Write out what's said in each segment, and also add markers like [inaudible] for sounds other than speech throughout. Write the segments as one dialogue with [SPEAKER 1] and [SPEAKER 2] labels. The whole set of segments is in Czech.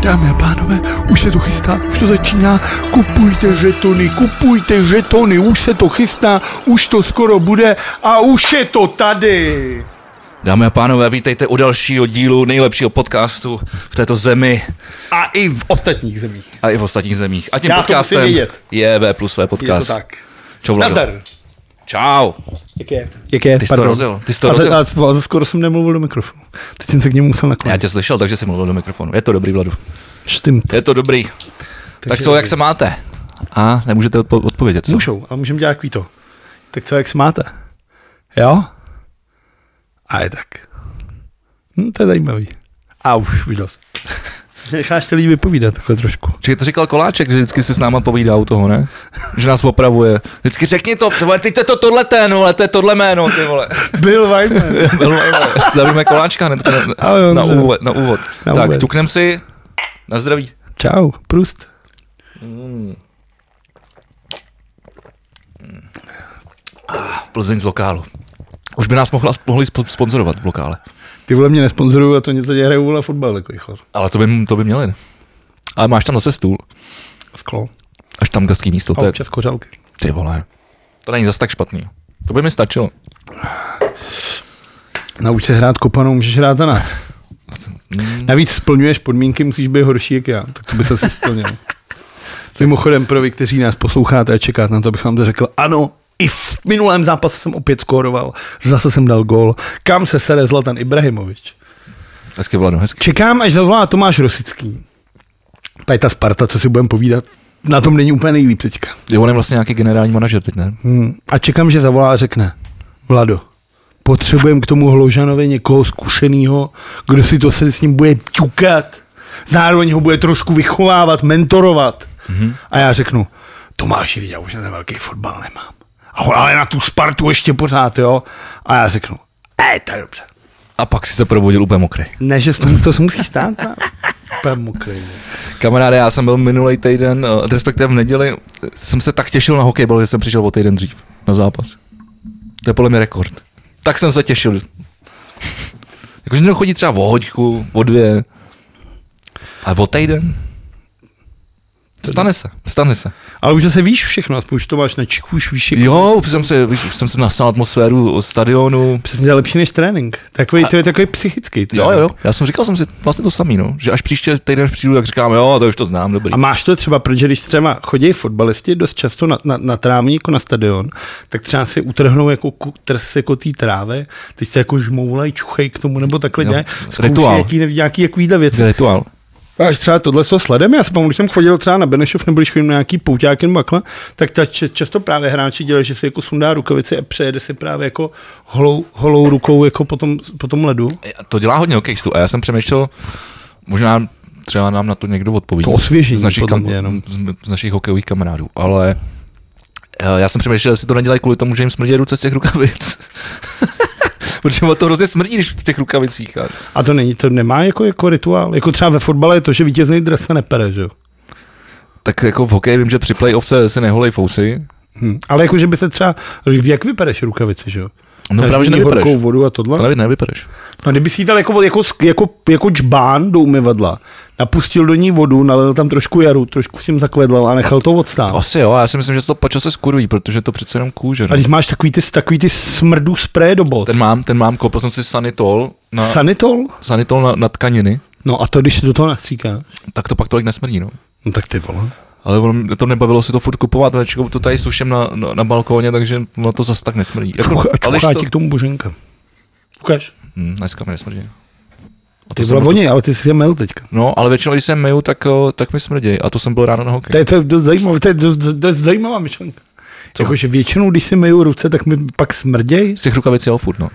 [SPEAKER 1] Dámy a pánové, už se to chystá, už to začíná. Kupujte žetony, kupujte žetony, už se to chystá, už to skoro bude a už je to tady.
[SPEAKER 2] Dámy a pánové, vítejte u dalšího dílu nejlepšího podcastu v této zemi
[SPEAKER 1] A i v ostatních zemích.
[SPEAKER 2] a i v ostatních zemích. A tím
[SPEAKER 1] Já to
[SPEAKER 2] podcastem
[SPEAKER 1] musím vědět.
[SPEAKER 2] je V plus V
[SPEAKER 1] Je to
[SPEAKER 2] podcast.
[SPEAKER 1] tak.
[SPEAKER 2] Čau, Vlado.
[SPEAKER 1] Nazdar.
[SPEAKER 2] Čau.
[SPEAKER 1] Jak je? Jak je?
[SPEAKER 2] Ty jsi to rozjel, ty jsi to
[SPEAKER 1] a,
[SPEAKER 2] rozjel.
[SPEAKER 1] a, a, skoro jsem nemluvil do mikrofonu. Teď jsem se k němu musel
[SPEAKER 2] Já
[SPEAKER 1] naklonit.
[SPEAKER 2] tě slyšel, takže jsem mluvil do mikrofonu. Je to dobrý, Vladu.
[SPEAKER 1] Štym.
[SPEAKER 2] Je to dobrý. tak co, jak se máte? A nemůžete odpo- odpovědět, co?
[SPEAKER 1] Můžou, ale můžeme dělat takový to. Tak co, jak se máte? Jo? A je tak. Hm, to je zajímavý. A už, už [laughs] dost. Že Necháš ty lidi vypovídat takhle trošku.
[SPEAKER 2] Čekaj, to říkal Koláček, že vždycky si s náma povídá u toho, ne? Že nás opravuje. Vždycky řekni to, ty vole, teď je to tohle téno, ale to je tohle jméno, ty vole.
[SPEAKER 1] Byl Weiman.
[SPEAKER 2] [laughs] Zavřeme Koláčka hned na,
[SPEAKER 1] Ale jo,
[SPEAKER 2] na,
[SPEAKER 1] dobře.
[SPEAKER 2] úvod, na úvod.
[SPEAKER 1] Na
[SPEAKER 2] tak,
[SPEAKER 1] úvod.
[SPEAKER 2] ťuknem si. Na zdraví.
[SPEAKER 1] [laughs] Čau, Prust.
[SPEAKER 2] Plzeň z lokálu. Už by nás mohla, mohli spo- sponzorovat v lokále.
[SPEAKER 1] Ty vole mě nesponzorují a to něco děje hraje vole fotbal jako takový chlap.
[SPEAKER 2] Ale to by, to by měli. Ale máš tam zase stůl.
[SPEAKER 1] Sklo.
[SPEAKER 2] Až tam gaský místo.
[SPEAKER 1] A
[SPEAKER 2] To je,
[SPEAKER 1] občas kořálky.
[SPEAKER 2] ty vole. To není zas tak špatný. To by mi stačilo.
[SPEAKER 1] Nauč se hrát kopanou, můžeš hrát za nás.
[SPEAKER 2] Mm.
[SPEAKER 1] Navíc splňuješ podmínky, musíš být horší jak já, tak to by se asi splnil. Mimochodem, pro vy, kteří nás posloucháte a čekáte na to, abych vám to řekl, ano, i v minulém zápase jsem opět skóroval, zase jsem dal gol. Kam se sere Zlatan Ibrahimovič?
[SPEAKER 2] Hezky, Vlado, hezky.
[SPEAKER 1] Čekám, až zavolá Tomáš Rosický. Tady ta Sparta, co si budeme povídat, na tom není úplně nejlíp teďka.
[SPEAKER 2] Jo, on je vlastně nějaký generální manažer teď, ne?
[SPEAKER 1] Hmm. A čekám, že zavolá a řekne, Vlado, potřebujeme k tomu Hložanovi někoho zkušeného, kdo si to se s ním bude ťukat, zároveň ho bude trošku vychovávat, mentorovat. Mm-hmm. A já řeknu, Tomáši, viděl, já už ten velký fotbal nemám. A on, ale na tu Spartu ještě pořád, jo? A já řeknu, e, to je dobře.
[SPEAKER 2] A pak si se probudil úplně mokrý.
[SPEAKER 1] Ne, že s tomu to se musí stát. ne? [laughs] Úplně mokrý, ne?
[SPEAKER 2] Kamaráde, já jsem byl minulý týden, eh, respektive v neděli, jsem se tak těšil na hokejbal, že jsem přišel o týden dřív na zápas. To je podle mě rekord. Tak jsem se těšil. Jakože někdo chodí třeba o hoďku, o dvě, a o týden. Stane se, stane se.
[SPEAKER 1] Ale už se víš všechno, aspoň už to máš na čiku, už víš. jako-
[SPEAKER 2] Jo, už jsem si, už jsem si nasál atmosféru stadionu.
[SPEAKER 1] Přesně to je lepší než trénink. Takový, to je takový psychický.
[SPEAKER 2] Jo,
[SPEAKER 1] trénink.
[SPEAKER 2] jo, jo. Já jsem říkal jsem si vlastně to samý, no. Že až příště týden, až přijdu, tak říkám, jo, to už to znám, dobrý.
[SPEAKER 1] A máš to třeba, protože když třeba chodí fotbalisti dost často na, na, na trávník, jako na stadion, tak třeba si utrhnou jako ku- trs jako té trávy, teď se jako žmoulají, čuchají k tomu, nebo takhle
[SPEAKER 2] Jo,
[SPEAKER 1] dělají.
[SPEAKER 2] rituál.
[SPEAKER 1] Jaký, nějaký takovýhle
[SPEAKER 2] To
[SPEAKER 1] věci.
[SPEAKER 2] je Rituál.
[SPEAKER 1] A až třeba tohle so sledem, já si pamatuju, když jsem chodil třeba na Benešov, nebo když chodím na nějaký pouťáky nebo takhle, tak ta, če- často právě hráči dělají, že si jako sundá rukavici a přejede si právě jako holou, holou rukou jako po tom, po tom ledu.
[SPEAKER 2] To dělá hodně hokejistů E, a já jsem přemýšlel, možná třeba nám na to někdo odpoví.
[SPEAKER 1] To osvěžení,
[SPEAKER 2] z našich,
[SPEAKER 1] podle mě jenom.
[SPEAKER 2] z, z našich hokejových kamarádů, ale eh, já jsem přemýšlel, jestli to nedělají kvůli tomu, že jim smrdí ruce z těch rukavic. [laughs] Protože mu to hrozně smrdí, když v těch rukavicích. A...
[SPEAKER 1] A to není, to nemá jako, jako rituál. Jako třeba ve fotbale je to, že vítězný dres se nepere, že jo?
[SPEAKER 2] Tak jako v hokeji vím, že při play-off se, se neholej fousy.
[SPEAKER 1] Hmm. Ale jakože by se třeba, jak vypereš rukavice, že jo?
[SPEAKER 2] No
[SPEAKER 1] Dáš
[SPEAKER 2] právě, že
[SPEAKER 1] do ní
[SPEAKER 2] nevypereš.
[SPEAKER 1] horkou vodu a tohle.
[SPEAKER 2] To
[SPEAKER 1] Ale...
[SPEAKER 2] nevy, nevypereš.
[SPEAKER 1] No kdyby si ji dal jako, jako, jako, jako čbán do umyvadla, napustil do ní vodu, nalil tam trošku jaru, trošku si jim zakvedlal a nechal to odstát.
[SPEAKER 2] Asi jo, já si myslím, že se to po čase skurví, protože to přece jenom kůže.
[SPEAKER 1] A
[SPEAKER 2] No.
[SPEAKER 1] když máš takový ty, takový ty smrdů spray do bod.
[SPEAKER 2] Ten mám, ten mám, koupil jsem si sanitol na,
[SPEAKER 1] Sanitol?
[SPEAKER 2] sanitol na, na tkaniny,
[SPEAKER 1] No a to, když se do toho nastříká.
[SPEAKER 2] tak to pak tolik nesmrdí. No.
[SPEAKER 1] No tak ty vole.
[SPEAKER 2] Ale on, to nebavilo si to furt kupovat, ale čekou to tady sušem na, na, na balkóně, takže ono to zase tak nesmrdí.
[SPEAKER 1] A
[SPEAKER 2] Jako, ale
[SPEAKER 1] čuchá
[SPEAKER 2] když
[SPEAKER 1] ti
[SPEAKER 2] to,
[SPEAKER 1] k tomu boženka. Ukaž.
[SPEAKER 2] hm, dneska mi nesmrdí. A
[SPEAKER 1] Ty
[SPEAKER 2] jsem
[SPEAKER 1] vole
[SPEAKER 2] byl-
[SPEAKER 1] voně, ale ty jsi je mel teďka.
[SPEAKER 2] No, ale většinou, když se myju, tak, o, tak mi smrdí. A to jsem byl ráno na hokej.
[SPEAKER 1] To je, to je dost zajímavé, to je dost, dost zajímavá myšlenka.
[SPEAKER 2] Co?
[SPEAKER 1] Jakože většinou, když si myju ruce, tak mi pak smrděj.
[SPEAKER 2] Z těch rukavic jo, furt, no.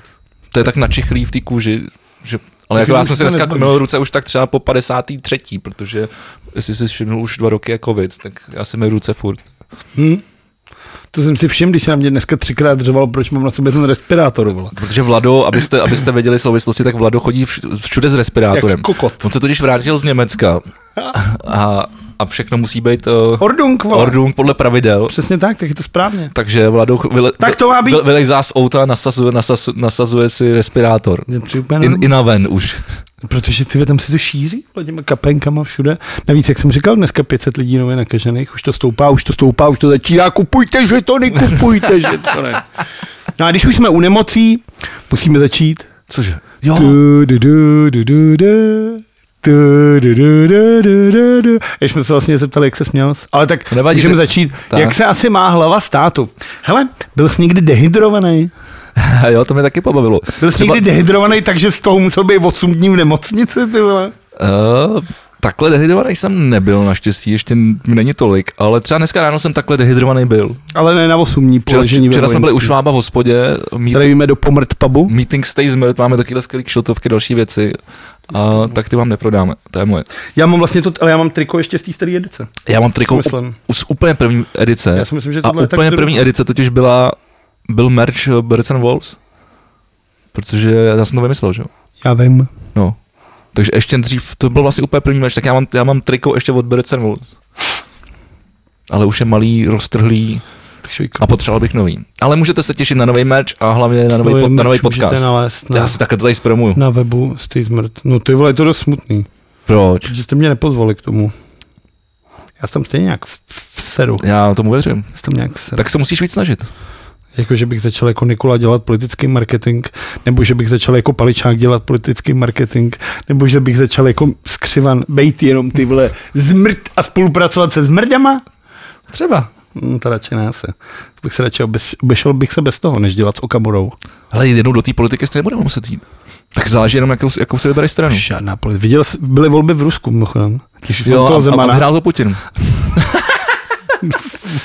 [SPEAKER 2] To je tak načichlý v té kůži, že... Ale jako
[SPEAKER 1] Takže
[SPEAKER 2] já
[SPEAKER 1] už
[SPEAKER 2] jsem si
[SPEAKER 1] se
[SPEAKER 2] dneska
[SPEAKER 1] nezbavíš.
[SPEAKER 2] měl ruce už tak třeba po 53. protože jestli si všimnul už dva roky je covid, tak já si mi ruce furt.
[SPEAKER 1] Hm? To jsem si všiml, když se na mě dneska třikrát řval, proč mám na sobě ten respirátor. Vole.
[SPEAKER 2] Protože Vlado, abyste, abyste věděli souvislosti, tak Vlado chodí vš- všude s respirátorem.
[SPEAKER 1] Jak kokot.
[SPEAKER 2] On se totiž vrátil z Německa a a všechno musí být uh,
[SPEAKER 1] Ordung, vole.
[SPEAKER 2] ordung podle pravidel.
[SPEAKER 1] Přesně tak, tak je to správně.
[SPEAKER 2] Takže Vlado vyle,
[SPEAKER 1] Tak to má být.
[SPEAKER 2] vyle- vylejzá z outa, nasazuje, nasazuje, nasazuje si respirátor.
[SPEAKER 1] Je to úplně
[SPEAKER 2] I, I
[SPEAKER 1] normální.
[SPEAKER 2] na ven už. [laughs]
[SPEAKER 1] Protože ty vole, tam se to šíří vole, těma kapenkama všude. Navíc, jak jsem říkal, dneska 500 lidí nově nakažených, už to stoupá, už to stoupá, už to začíná, kupujte žetony, kupujte žetony. No a když už jsme u nemocí, musíme začít.
[SPEAKER 2] Cože? Jo.
[SPEAKER 1] Du, du, du, du, du, du. Du, du, du, du, du, du, du. Ještě jsme se vlastně zeptali, jak se směl. Ale tak
[SPEAKER 2] To nevadí,
[SPEAKER 1] můžeme
[SPEAKER 2] že-
[SPEAKER 1] začít.
[SPEAKER 2] Tak.
[SPEAKER 1] Jak se asi má hlava státu? Hele, byl jsi někdy dehydrovaný?
[SPEAKER 2] jo, to mě taky pobavilo.
[SPEAKER 1] Byl jsi někdy dehydrovaný, takže z toho musel být 8 dní v nemocnici, ty vole.
[SPEAKER 2] Uh, takhle dehydrovaný jsem nebyl naštěstí, ještě n- není tolik, ale třeba dneska ráno jsem takhle dehydrovaný byl.
[SPEAKER 1] Ale ne na 8 dní
[SPEAKER 2] Včera,
[SPEAKER 1] položení ve
[SPEAKER 2] včera jsme byli u
[SPEAKER 1] vojenství.
[SPEAKER 2] Švába v hospodě, meet,
[SPEAKER 1] Tady víme do pomrt pubu.
[SPEAKER 2] meeting stay smrt, máme takyhle skvělý kšiltovky, další věci, a tak ty vám neprodáme, to je moje.
[SPEAKER 1] Já mám vlastně to, ale já mám triko ještě z té staré edice.
[SPEAKER 2] Já mám triko
[SPEAKER 1] Myslím.
[SPEAKER 2] u- z úplně první edice
[SPEAKER 1] Já si myslím, že
[SPEAKER 2] a
[SPEAKER 1] tohle je tak
[SPEAKER 2] úplně
[SPEAKER 1] druhá.
[SPEAKER 2] první edice totiž byla, byl merch eh, Birds and Walls, protože já jsem to vymyslel, že jo.
[SPEAKER 1] Já vím.
[SPEAKER 2] No. Takže ještě dřív, to byl vlastně úplně první meč, tak já mám, já mám triko ještě od Bercen Wolves. Ale už je malý, roztrhlý
[SPEAKER 1] Takže i
[SPEAKER 2] a potřeboval bych nový. Ale můžete se těšit na nový meč a hlavně na nový, pod, na nový podcast.
[SPEAKER 1] Nalézt,
[SPEAKER 2] Já si takhle to tady zpromuju.
[SPEAKER 1] na webu Stay Smrt. No ty vole, je to dost smutný,
[SPEAKER 2] Proč?
[SPEAKER 1] že jste mě nepozvali k tomu. Já jsem tam stejně nějak v- vseru.
[SPEAKER 2] Já tomu věřím.
[SPEAKER 1] Já jsem tam nějak vseru.
[SPEAKER 2] Tak se musíš víc snažit.
[SPEAKER 1] Jako, že bych začal jako Nikola dělat politický marketing, nebo že bych začal jako Paličák dělat politický marketing, nebo že bych začal jako skřivan bejt jenom ty vole zmrt a spolupracovat se zmrdama.
[SPEAKER 2] Třeba.
[SPEAKER 1] No, to radši ne se. Bych se radši obeš, obešel bych se bez toho, než dělat s Okamurou.
[SPEAKER 2] Ale jednou do té politiky se nebudeme muset jít. Tak záleží jenom, jakou, jakou si vybereš stranu.
[SPEAKER 1] Žádná politika. Viděl jsi, byly volby v Rusku, mimochodem. Když jo, toho
[SPEAKER 2] Jo, a, a
[SPEAKER 1] Zemana.
[SPEAKER 2] hrál to Putin. [laughs]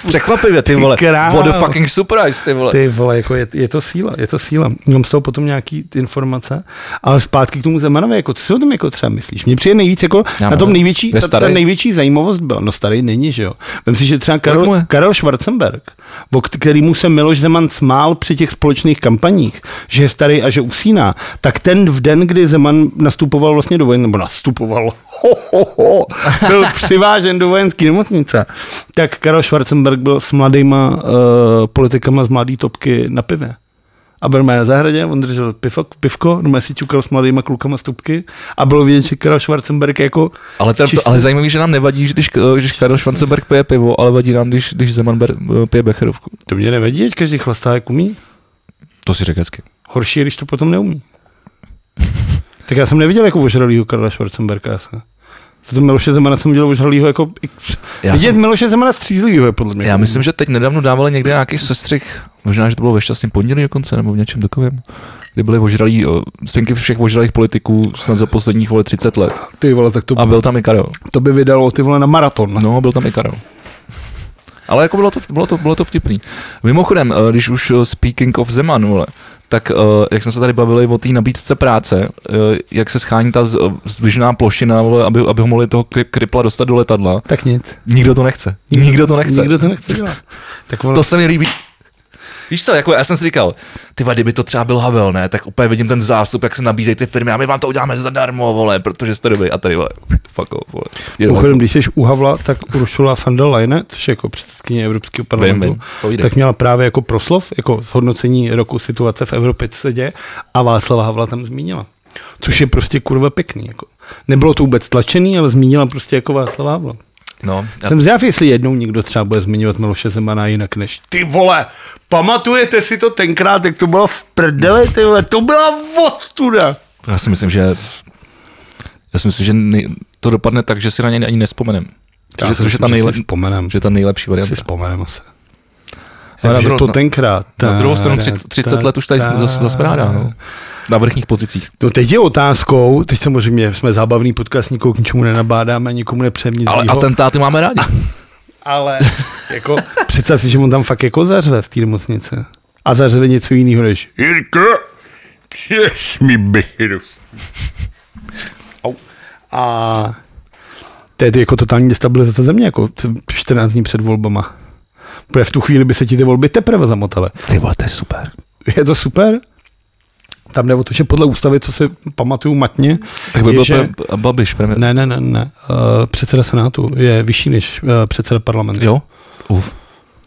[SPEAKER 2] Překvapivě, ty vole.
[SPEAKER 1] Ty král.
[SPEAKER 2] What the fucking surprise, ty vole.
[SPEAKER 1] Ty vole, jako je, je, to síla, je to síla. Mám z toho potom nějaký ty informace, ale zpátky k tomu Zemanovi, jako, co si o tom jako třeba myslíš? Mně přijde nejvíc, jako
[SPEAKER 2] Já
[SPEAKER 1] na tom
[SPEAKER 2] nevím.
[SPEAKER 1] největší,
[SPEAKER 2] Je
[SPEAKER 1] ta, ta,
[SPEAKER 2] starý?
[SPEAKER 1] největší zajímavost byla, no starý není, že jo. Vem si, že třeba
[SPEAKER 2] Kolik mu
[SPEAKER 1] Karol,
[SPEAKER 2] je?
[SPEAKER 1] Karel Schwarzenberg, o k- kterýmu se Miloš Zeman smál při těch společných kampaních, že je starý a že usíná, tak ten v den, kdy Zeman nastupoval vlastně do vojenské, nebo nastupoval, [laughs] ho, ho, ho, byl přivážen do vojenské nemocnice, tak Karel Schwarzenberg byl s mladýma uh, politikama z mladý topky na pivě. A byl na zahradě, on držel pivko, pivko no si ťukal s mladýma klukama z topky a bylo vidět, že Karel Schwarzenberg jako
[SPEAKER 2] Ale, ten,
[SPEAKER 1] Čistě.
[SPEAKER 2] ale zajímavý, že nám nevadí, že když, eh, když Karel Schwarzenberg pije pivo, ale vadí nám, když, když Zeman ber, eh, pije becherovku.
[SPEAKER 1] to mě nevadí, že každý chlastá, jak umí.
[SPEAKER 2] To si řekl hezky.
[SPEAKER 1] Horší je, když to potom
[SPEAKER 2] [laughs]
[SPEAKER 1] neumí. tak já jsem neviděl jako ožralýho Karla Schwarzenberga. Asi. Toto Miloše Zemana jsem viděl ožralýho jako... Já
[SPEAKER 2] Já,
[SPEAKER 1] Vidět
[SPEAKER 2] jsem,
[SPEAKER 1] jsem... Miloše Zemana střízlivýho je podle mě.
[SPEAKER 2] já myslím, že teď nedávno dávali někde nějaký sestřih, možná, že to bylo ve šťastném pondělí dokonce, nebo v něčem takovém, kdy byly ožralí, eh, synky všech ožralých politiků snad za posledních vole 30 let.
[SPEAKER 1] Ty vole, tak to,
[SPEAKER 2] A byl tam i Karel.
[SPEAKER 1] to by vydalo ty vole na maraton.
[SPEAKER 2] No, byl tam i Karel. Ale jako bylo to, bylo to, bylo to vtipný. Mimochodem, eh, když už eh, speaking of Zeman, vole, tak eh, jak jsme se tady bavili o té nabídce práce, eh, jak se schání ta z- zdvižná plošina, vole, aby, aby ho mohli toho kry- kripla dostat do letadla,
[SPEAKER 1] Tak nic.
[SPEAKER 2] nikdo to nechce. Nikdo to nechce.
[SPEAKER 1] Nikdo to nechce dělat.
[SPEAKER 2] [laughs]
[SPEAKER 1] Tak vole,
[SPEAKER 2] To se mi líbí. Víš co, jako já jsem si říkal, ty vole, kdyby to třeba byl Havel, ne, tak úplně vidím ten zástup, jak se nabízejí ty firmy a my vám to uděláme zadarmo, vole, protože jste dobrý a tady, vole, fuck off, vole. Jedeme
[SPEAKER 1] Mimochodem, když jsi u Havla, tak Ursula von der Leyen, což je jako předsedkyně Evropského
[SPEAKER 2] vím,
[SPEAKER 1] parlamentu,
[SPEAKER 2] vím, povídej.
[SPEAKER 1] tak měla právě jako proslov, jako zhodnocení roku situace v Evropě, co se děje, a Václava Havla tam zmínila. Což je prostě kurva pěkný. Jako. Nebylo to vůbec tlačený, ale zmínila prostě jako Václava Havla.
[SPEAKER 2] No, já
[SPEAKER 1] Jsem zvědav, jestli jednou někdo třeba bude zmiňovat Miloše Zemana jinak než ty vole. Pamatujete si to tenkrát, jak to bylo v prdele, ty vole, to byla odstuda.
[SPEAKER 2] Já si myslím, že já si myslím, že nej, to dopadne tak, že si na něj ani nespomenem.
[SPEAKER 1] Já
[SPEAKER 2] Že,
[SPEAKER 1] si
[SPEAKER 2] to, že, ta
[SPEAKER 1] myslím,
[SPEAKER 2] nejlep,
[SPEAKER 1] si vzpomenem.
[SPEAKER 2] že ta nejlepší
[SPEAKER 1] Si
[SPEAKER 2] varianta.
[SPEAKER 1] vzpomeneme se.
[SPEAKER 2] Ale
[SPEAKER 1] Ale
[SPEAKER 2] na
[SPEAKER 1] že
[SPEAKER 2] druhou-
[SPEAKER 1] to
[SPEAKER 2] na-
[SPEAKER 1] tenkrát.
[SPEAKER 2] Na druhou stranu 30, 30 let už tady
[SPEAKER 1] ta-
[SPEAKER 2] zas- zasprádá, no. Na vrchních pozicích.
[SPEAKER 1] No teď je otázkou, teď samozřejmě jsme zábavný podcast, nikoho k ničemu nenabádáme, nikomu nepřejeme nic
[SPEAKER 2] Ale
[SPEAKER 1] zlýho,
[SPEAKER 2] atentáty máme rádi.
[SPEAKER 1] ale jako [laughs] představ si, že on tam fakt jako zařve v té nemocnici. A zařve něco jiného než
[SPEAKER 3] Jirko, přines mi becherovku.
[SPEAKER 1] a to je jako totální destabilizace země, jako t- 14 dní před volbama. Protože v tu chvíli by se ti ty volby teprve zamotaly.
[SPEAKER 2] Ty vole, to je super.
[SPEAKER 1] Je to super? Tam jde o to, že podle ústavy, co si pamatuju matně,
[SPEAKER 2] Tak by
[SPEAKER 1] je,
[SPEAKER 2] byl
[SPEAKER 1] že...
[SPEAKER 2] pre, Babiš premiér.
[SPEAKER 1] Ne, ne, ne, ne. Uh, předseda Senátu je vyšší než uh, předseda parlamentu.
[SPEAKER 2] Jo? Uf.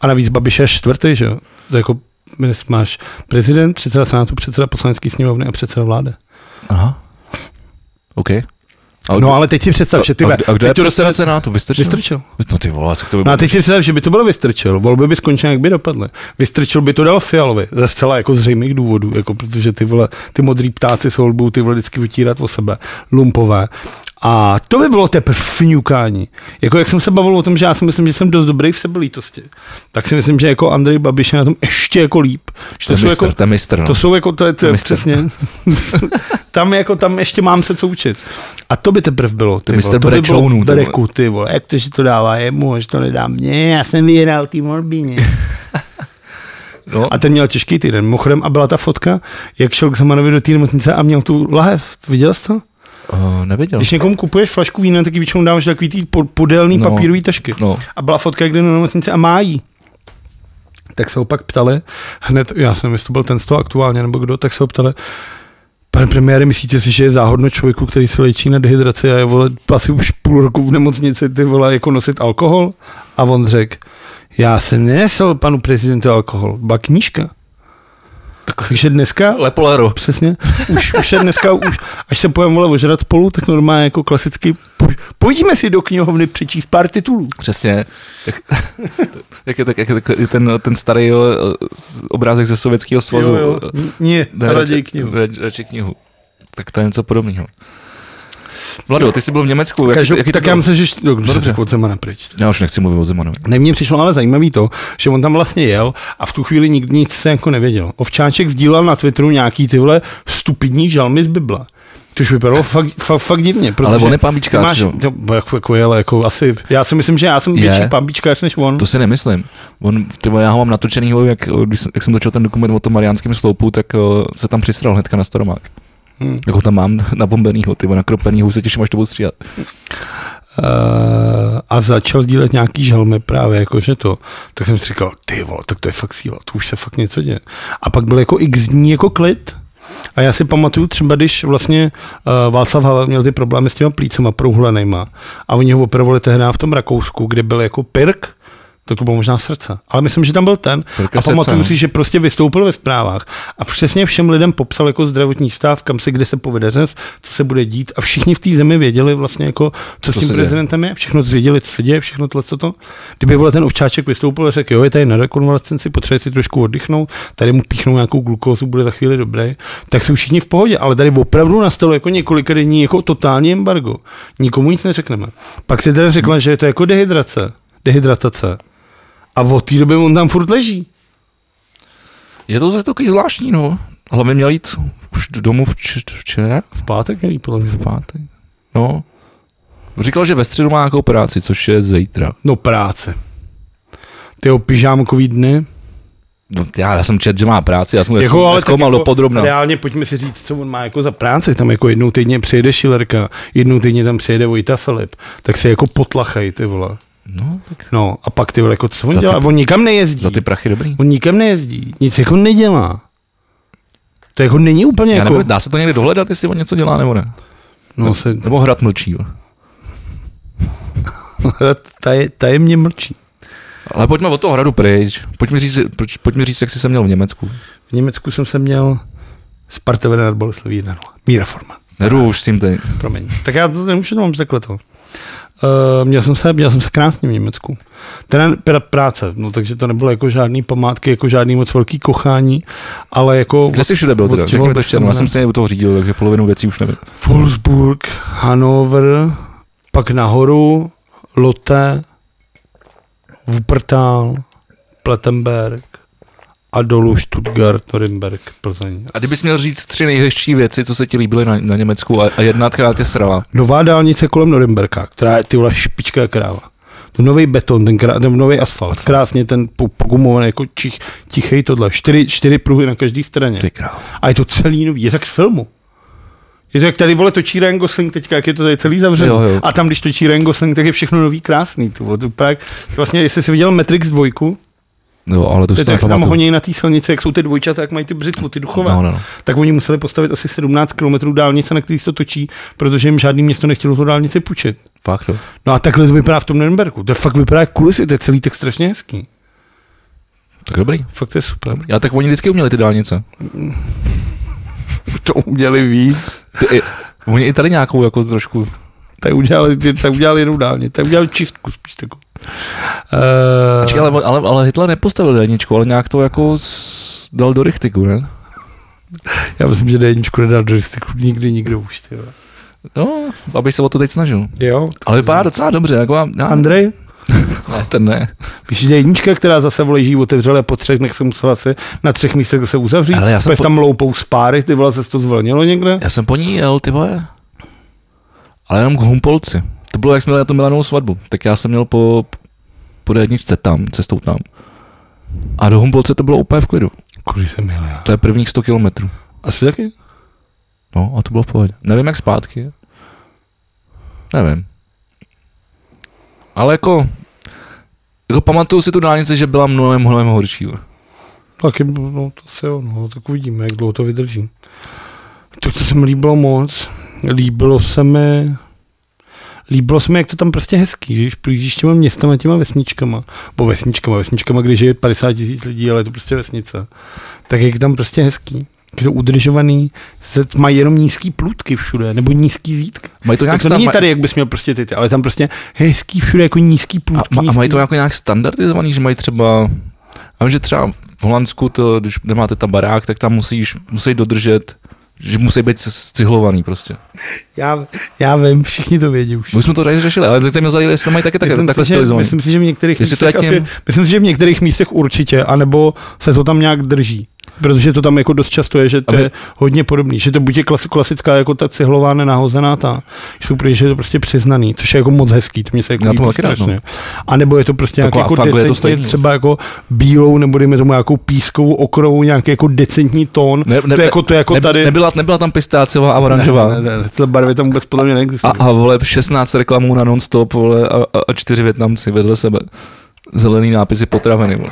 [SPEAKER 1] A navíc Babiš je čtvrtý, že jo? To je jako ministr- máš prezident, předseda Senátu, předseda poslanecké sněmovny a předseda vlády.
[SPEAKER 2] Aha. OK. A
[SPEAKER 1] No ale teď si představ, že ty
[SPEAKER 2] a,
[SPEAKER 1] ve-
[SPEAKER 2] kdo- a kdo je
[SPEAKER 1] teď to
[SPEAKER 2] předseda Senátu? Vystrčil?
[SPEAKER 1] Vystrčil.
[SPEAKER 2] No ty vole, tak to by
[SPEAKER 1] No
[SPEAKER 2] bylo...
[SPEAKER 1] a teď si představ, že by to bylo vystrčil. Volby by skončily, jak by dopadly. Vystrčil by to dal Fialovi. Ze zcela jako zřejmých důvodů, jako protože ty, vole, ty modrý ptáci jsou volbou ty vole vždycky vytírat o sebe. Lumpové. A to by bylo teprve fňukání. Jako jak jsem se bavil o tom, že já si myslím, že jsem dost dobrý v sebelítosti, tak si myslím, že jako Andrej Babiš je na tom ještě jako líp. Že
[SPEAKER 2] To je
[SPEAKER 1] to, jsou
[SPEAKER 2] mistr,
[SPEAKER 1] jako,
[SPEAKER 2] to je mistr, no.
[SPEAKER 1] to jsou jako, to je, to je
[SPEAKER 2] Mistr.
[SPEAKER 1] přesně. [laughs] tam jako, tam ještě mám se co učit. A to by teprve bylo. Ty,
[SPEAKER 2] mistr
[SPEAKER 1] vole, to by bylo
[SPEAKER 2] brečounů, ty vole.
[SPEAKER 1] breku, ty vole. Jak to, že to dává jemu, že to nedá mně, já jsem vyhrál tým
[SPEAKER 2] [laughs]
[SPEAKER 1] Orbíně.
[SPEAKER 2] no.
[SPEAKER 1] A ten měl těžký týden. Mimochodem, a byla ta fotka, jak šel k Zemanovi do té nemocnice a měl tu lahev. Viděl jsi to?
[SPEAKER 2] Uh, nevěděl.
[SPEAKER 1] Když někomu kupuješ flašku vína, tak ji většinou dáváš do takový ty po- podélný
[SPEAKER 2] No.
[SPEAKER 1] no. papírový tašky.
[SPEAKER 2] No.
[SPEAKER 1] A byla fotka, kde na nemocnici a má jí. Tak se ho pak ptali, hned, já jsem jestli to byl ten z toho aktuálně, nebo kdo, tak se ho ptali, pane premiére, myslíte si, že je záhodno člověku, který se léčí na dehydraci a je vole, asi už půl roku v nemocnici, ty vole, jako nosit alkohol? A on řekl, já jsem nesl panu prezidentu alkohol, byla knížka. Takže dneska
[SPEAKER 2] Lepolero.
[SPEAKER 1] Přesně. Už, už je dneska, už, až se pojem vole ožrat spolu, tak normálně jako klasicky poj- pojďme si do knihovny přečíst pár titulů.
[SPEAKER 2] Přesně. Jak, [laughs] jak, je, tak, jak je tak, je ten, ten starý jo, z- obrázek ze Sovětského svazu.
[SPEAKER 1] Ne,
[SPEAKER 2] Ne,
[SPEAKER 1] raději knihu.
[SPEAKER 2] Rad, radši knihu. Tak to je něco podobného. Vlado, ty jsi byl v Německu. Jak,
[SPEAKER 1] Každou,
[SPEAKER 2] jaký to
[SPEAKER 1] tak
[SPEAKER 2] bylo?
[SPEAKER 1] já myslím, že št- no, kdo se
[SPEAKER 2] dobře.
[SPEAKER 1] řekl od Zemana pryč.
[SPEAKER 2] já už nechci mluvit o Zemanovi.
[SPEAKER 1] Ne, mně přišlo ale zajímavý to, že on tam vlastně jel a v tu chvíli nikdy nic se jako nevěděl. Ovčáček sdílel na Twitteru nějaký tyhle stupidní žalmy z Bible. Což vypadalo fakt, fakt, fakt divně. Protože
[SPEAKER 2] on je
[SPEAKER 1] ty
[SPEAKER 2] pambičkář,
[SPEAKER 1] máš,
[SPEAKER 2] jo?
[SPEAKER 1] to, jako, jako, je, ale jako asi, já si myslím, že já jsem
[SPEAKER 2] Je.
[SPEAKER 1] větší pambičkář než on.
[SPEAKER 2] To si nemyslím. On, ty vole, já ho mám natočený, jak, když, jsem- jak jsem točil ten dokument o tom Mariánském sloupu, tak uh, se tam přisral hnedka na staromák.
[SPEAKER 1] Hmm.
[SPEAKER 2] Hmm. Jako tam mám [laughs] nabombenýho, ty vole, nakropenýho, už se těším, až to budu stříhat.
[SPEAKER 1] Eh, a začal dílet nějaký žalmy právě jakože to, tak jsem si říkal, ty vole, tak to je fakt síla, to už se fakt něco děje. A pak byl jako x dní jako klid. A já si pamatuju třeba, když vlastně uh, Václav Havel měl ty problémy s těma plícema prouhlenejma a oni ho operovali tehdy v tom Rakousku, kde byl jako Pirk, tak to bylo možná srdce. Ale myslím, že tam byl ten.
[SPEAKER 2] Pirka
[SPEAKER 1] A
[SPEAKER 2] srdce,
[SPEAKER 1] pamatuju
[SPEAKER 2] no.
[SPEAKER 1] si, že prostě vystoupil ve zprávách a přesně všem lidem popsal jako zdravotní stav, kam se kde se povede řez, co se bude dít a všichni v té zemi věděli vlastně jako, co,
[SPEAKER 2] Co
[SPEAKER 1] s
[SPEAKER 2] se
[SPEAKER 1] tím
[SPEAKER 2] děje.
[SPEAKER 1] prezidentem je, všechno to věděli, co se děje, všechno tohle, co to. Kdyby vole ten ovčáček vystoupil a řekl, jo, je tady na rekonvalescenci, potřebuje si trošku oddychnout, tady mu píchnou nějakou glukózu, bude za chvíli dobré, tak jsou všichni v pohodě, ale tady opravdu nastalo jako několika denní jako totální embargo. Nikomu nic neřekneme. Pak si teda řekla, že je to jako dehydrace, dehydratace. A od té doby on tam furt leží.
[SPEAKER 2] Je to zase takový zvláštní, no. Hlavně měl jít už do- domů vč- včera,
[SPEAKER 1] V pátek který podle mě.
[SPEAKER 2] v pátek. No. Říkal, že ve středu má nějakou práci, což je zítra.
[SPEAKER 1] No práce. Ty pyžámkový dny.
[SPEAKER 2] No, já, já jsem čet, že má práci, já jsem to
[SPEAKER 1] Jako,
[SPEAKER 2] jako,
[SPEAKER 1] ale
[SPEAKER 2] zkoumal
[SPEAKER 1] tak
[SPEAKER 2] jako,
[SPEAKER 1] jako
[SPEAKER 2] do podrobna.
[SPEAKER 1] Reálně pojďme si říct, co on má jako za práci. Tam jako jednou týdně přijede Šilerka, jednou týdně tam přijede Vojta Filip. Tak se jako potlachají ty vole.
[SPEAKER 2] No, tak
[SPEAKER 1] No a pak ty vole, jako co on
[SPEAKER 2] Za ty-
[SPEAKER 1] dělá? on nikam nejezdí.
[SPEAKER 2] za ty prachy dobrý.
[SPEAKER 1] On nikam nejezdí. Nic jako nedělá. To jako není úplně
[SPEAKER 2] Já
[SPEAKER 1] jako...
[SPEAKER 2] nebo, dá se to někde dohledat, jestli on něco dělá nebo ne?
[SPEAKER 1] no, se, [laughs]
[SPEAKER 2] Nebo hrad mlčí. jo.
[SPEAKER 1] taj, tajemně mlčí.
[SPEAKER 2] Ale pojďme od toho hradu pryč. Pojďme říct, proč, pojďme říct jak jsi se měl v Německu.
[SPEAKER 1] V Německu jsem se měl Sparta vede nad Boleslaví 1 Míra Forman.
[SPEAKER 2] Nerůž s tím ty.
[SPEAKER 1] Promiň. Tak já to nemůžu, to mám takhle to. Uh, měl, jsem se, měl jsem se krásně v Německu. Teda pra, práce, no takže to nebylo jako žádný památky, jako žádný moc velký kochání, ale jako
[SPEAKER 2] Kde jsi všude byl teda? Řekni mi to ještě jednou, já jsem se u toho řídil, takže polovinu věcí už nevím.
[SPEAKER 1] Wolfsburg, Hanover, pak nahoru, Lotte, Wuppertal, Plettenberg a dolů Stuttgart, Norimberg, Plzeň
[SPEAKER 2] A kdybys měl říct tři nejhezčí věci, co se ti líbily na, na Německu a, a jedna, která tě srala.
[SPEAKER 1] Nová dálnice kolem Norimberka, která je ty vole špička jak kráva. To nový beton, ten, krá, ten nový asfalt, krásně ten po- pogumovaný, jako čich, tichý tohle. Čtyři, čtyři pruhy na každé straně.
[SPEAKER 2] Ty král.
[SPEAKER 1] A je to celý nový, je to jak z filmu. Je to jak tady vole točí Ryan Gosling teďka, jak je to tady celý zavřený.
[SPEAKER 2] Jo, jo.
[SPEAKER 1] A tam, když točí Ryan Gosling, tak je všechno nový, krásný. To vole, to úplně jak, vlastně, jestli jsi viděl Matrix 2,
[SPEAKER 2] Jo, No, ale to už
[SPEAKER 1] To je
[SPEAKER 2] si
[SPEAKER 1] to, jak se tam
[SPEAKER 2] nepamatuju.
[SPEAKER 1] honí na té silnici, jak jsou ty dvojčata, jak mají ty břitvu, ty duchové.
[SPEAKER 2] No, no, no.
[SPEAKER 1] Tak oni museli postavit asi 17 km dálnice, na který se to točí, protože jim žádný město nechtělo tu dálnici půjčit.
[SPEAKER 2] Fakt, jo.
[SPEAKER 1] No a takhle to vypadá v tom Nürnbergu. To fakt vypadá jak kulisy, to je celý tak strašně hezký.
[SPEAKER 2] Tak dobrý.
[SPEAKER 1] Fakt to je super.
[SPEAKER 2] [laughs] Já tak oni vždycky uměli ty dálnice.
[SPEAKER 1] To udělali víc.
[SPEAKER 2] Ty, i, oni i tady nějakou jako trošku.
[SPEAKER 1] Tak udělali, tak udělali jenom dálně. Tak udělali čistku spíš takovou. Uh,
[SPEAKER 2] Ačkej, ale, ale, ale, Hitler nepostavil dálničku, ale nějak to jako s- dal do richtiku, ne?
[SPEAKER 1] Já myslím, že D1 nedal do listiku nikdy nikdo už. Ty. vole.
[SPEAKER 2] No, aby se o to teď snažil.
[SPEAKER 1] Jo.
[SPEAKER 2] Ale vypadá docela dobře, jako já, já,
[SPEAKER 1] Andrej?
[SPEAKER 2] ne, ten ne.
[SPEAKER 1] Když je jednička, která zase leží otevřela po třech, nech se musela se na třech místech zase uzavřít.
[SPEAKER 2] Ale já jsem
[SPEAKER 1] Pes
[SPEAKER 2] po-
[SPEAKER 1] tam loupou z páry, ty vole, se to zvolnilo někde.
[SPEAKER 2] Já jsem po ní jel, ty vole. Ale jenom k Humpolci. To bylo, jak jsme měli na tu Milanovou svatbu. Tak já jsem měl po, po jedničce tam, cestou tam. A do Humpolce to bylo úplně v klidu.
[SPEAKER 1] Kudy jsem jel já.
[SPEAKER 2] To je prvních 100 kilometrů.
[SPEAKER 1] Asi taky?
[SPEAKER 2] No a to bylo v pohodě. Nevím, jak zpátky. Nevím. Ale jako, jako pamatuju si tu dálnici, že byla mnohem, mnohem horší. jo.
[SPEAKER 1] Taky, no to se jo, no, tak uvidíme, jak dlouho to vydrží. To, co se mi líbilo moc, líbilo se mi, líbilo se mi, jak to tam prostě hezký, že když projíždíš těma městama, těma vesničkama, bo vesničkama, vesničkama, kde žije 50 tisíc lidí, ale je to prostě vesnice, tak jak je tam prostě hezký. Jak je to udržovaný, se mají jenom nízký plůdky všude, nebo nízký zítka.
[SPEAKER 2] Mají to nějak
[SPEAKER 1] Tak to není
[SPEAKER 2] stan-
[SPEAKER 1] tady, jak bys měl prostě ty, ty, ale tam prostě hezký všude jako nízký
[SPEAKER 2] A,
[SPEAKER 1] plůdky.
[SPEAKER 2] ma- a mají
[SPEAKER 1] nízký-
[SPEAKER 2] to jako nějak standardizovaný, že mají třeba, já vím, že třeba v Holandsku, to, když nemáte ta barák, tak tam musíš, musí dodržet, že musí být s- scihlovaný prostě.
[SPEAKER 1] já, já vím, všichni to vědí už.
[SPEAKER 2] My jsme to tady řešili, ale teď jsem mě zajímalo, jestli to mají taky, taky
[SPEAKER 1] myslím
[SPEAKER 2] takhle
[SPEAKER 1] si, že,
[SPEAKER 2] stylizovaný.
[SPEAKER 1] myslím si, že v některých
[SPEAKER 2] Jestli to
[SPEAKER 1] místech
[SPEAKER 2] je tím-
[SPEAKER 1] asi, myslím si, že v některých místech určitě, anebo se to tam nějak drží. Protože to tam jako dost často je, že to
[SPEAKER 2] Aby-
[SPEAKER 1] je hodně podobný. Že to buď je klasi- klasická jako ta cihlová nenahozená ta, že jsou prý, že je to prostě přiznaný, což je jako moc hezký, to mě se jako
[SPEAKER 2] Já
[SPEAKER 1] líbí
[SPEAKER 2] tomu taky rád, no.
[SPEAKER 1] strašně. A nebo je to prostě nějak
[SPEAKER 2] Taková
[SPEAKER 1] jako
[SPEAKER 2] fakt, je to
[SPEAKER 1] decentně,
[SPEAKER 2] stejný.
[SPEAKER 1] třeba jako bílou, nebo dejme tomu nějakou pískovou okrovou, nějaký jako decentní tón.
[SPEAKER 2] Ne- ne-
[SPEAKER 1] to je jako, to je jako
[SPEAKER 2] ne,
[SPEAKER 1] tady.
[SPEAKER 2] Nebyla, nebyla tam pistáciová a oranžová.
[SPEAKER 1] Ne, ne, ne, tyhle barvy tam vůbec podle mě
[SPEAKER 2] A,
[SPEAKER 1] neexistují.
[SPEAKER 2] a vole, 16 reklamů na non-stop vole, a, a, a čtyři Větnamci vedle sebe. Zelený nápisy potraveny. Vole.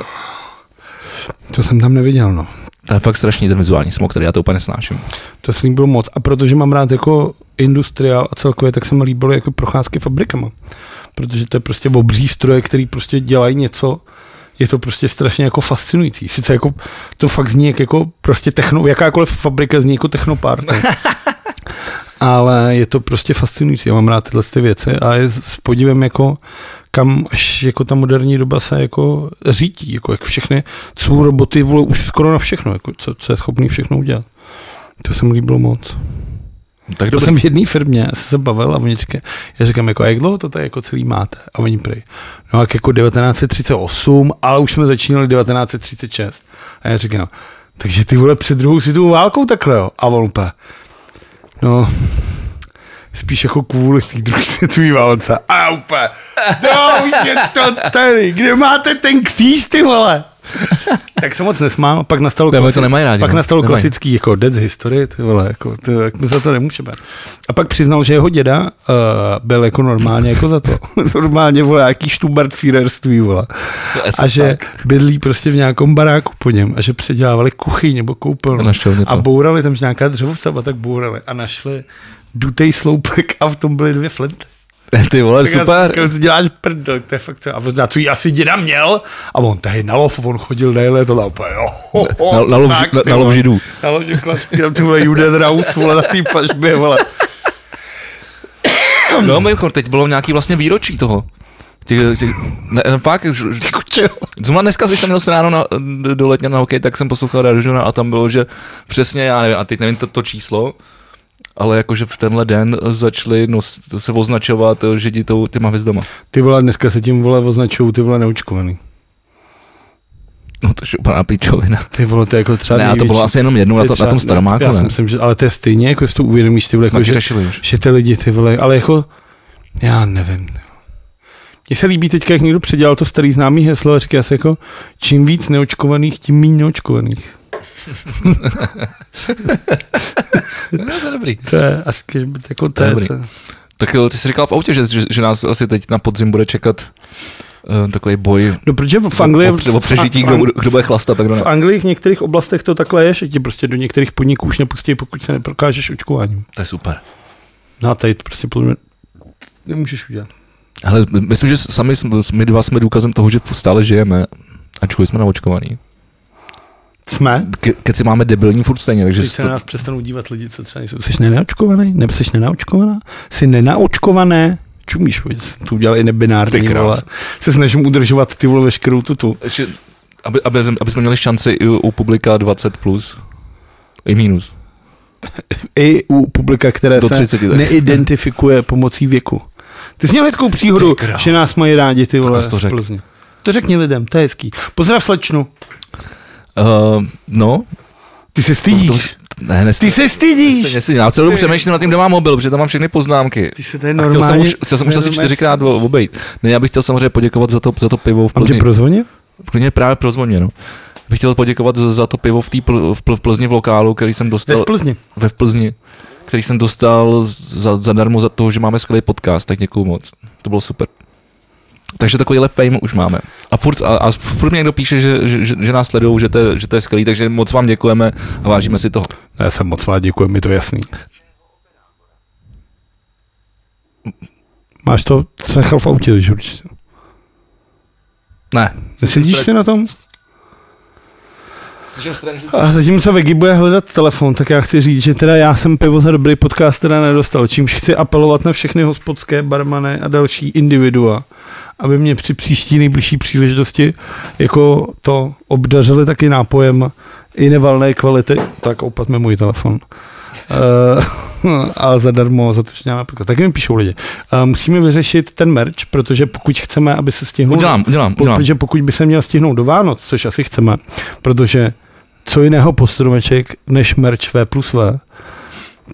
[SPEAKER 1] To jsem tam neviděl, no.
[SPEAKER 2] To je fakt strašný ten vizuální smog, který já to úplně nesnáším.
[SPEAKER 1] To se líbilo moc. A protože mám rád jako industriál a celkově, tak se mi líbilo jako procházky fabrikama. Protože to je prostě obří stroje, který prostě dělají něco, je to prostě strašně jako fascinující. Sice jako to fakt zní jak jako prostě techno, jakákoliv fabrika zní jako technopart. Ale je to prostě fascinující. Já mám rád tyhle ty věci a je s s podivem jako kam až jako ta moderní doba se jako řítí, jako jak všechny, co jsou roboty vole už skoro na všechno, jako co, co je schopný všechno udělat. To se mi líbilo moc. Byl
[SPEAKER 2] Tak dobře.
[SPEAKER 1] jsem v jedné firmě, já jsem se bavil a oni říkají, já říkám, jako, a jak dlouho to tady jako celý máte? A oni prý, no jak jako 1938, ale už jsme začínali 1936. A já říkám, takže ty vole před druhou světovou válkou takhle, jo? A on úplně, no, spíš jako kvůli té druhé [laughs] světové válce. A já úplně, no, už je to tady, kde máte ten kříž, ty vole? tak se moc nesmám, a pak nastalo
[SPEAKER 2] Ne, oni to nemají rádi,
[SPEAKER 1] pak
[SPEAKER 2] no.
[SPEAKER 1] nastalo
[SPEAKER 2] Nemají.
[SPEAKER 1] klasický jako dead history, ty vole, jako, ty, jak my za to nemůžeme. A pak přiznal, že jeho děda uh, byl jako normálně jako za to. [laughs] normálně, vole, jaký štubartfírerství, vole. A že bydlí prostě v nějakom baráku po něm a že předělávali kuchyň nebo koupelnu.
[SPEAKER 2] A našel něco.
[SPEAKER 1] A bourali tam že nějaká dřevovstava, tak bourali a našli dutej sloupek a v tom byly dvě flinty.
[SPEAKER 2] [laughs] Ty vole,
[SPEAKER 1] Tak já jsem
[SPEAKER 2] super.
[SPEAKER 1] říkal, si děláš prdel, to je fakt co. A možná, co jí asi děda měl? A on tady na lov, on chodil nejle, to laupa, jo. Ho, ho,
[SPEAKER 2] Na, na, lov,
[SPEAKER 1] tak,
[SPEAKER 2] na,
[SPEAKER 1] ty
[SPEAKER 2] na lov
[SPEAKER 1] vole.
[SPEAKER 2] židů.
[SPEAKER 1] Na lov židů, [laughs] klasicky tam ty vole Juden Raus, vole, na té pažbě, vole.
[SPEAKER 2] [clears throat] No, mimochodem, teď bylo nějaký vlastně výročí toho. Těch, těch, ne, ne, fakt, ž- ž-
[SPEAKER 1] Jako čeho?
[SPEAKER 2] zrovna dneska, když jsem měl se ráno na, do letně na hokej, tak jsem poslouchal Radožuna a tam bylo, že přesně, já nevím, a teď nevím to, to číslo, ale jakože v tenhle den začali nos, se označovat eh, židi tou, těma hvězdama.
[SPEAKER 1] Ty vole, dneska se tím vole označují ty vole neočkovaný.
[SPEAKER 2] No to je úplná pičovina.
[SPEAKER 1] Ty vole, to je jako třeba
[SPEAKER 2] Ne, a to bylo
[SPEAKER 1] největší-
[SPEAKER 2] asi jenom jednou na,
[SPEAKER 1] je
[SPEAKER 2] to, na
[SPEAKER 1] třeba-
[SPEAKER 2] tom
[SPEAKER 1] Já
[SPEAKER 2] staromáku,
[SPEAKER 1] si
[SPEAKER 2] ne?
[SPEAKER 1] myslím, že, ale to je stejně, jako jestli to uvědomíš, ty vole,
[SPEAKER 2] Jsme
[SPEAKER 1] jako,
[SPEAKER 2] taky
[SPEAKER 1] že,
[SPEAKER 2] řešili
[SPEAKER 1] [laughs]
[SPEAKER 2] už.
[SPEAKER 1] že ty lidi, ty vole, ale jako, já nevím. ty vole. Mně se líbí teďka, jak někdo předělal to starý známý heslo a říká se jako, čím víc neočkovaných, tím méně neočkovaných.
[SPEAKER 2] No, to je dobrý.
[SPEAKER 1] To je, až když by, jako to,
[SPEAKER 2] To je
[SPEAKER 1] je,
[SPEAKER 2] dobrý.
[SPEAKER 1] to,
[SPEAKER 2] Tak jo, ty jsi říkal v autě, že, že, že nás asi teď na podzim bude čekat uh, takový boj
[SPEAKER 1] No, protože v Anglii...
[SPEAKER 2] o, pře- o přežití,
[SPEAKER 1] v-
[SPEAKER 2] kdo,
[SPEAKER 1] v-
[SPEAKER 2] bude- kdo bude chlastat, tak kdo ne.
[SPEAKER 1] V Anglii v některých oblastech to takhle je, že tě prostě do některých podniků už nepustí, pokud se neprokážeš očkováním.
[SPEAKER 2] To je super.
[SPEAKER 1] No a tady to prostě podle mě nemůžeš udělat.
[SPEAKER 2] Ale myslím, že sami jsme, my dva jsme důkazem toho, že stále žijeme. Ačkoliv jsme naočkovaný.
[SPEAKER 1] Jsme?
[SPEAKER 2] Ke, keď si máme debilní furt stejně, takže...
[SPEAKER 1] Když se
[SPEAKER 2] to-
[SPEAKER 1] na nás přestanou dívat lidi, co třeba nejsou. Jsi nenaočkovaný? Nebo jsi nenaočkovaná? Jsi nenaočkované? Čumíš, pojď, jsem to udělal i
[SPEAKER 2] Ty
[SPEAKER 1] nebinární,
[SPEAKER 2] krás.
[SPEAKER 1] vole. Se snažím udržovat ty vole veškerou tu tu.
[SPEAKER 2] Ještě, aby, aby, aby jsme měli šanci i u, u publika 20 plus. I minus.
[SPEAKER 1] I u publika, které
[SPEAKER 2] Do
[SPEAKER 1] se
[SPEAKER 2] 30 tak.
[SPEAKER 1] neidentifikuje pomocí věku. Ty jsi měl hezkou příhodu,
[SPEAKER 2] Ty krás.
[SPEAKER 1] že nás mají rádi ty vole
[SPEAKER 2] jsi to
[SPEAKER 1] v
[SPEAKER 2] řekl.
[SPEAKER 1] Plzni. To řekni lidem, to je hezký. Pozdrav slečnu.
[SPEAKER 2] Uh, no,
[SPEAKER 1] Ty se stydíš.
[SPEAKER 2] to, ne,
[SPEAKER 1] Ty
[SPEAKER 2] nestejně,
[SPEAKER 1] se stydíš.
[SPEAKER 2] si, já celou dobu přemýšlím nad tím, kde mám mobil, protože tam mám všechny poznámky.
[SPEAKER 1] Ty se tady
[SPEAKER 2] A chtěl
[SPEAKER 1] normálně...
[SPEAKER 2] jsem už, chtěl jsem už asi
[SPEAKER 1] normálně-
[SPEAKER 2] čtyřikrát o- obejít. Ne, já bych chtěl samozřejmě poděkovat za to, za to pivo v
[SPEAKER 1] Mám tě
[SPEAKER 2] Plzni.
[SPEAKER 1] prozvonit?
[SPEAKER 2] Klidně právě prozvoň mě, no. Bych chtěl poděkovat za, za to pivo v, tý pl, v, pl, v Plzni v lokálu, který jsem
[SPEAKER 1] Jste
[SPEAKER 2] dostal
[SPEAKER 1] v Plzni.
[SPEAKER 2] ve v Plzni, který jsem dostal za, zadarmo za toho, že máme skvělý podcast, tak děkuju moc. To bylo super. Takže takovýhle fame už máme. A furt, a, a furt mě někdo píše, že, že, že- že nás sledují, že to, je- že to je skvělý, takže moc vám děkujeme a vážíme si toho.
[SPEAKER 1] Já jsem moc rád, děkuji, mi to jasný. Máš to, co jsi nechal v autě, že určitě.
[SPEAKER 2] Ne.
[SPEAKER 1] Nesedíš si na tom?
[SPEAKER 2] Slyším strange.
[SPEAKER 1] A zatímco Vegi bude hledat telefon, tak já chci říct, že teda já jsem pivo za dobrý podcast teda nedostal, čímž chci apelovat na všechny hospodské, barmany a další individua, aby mě při příští nejbližší příležitosti jako to obdařili taky nápojem i nevalné kvality. Tak opatme můj telefon. Uh, [laughs] a zadarmo za to, že děláme podcast. Taky mi píšou lidi. Uh, musíme vyřešit ten merch, protože pokud chceme, aby se stihnul
[SPEAKER 2] Udělám, udělám, udělám.
[SPEAKER 1] Protože pokud by se měl stihnout do Vánoc, což asi chceme, protože co jiného postromeček než merch V plus V,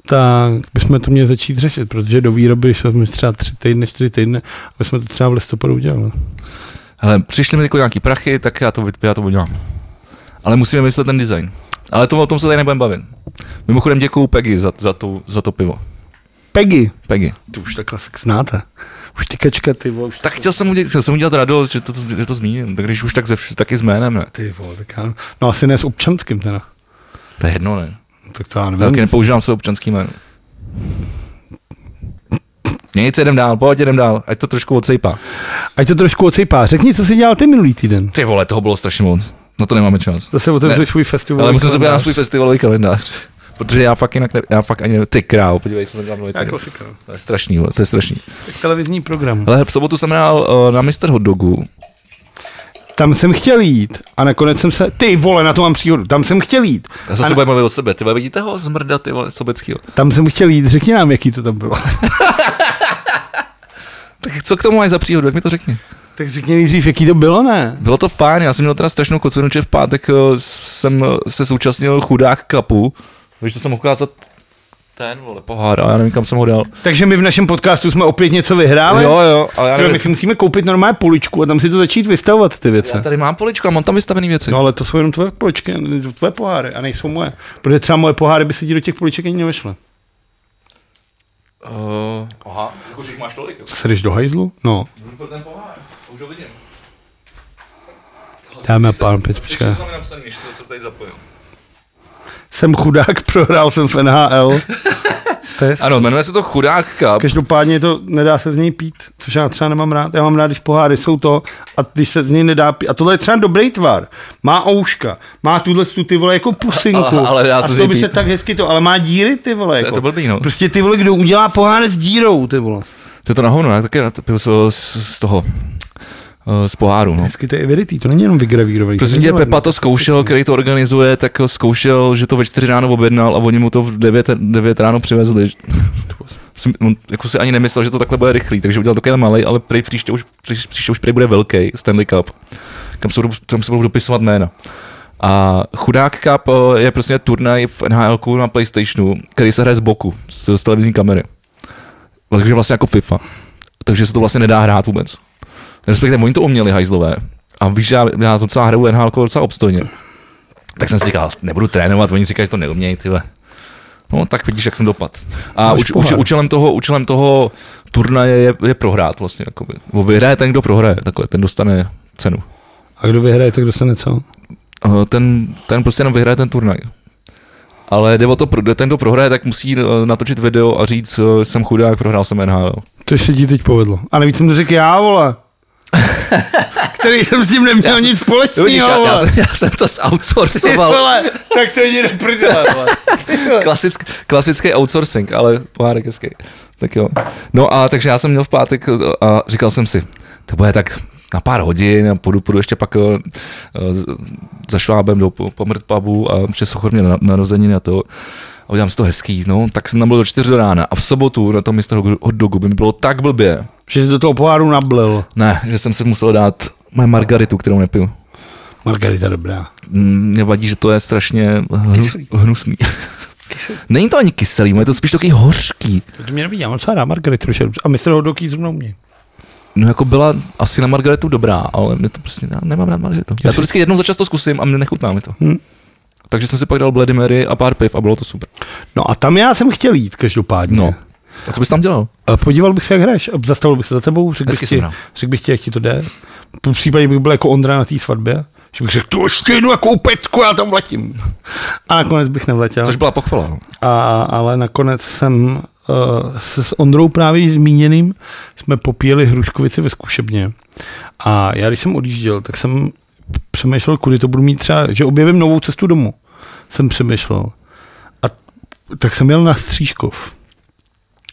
[SPEAKER 1] tak bychom to měli začít řešit, protože do výroby, když jsme třeba tři týdny, čtyři týdny, aby jsme to třeba v listopadu udělali.
[SPEAKER 2] Hele, přišli mi jako nějaký prachy, tak já to, vy- já to udělám. Ale musíme myslet ten design. Ale to, o tom se tady nebudeme bavit. Mimochodem děkuju Peggy za, za, to, za to pivo.
[SPEAKER 1] Peggy.
[SPEAKER 2] Peggy.
[SPEAKER 1] To už takhle se znáte. Už ty kačka, ty vole, už
[SPEAKER 2] Tak chtěl jsem, udělat, chtěl jsem udělat radost, že to, to, že to zmíním, tak když už tak, ze, vš- tak i s jménem, ne?
[SPEAKER 1] Ty vole, tak já... No asi ne s občanským teda. No,
[SPEAKER 2] To je jedno, ne?
[SPEAKER 1] Tak to já
[SPEAKER 2] Já taky
[SPEAKER 1] nevím.
[SPEAKER 2] nepoužívám své občanský jméno. Nic, jedem dál, pojď, jedem dál, ať to trošku odsejpá.
[SPEAKER 1] Ať to trošku ocejpá. Řekni, co jsi dělal ty minulý týden.
[SPEAKER 2] Ty vole, toho bylo strašně moc, na No to nemáme čas.
[SPEAKER 1] Zase
[SPEAKER 2] Ne.
[SPEAKER 1] otevřeš svůj festival.
[SPEAKER 2] Ale musím se podívat na svůj festivalový kalendář. Protože já fakt, jinak ne, já fakt ani nevím. Ty král, podívej se, jsem tam nový.
[SPEAKER 1] Já
[SPEAKER 2] týden.
[SPEAKER 1] klasika. no.
[SPEAKER 2] To je strašný, vole, to je strašný.
[SPEAKER 1] Tak televizní program.
[SPEAKER 2] Ale v sobotu jsem hrál uh, na Mr. Hot Dogu.
[SPEAKER 1] Tam jsem chtěl jít a nakonec jsem se, ty vole, na to mám příhodu, tam jsem chtěl jít,
[SPEAKER 2] Já zase
[SPEAKER 1] Ano.
[SPEAKER 2] budeme mluvit o sebe. Ty vole, vidíte ho zmrda, ty vole, sobeckýho.
[SPEAKER 1] tam jsem chtěl jít, řekni nám, jaký to tam bylo. [laughs]
[SPEAKER 2] Tak co k tomu máš za příhodu, jak mi to řekni.
[SPEAKER 1] tak řekni nejdřív, jaký to bylo, ne?
[SPEAKER 2] Bylo to fajn, já jsem měl teda strašnou kocvinu, že v pátek eh, jsem eh, se současnil chudák kapu. Víš, to jsem mohl ukázat ten, vole, pohár, a já nevím, kam jsem ho dal.
[SPEAKER 1] Takže my v našem podcastu jsme opět něco vyhráli.
[SPEAKER 2] jo, jo, ale já
[SPEAKER 1] Tyjo,
[SPEAKER 2] nevím,
[SPEAKER 1] my si musíme koupit normálně poličku a tam si to začít vystavovat ty věci.
[SPEAKER 2] já tady mám poličku a mám tam vystavený věci.
[SPEAKER 1] No
[SPEAKER 2] No.
[SPEAKER 1] ale to jsou jenom tvoje poličky, tvoje poháry a nejsou moje. Protože třeba moje poháry by se ti do těch poliček ani nevešly.
[SPEAKER 2] Uh, aha, jakože jich máš tolik, jo.
[SPEAKER 1] Se jdeš do hajzlu? No.
[SPEAKER 2] Můžu pro ten pohár, to už ho vidím.
[SPEAKER 1] Dáme a pán, pět, počkej.
[SPEAKER 2] tam napsaný, než se tady zapojil.
[SPEAKER 1] Jsem chudák, [laughs] prohrál jsem v NHL. To je
[SPEAKER 2] Ano, jmenuje se to chudák cup.
[SPEAKER 1] Každopádně to nedá se z něj pít, což já třeba nemám rád. Já mám rád, když poháry jsou to a když se z něj nedá pít. A tohle je třeba dobrý tvar. Má ouška, má tuhle tu ty vole jako pusinku.
[SPEAKER 2] Ale- ale dá se
[SPEAKER 1] a
[SPEAKER 2] z
[SPEAKER 1] to
[SPEAKER 2] něj
[SPEAKER 1] by se
[SPEAKER 2] pít.
[SPEAKER 1] tak hezky to, ale má díry ty vole. Jako.
[SPEAKER 2] to blbý, no.
[SPEAKER 1] Prostě ty vole, kdo udělá pohár s dírou, ty vole.
[SPEAKER 2] To je to na hovno, já taky rád to piju z, z toho, eh, z poháru, no.
[SPEAKER 1] Hezky to je eviditý, to není jenom vygravírovaný.
[SPEAKER 2] Prosím tě, Pepa to zkoušel, který to organizuje, tak ho zkoušel, že to ve čtyři ráno objednal a oni mu to v 9, 9 ráno přivezli. [laughs] Jsem- On jako si ani nemyslel, že to takhle bude rychlý, takže udělal takový malý, ale prý, příště už, pří, příště už prý bude velký Stanley Cup, kam se, budou, kam se budou dopisovat jména. A Chudák Cup eh, je prostě turnaj v NHL na Playstationu, který se hraje z boku, z, z televizní kamery. Takže vlastně jako FIFA. Takže se to vlastně nedá hrát vůbec. Respektive oni to uměli hajzlové. A víš, já, já jako docela hraju NHL docela obstojně. Tak jsem si říkal, nebudu trénovat, oni říkají, že to neumějí, tyhle. No, tak vidíš, jak jsem dopad. A
[SPEAKER 1] Máš
[SPEAKER 2] uč, uč,
[SPEAKER 1] pohár.
[SPEAKER 2] účelem, toho, účelem toho turnaje je, je prohrát vlastně. Jakoby. Nebo vyhraje ten, kdo prohraje, takhle, ten dostane cenu.
[SPEAKER 1] A kdo vyhraje, tak dostane co?
[SPEAKER 2] Eh, ten, ten prostě jenom vyhraje ten turnaj. Ale jde o to, pro- ten, kdo prohraje, tak musí eh, natočit video a říct, eh, jsem chudák, prohrál jsem NHL.
[SPEAKER 1] Což se ti teď povedlo. A navíc jsem to řekl já,
[SPEAKER 2] [laughs]
[SPEAKER 1] vole. Který jsem s tím neměl
[SPEAKER 2] Já jsem-
[SPEAKER 1] nic
[SPEAKER 2] Jo, vidíš,
[SPEAKER 1] společného,
[SPEAKER 2] já, já,
[SPEAKER 1] vole.
[SPEAKER 2] jsem, já jsem to
[SPEAKER 1] Ty
[SPEAKER 2] zoutsourcoval.
[SPEAKER 1] vole, tak to jdi do prdele, vole.
[SPEAKER 2] Klasick, klasický outsourcing, ale pohárek hezký. Tak jo. No a takže já jsem měl v pátek eh, a říkal jsem si, to bude tak na pár hodin a půjdu, půjdu ještě pak eh, z- za švábem do po- pomrt pubu a ještě sochor mě na, narozeniny a to. A udělám si to hezký, no, tak jsem tam byl do čtyř do rána a v sobotu na tom místě hot dogu by mi bylo tak blbě,
[SPEAKER 1] Že jsi do toho poháru nablil.
[SPEAKER 2] ne, že jsem si musel dát moje margaritu, kterou nepiju.
[SPEAKER 1] Margarita dobrá.
[SPEAKER 2] Mm, Mě vadí, že to je strašně hnu, hnusný. [laughs] Není to ani kyselý, je to spíš takový hořký.
[SPEAKER 1] To mě neví, já mám docela rád Margaritu. že- A mistr Hodoký zrovna u mě.
[SPEAKER 2] No jako byla asi na Margaretu dobrá, ale mě to prostě, já nemám rád Margaretu. Já to vždycky jednou za často zkusím a mě nechutná mi to.
[SPEAKER 1] Hm.
[SPEAKER 2] Takže jsem si pak dal Bloody Mary a pár piv a bylo to super.
[SPEAKER 1] No a tam já jsem chtěl jít každopádně.
[SPEAKER 2] No. A co bys tam dělal?
[SPEAKER 1] A podíval bych se, jak hraješ. A zastavil bych se za tebou, řekl
[SPEAKER 2] Hezky
[SPEAKER 1] bych,
[SPEAKER 2] jsem
[SPEAKER 1] ti,
[SPEAKER 2] hrál.
[SPEAKER 1] řekl bych ti, jak ti to jde. Po případě bych byl jako Ondra na té svatbě. Že bych řekl, to ještě jednu jakou pecku, já tam vletím. A nakonec bych nevletěl.
[SPEAKER 2] Což byla pochvala.
[SPEAKER 1] A, ale nakonec jsem uh, se s Ondrou právě zmíněným jsme popíjeli hruškovici ve zkušebně. A já když jsem odjížděl, tak jsem přemýšlel, kudy to budu mít třeba, že objevím novou cestu domů. Jsem přemýšlel. A t- tak jsem jel na Střížkov.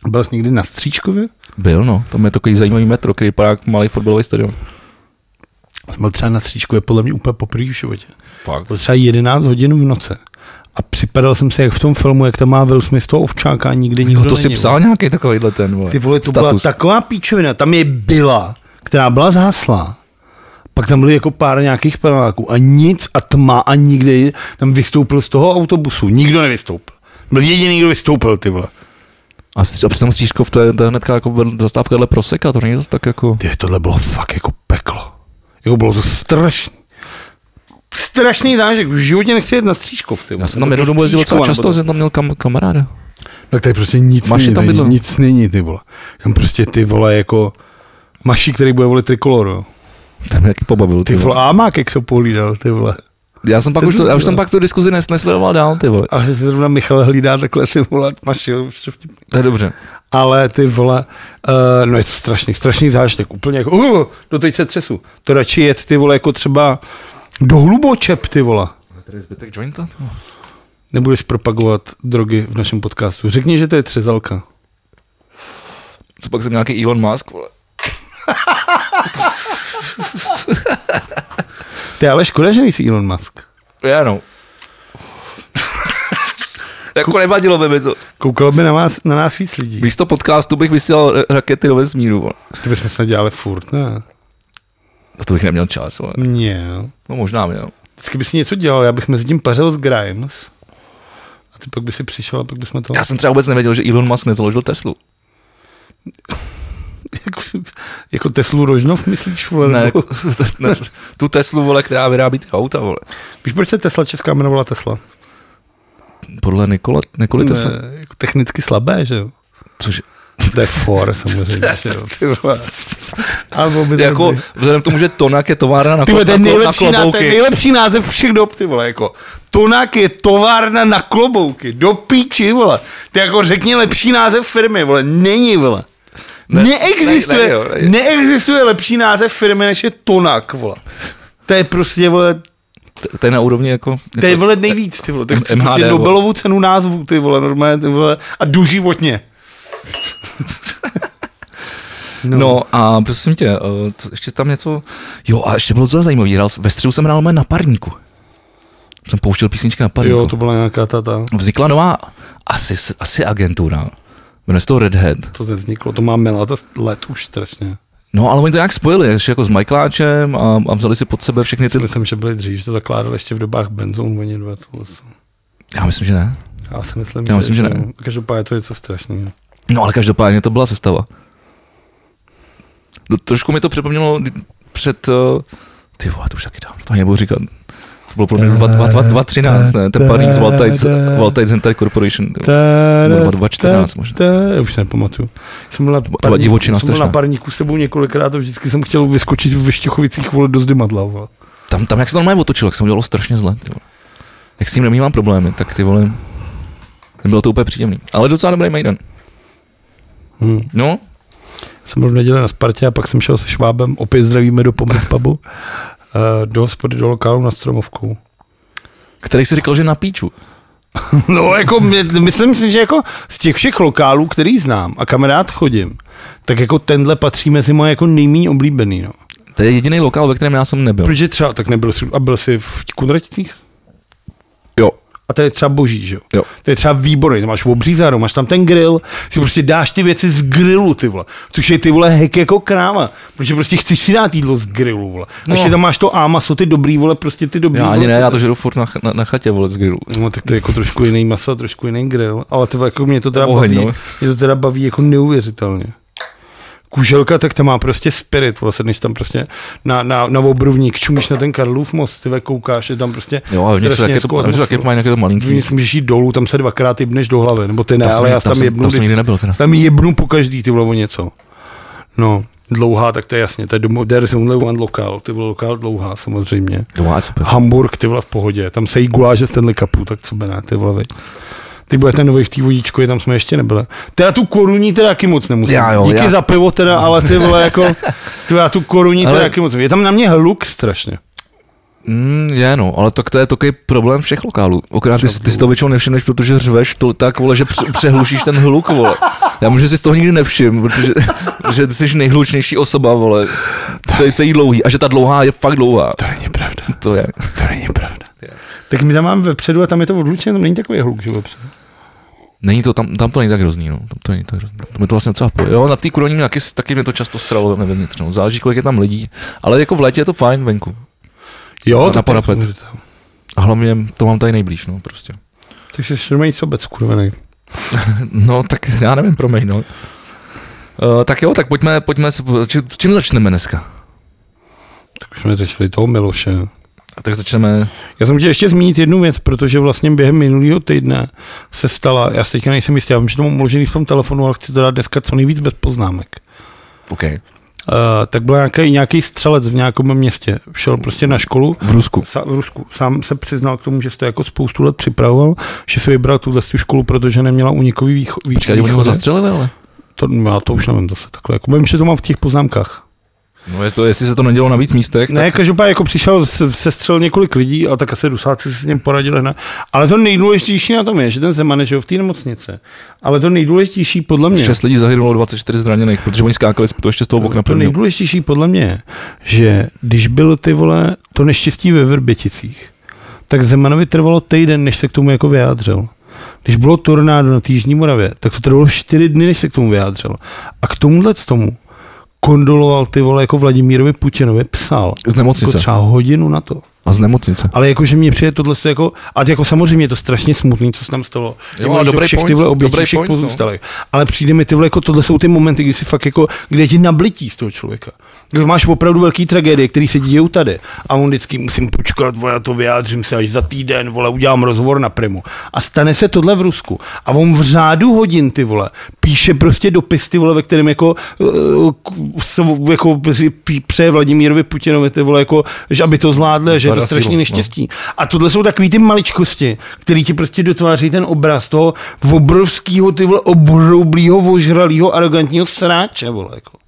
[SPEAKER 1] Byl jsi někdy na Stříčkově?
[SPEAKER 2] Byl, no. Tam je takový zajímavý metro, který vypadá jako malý fotbalový stadion.
[SPEAKER 1] Jsem byl třeba na Stříčkově, podle mě úplně poprvé v životě.
[SPEAKER 2] Fakt.
[SPEAKER 1] Byl třeba 11 hodin v noci. A připadal jsem se jak v tom filmu, jak tam má Will Smith toho ovčáka, a nikdy nikdo
[SPEAKER 2] Jo, to si
[SPEAKER 1] není. no.
[SPEAKER 2] psal nějaký takovýhle ten, vole.
[SPEAKER 1] Ty vole, to
[SPEAKER 2] status.
[SPEAKER 1] byla taková píčovina, tam je byla, která byla zhasla. Pak tam byly jako pár nějakých paneláků a nic a tma a nikde tam vystoupil z toho autobusu. Nikdo nevystoupil. Byl jediný, kdo vystoupil, ty vole.
[SPEAKER 2] A, stři- a přitom Střížkov, to je, to je hnedka jako vedle- zastávka dle Proseka, to není zase tak jako...
[SPEAKER 1] Ty, tohle bylo fakt jako peklo. Jako bylo to strašný. Strašný zážitek. V životě nechci jet na stříčkov, ty vole.
[SPEAKER 2] Já jsem tam
[SPEAKER 1] Nebo
[SPEAKER 2] jednou dobu jezdil
[SPEAKER 1] Stříčkova,
[SPEAKER 2] docela
[SPEAKER 1] nebo
[SPEAKER 2] často,
[SPEAKER 1] tak.
[SPEAKER 2] jsem tam měl kam, kamaráda.
[SPEAKER 1] Tak tady prostě nic
[SPEAKER 2] Maši
[SPEAKER 1] není,
[SPEAKER 2] tam
[SPEAKER 1] tady
[SPEAKER 2] bydlel.
[SPEAKER 1] nic není, ty vole. Tam prostě ty vole jako Maši, který bude volit trikolor, jo.
[SPEAKER 2] Ten mě taky pobavil.
[SPEAKER 1] Ty
[SPEAKER 2] Ty
[SPEAKER 1] vole, a mák, jak se pohlídal, ty vole.
[SPEAKER 2] já jsem pak
[SPEAKER 1] ten
[SPEAKER 2] už, to, já už
[SPEAKER 1] byl-
[SPEAKER 2] jsem pak tu diskuzi nes, nesledoval dál, ty vole.
[SPEAKER 1] A že se zrovna Michal hlídá takhle ty vole, mašil.
[SPEAKER 2] To je dobře.
[SPEAKER 1] Ale ty vole, uh, no je to strašný, strašný zážitek, úplně jako, uh, doteď se třesu. To radši jet ty vole jako třeba do hlubočep ty vole.
[SPEAKER 2] Tady zbytek jointa? ty vole.
[SPEAKER 1] Nebudeš propagovat drogy v našem podcastu. Řekni, že to je třezalka.
[SPEAKER 2] Co pak jsem nějaký Elon Musk, vole.
[SPEAKER 1] To je ale škoda, že nejsi Elon Musk.
[SPEAKER 2] Já no. [laughs] jako nevadilo by mi to.
[SPEAKER 1] Koukalo by na, vás, na nás víc lidí.
[SPEAKER 2] Místo podcastu bych vysílal ra- rakety do vesmíru, vole.
[SPEAKER 1] To bychom snad dělali furt, ne?
[SPEAKER 2] Na to bych neměl čas, vole.
[SPEAKER 1] Mně.
[SPEAKER 2] No možná měl.
[SPEAKER 1] Vždycky bys něco dělal, já bych mezi tím pařil s Grimes. A ty pak by si přišel a pak bychom to...
[SPEAKER 2] Já jsem třeba vůbec nevěděl, že Elon Musk nezaložil Teslu.
[SPEAKER 1] Jako, jako Teslu Rožnov, myslíš, vole?
[SPEAKER 2] Ne, jako-
[SPEAKER 1] Nebo-
[SPEAKER 2] ne, tu Teslu, vole, která vyrábí ty auta, vole.
[SPEAKER 1] Víš, proč se Tesla česká jmenovala Tesla?
[SPEAKER 2] Podle Nikola, Nikoli Tesla.
[SPEAKER 1] Ne, jako technicky slabé, že jo?
[SPEAKER 2] Cože?
[SPEAKER 1] To je for,
[SPEAKER 2] [laughs]
[SPEAKER 1] samozřejmě. že jo, ty vole. Ale bylo by to
[SPEAKER 2] Jako,
[SPEAKER 1] dobrý.
[SPEAKER 2] vzhledem k tomu, že Tonak je továrna na,
[SPEAKER 1] Ty
[SPEAKER 2] klo,
[SPEAKER 1] vole, to je
[SPEAKER 2] na, klo,
[SPEAKER 1] nejlepší,
[SPEAKER 2] na
[SPEAKER 1] název, to je
[SPEAKER 2] klobouky.
[SPEAKER 1] nejlepší název všech dob, ty vole, jako. Tonak je továrna na klobouky, do píči, vole. Ty jako řekni lepší název firmy, vole, není, vole.
[SPEAKER 2] Ne-
[SPEAKER 1] neexistuje,
[SPEAKER 2] ne- ne, jo, ne.
[SPEAKER 1] neexistuje lepší název firmy, než je Tonak, vole. To je prostě, vole,
[SPEAKER 2] To je na úrovni jako...
[SPEAKER 1] To je vole nejvíc, ty vole. Tak
[SPEAKER 2] M-
[SPEAKER 1] chci
[SPEAKER 2] MHD,
[SPEAKER 1] prostě
[SPEAKER 2] vole.
[SPEAKER 1] Nobelovu cenu názvu, ty vole, normálně, ty vole. A doživotně.
[SPEAKER 2] No a prosím tě, eh, co- ještě tam něco... Jo a ještě bylo docela zajímavý, hrál, s- ve středu jsem hrál mé na parníku. Jsem pouštěl písničky na parníku.
[SPEAKER 1] Jo, to byla nějaká ta, ta.
[SPEAKER 2] Vznikla nová asi, asi agentura. Jmenuje se to Red Hat.
[SPEAKER 1] To se vzniklo, to má milata let už strašně.
[SPEAKER 2] No ale oni to nějak spojili, ještě jako s Michaeláčem a, a vzali si pod sebe všechny ty...
[SPEAKER 1] Myslím, jsem, že byli dřív, že to zakládali ještě v dobách Benzon, oni dva tohle. jsou.
[SPEAKER 2] Já myslím, že ne.
[SPEAKER 1] Já si myslím,
[SPEAKER 2] Já myslím, že ne.
[SPEAKER 1] jo. Každopádně to je něco strašného.
[SPEAKER 2] No ale každopádně to byla sestava. No, trošku mi to připomnělo kdy- před... eh, Ty vole, to už taky dám, to ani nebudu říkat. To bylo pro mě 2013, ne? Ten Paris Valtajc Hentai Corporation. ty vole. Nebo 2014 možná.
[SPEAKER 1] Ta, já už se nepamatuju. Jsem byl na,
[SPEAKER 2] byla divočina
[SPEAKER 1] jsem byl na
[SPEAKER 2] strašná.
[SPEAKER 1] parníku s tebou několikrát a vždycky jsem chtěl vyskočit ve Štěchovicích vole do zdymadla. Vole.
[SPEAKER 2] Tam, tam jak se to normálně otočil, jak se mu dělalo strašně zle. Ty vole. Jak s tím nemývám problémy, tak ty vole. Nebylo to úplně příjemný. Ale docela dobrý Maiden.
[SPEAKER 1] Hmm.
[SPEAKER 2] No,
[SPEAKER 1] Jsem byl v neděli na Spartě a pak jsem šel se Švábem, opět zdravíme do Pomrk pubu, eh, do hospody, do lokálu nad Stromovkou.
[SPEAKER 2] který si říkal, že na píču.
[SPEAKER 1] [laughs] No, jako, my- myslím si, že jako z těch všech lokálů, který znám a kam rád chodím, tak jako tenhle patří mezi moje jako nejméně oblíbený, no.
[SPEAKER 2] To je jediný lokál, ve kterém já jsem nebyl.
[SPEAKER 1] Protože třeba, tak nebyl jsi, a byl jsi v Kunraticích?
[SPEAKER 2] Jo,
[SPEAKER 1] A to je třeba boží, že jo?
[SPEAKER 2] jo.
[SPEAKER 1] To je třeba výborný, tam máš obří záru, máš tam ten grill, si prostě dáš ty věci z grillu, ty vole. Což je ty vole hek jako kráma, protože prostě chceš si dát jídlo z grillu, vole. A
[SPEAKER 2] No.
[SPEAKER 1] ještě tam máš to áma, jsou ty dobrý, vole, prostě ty dobrý.
[SPEAKER 2] Já
[SPEAKER 1] vole,
[SPEAKER 2] ani ne, já to žeru furt na, ch- na, na chatě, vole, z grillu.
[SPEAKER 1] No tak to je jako trošku jiný maso a trošku jiný grill, ale to jako mě to teda
[SPEAKER 2] Oheň,
[SPEAKER 1] baví,
[SPEAKER 2] no.
[SPEAKER 1] mě to teda baví jako neuvěřitelně. Kuželka, tak ta má prostě spirit, vlastně, než tam prostě na, na, na obruvník čumíš na ten Karlův most, ty ve, koukáš, je tam prostě
[SPEAKER 2] Jo, a vnitř
[SPEAKER 1] strašně
[SPEAKER 2] taky
[SPEAKER 1] hezkou
[SPEAKER 2] to, vnitř taky
[SPEAKER 1] atmosféru.
[SPEAKER 2] to mají nějaké to malinký.
[SPEAKER 1] Vnitř můžeš jít dolů, tam se dvakrát jebneš do hlavy, nebo ty ne,
[SPEAKER 2] Tam
[SPEAKER 1] ale
[SPEAKER 2] jsem-
[SPEAKER 1] já se
[SPEAKER 2] tam
[SPEAKER 1] tam
[SPEAKER 2] jsem-
[SPEAKER 1] jebnu,
[SPEAKER 2] tam jsem
[SPEAKER 1] vždycky.
[SPEAKER 2] nikdy nebyl teda.
[SPEAKER 1] tam jebnu po každý, ty vole, o něco. No, dlouhá, tak to je jasně, to je domo, there is only one lokál, ty vole, lokál dlouhá samozřejmě.
[SPEAKER 2] Doma, super.
[SPEAKER 1] Hamburg, ty vole, v pohodě. Tam se jí guláže z tenhle kapu, tak co bená, ty vole, vej. Ty bude ten nový v té vodičku, tam jsme ještě nebyli. Teda tu koruní teda taky moc nemusím.
[SPEAKER 2] Já jo,
[SPEAKER 1] Díky
[SPEAKER 2] já-
[SPEAKER 1] za pivo teda, ale ty vole,
[SPEAKER 2] [laughs]
[SPEAKER 1] jako, ty vole, já tu koruní teda
[SPEAKER 2] Ale-
[SPEAKER 1] taky moc nemusím. Je tam na mě hluk strašně.
[SPEAKER 2] Mm, je no, ale tak to je takový problém všech lokálů. Okrát ty, ty si to většinou nevšimneš, protože řveš to tak, vole, že pře- přehlušíš ten hluk, vole. Já možná si z toho nikdy nevšim, protože, protože ty jsi nejhlučnější osoba, vole. Co se jí dlouhý. A že ta dlouhá je fakt dlouhá.
[SPEAKER 1] To není pravda,
[SPEAKER 2] To je.
[SPEAKER 1] to není pravda. Tak my tam máme vepředu a tam je to odlučené, tam není takový hluk, že vepředu.
[SPEAKER 2] Není to, tam, tam to není tak hrozný, no. Tam to není tak hrozný. Tam je to vlastně docela v pohodě. Jo, na té kuroní taky, taky mě to často sralo nevnitř, no. Záleží, kolik je tam lidí. Ale jako v létě je to fajn venku.
[SPEAKER 1] Jo,
[SPEAKER 2] Na
[SPEAKER 1] tak
[SPEAKER 2] parapet.
[SPEAKER 1] jak můžete.
[SPEAKER 2] A hlavně to mám tady nejblíž, no, prostě.
[SPEAKER 1] Takže šrmej sobec, kurvený.
[SPEAKER 2] No, tak já nevím, promiň, no. Uh, tak jo, tak pojďme, pojďme se, či, čím začneme dneska?
[SPEAKER 1] Tak už jsme řešili toho Miloše.
[SPEAKER 2] A tak začneme,
[SPEAKER 1] Já jsem chtěl ještě zmínit jednu věc, protože vlastně během minulého týdne se stala, já se teďka nejsem jistý, já vím, že to mám uložený v tom telefonu, ale chci to dát dneska co nejvíc bez poznámek.
[SPEAKER 2] OK,
[SPEAKER 1] Uh, tak byl nějaký, nějaký střelec v nějakém městě, šel prostě na školu,
[SPEAKER 2] v Rusku.
[SPEAKER 1] sa, v Rusku. Sám se přiznal k tomu, že se to jako spoustu let připravoval, že se vybral tuhle tu školu, protože neměla unikový výcho- výcho-
[SPEAKER 2] Počkej, oni ho
[SPEAKER 1] východy.
[SPEAKER 2] zastřelili, ale?
[SPEAKER 1] To, no, já to už nevím zase takhle. Jako, vím, že to mám v těch poznámkách.
[SPEAKER 2] No je to, jestli se to nedělo na víc místech,
[SPEAKER 1] Ne, každopádně jako přišel, se, sestřel několik lidí, ale tak asi rusáci se s ním poradili. Ne? Ale to nejdůležitější na tom je, že ten Zeman je že jo, v té nemocnice. Ale to nejdůležitější podle
[SPEAKER 2] tak
[SPEAKER 1] mě,
[SPEAKER 2] šest lidí zahynulo 24 zraněných, protože oni skákali z- to ještě z toho okna
[SPEAKER 1] to
[SPEAKER 2] první.
[SPEAKER 1] nejdůležitější podle mě je, že když byl ty vole to neštěstí ve Vrběticích, tak Zemanovi trvalo týden, než se k tomu jako vyjádřil. Když bylo tornádo na Týžní Moravě, tak to trvalo čtyři dny, než se k tomu vyjádřil. A k tomuhle tomu kondoloval ty vole jako Vladimírovi Putinovi, psal.
[SPEAKER 2] Z
[SPEAKER 1] Jako
[SPEAKER 2] nemocnice.
[SPEAKER 1] třeba hodinu na to.
[SPEAKER 2] A z nemocnice.
[SPEAKER 1] Ale jakože mě přijde tohle to jako, a jako samozřejmě je to strašně smutný, co se tam stalo.
[SPEAKER 2] Jo,
[SPEAKER 1] Jmenuji
[SPEAKER 2] a
[SPEAKER 1] to
[SPEAKER 2] dobrý
[SPEAKER 1] všech
[SPEAKER 2] point,
[SPEAKER 1] ty vole oběti,
[SPEAKER 2] dobrý
[SPEAKER 1] všech
[SPEAKER 2] point, no.
[SPEAKER 1] pozůstalých. Ale přijde mi ty vole, jako tohle jsou ty momenty, kdy si fakt jako, kde ti nablití z toho člověka. Kdy máš opravdu velký tragédie, které se dějou tady. A on vždycky musím počkat, vole, já to vyjádřím se až za týden, vole, udělám rozhovor na primu. A stane se tohle v Rusku. A on v řádu hodin, ty vole, píše prostě dopis, ty vole, ve kterém jako, eh, k- se, jako pí- přeje Vladimírovi Putinovi, ty vole, jako, že aby to zvládli, že je to
[SPEAKER 2] Zvládá
[SPEAKER 1] strašně
[SPEAKER 2] sílu, no.
[SPEAKER 1] neštěstí štěstí. A tohle jsou takový ty maličkosti, které ti prostě dotváří ten obraz toho obrovského, ty vole, obroublýho, ožralýho, arrogantního sráče, vole, jako.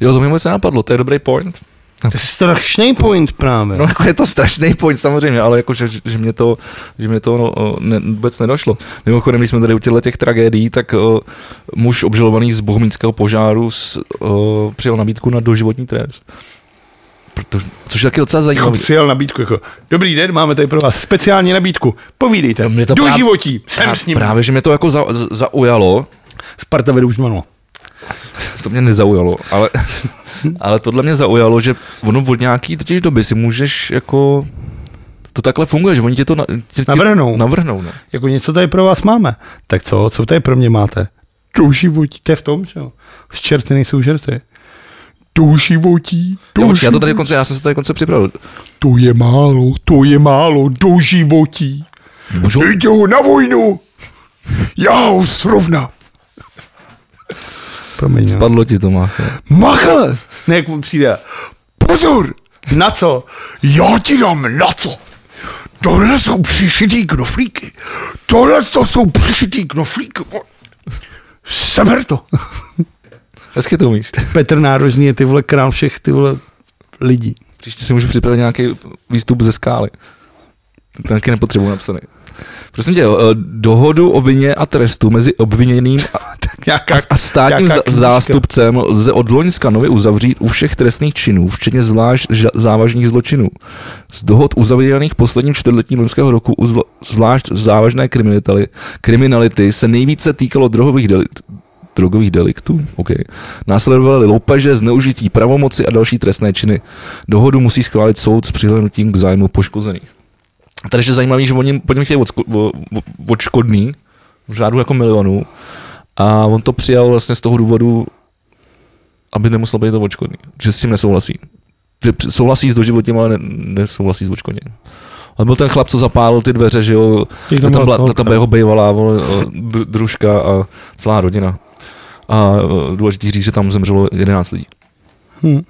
[SPEAKER 2] Jo, to mi vůbec napadlo, to je dobrý point.
[SPEAKER 1] To je strašný point právě.
[SPEAKER 2] No jako je to strašný point samozřejmě, ale jako, že, že mě to, že mě to no, o, ne, vůbec nedošlo. Mimochodem, když jsme tady u těchto těch tragédií, tak o, muž obžalovaný z bohumínského požáru s, o, přijal nabídku na doživotní trest. Protože, což je taky docela
[SPEAKER 1] Jako
[SPEAKER 2] zajímavý.
[SPEAKER 1] přijel nabídku, jako, dobrý den, máme tady pro vás speciální nabídku, povídejte,
[SPEAKER 2] No, mě to
[SPEAKER 1] do
[SPEAKER 2] práv-
[SPEAKER 1] životí, jsem s ním.
[SPEAKER 2] Právě, že mě to jako za, za- zaujalo,
[SPEAKER 1] Sparta vede už manuál.
[SPEAKER 2] to mě nezaujalo,
[SPEAKER 1] [laughs]
[SPEAKER 2] ale, ale tohle mě zaujalo, že ono od nějaký totiž doby si můžeš jako to takhle funguje, že oni tě to na, tě, tě,
[SPEAKER 1] Navrhnou.
[SPEAKER 2] navrhnou no.
[SPEAKER 1] Jako něco tady pro vás máme. Tak co, co tady pro mě máte? Do životí, to je v tom, že jo. Z čerty nejsou žerty. To životí, to,
[SPEAKER 2] Jo, počkej, já to tady konce, já jsem se tady konce připravil.
[SPEAKER 1] to je málo, to je málo, do životí.
[SPEAKER 2] Můžu?
[SPEAKER 1] Jde ho na vojnu, já ho srovnám. Promiň, no. Spadl.
[SPEAKER 2] Spadlo ti to, Mácho.
[SPEAKER 1] Machale! Ne, jak mu přijde. Pozor! Na co? Já ti dám na co? Tohle jsou přišitý knoflíky. Tohle to jsou přišitý knoflíky. Seber to.
[SPEAKER 2] Hezky to umíš.
[SPEAKER 1] Petr Nárožný je ty vole král všech ty vole lidí.
[SPEAKER 2] Příště si můžu připravit nějaký výstup ze skály. To taky nepotřebuji napsaný. Prosím tě, eh, dohodu o vině a trestu mezi obviněným a,
[SPEAKER 1] Nějaká,
[SPEAKER 2] a- a státním
[SPEAKER 1] nějaká
[SPEAKER 2] za-
[SPEAKER 1] knížka.
[SPEAKER 2] zástupcem lze od Loňska nově uzavřít u všech trestných činů, včetně zvlášť ža- závažných zločinů. Z dohod uzavíraných posledním čtvrtletí loňského roku u zlo- zvlášť závažné kriminality, kriminality se nejvíce týkalo drogových delikt, drogových deliktů. Okay. Následovaly loupeže, zneužití pravomoci a další trestné činy. Dohodu musí schválit soud s přihlédnutím k zájmu poškozených. Tady je zajímavý, že oni po něm chtějí odsko, o, o, odškodný v řádu jako milionů a on to přijal vlastně z toho důvodu, aby nemusel být to odškodný, že s tím nesouhlasí. Že při- souhlasí s doživotním, ale ne, nesouhlasí s odškodněním. On byl ten chlap, co zapálil ty dveře, že jo,
[SPEAKER 1] Jak to
[SPEAKER 2] tam byla,
[SPEAKER 1] bylo?
[SPEAKER 2] ta, ta jeho bývalá vole, o, dru- družka a celá rodina. A o, důležitý říct, že tam zemřelo 11 lidí.
[SPEAKER 1] Hm,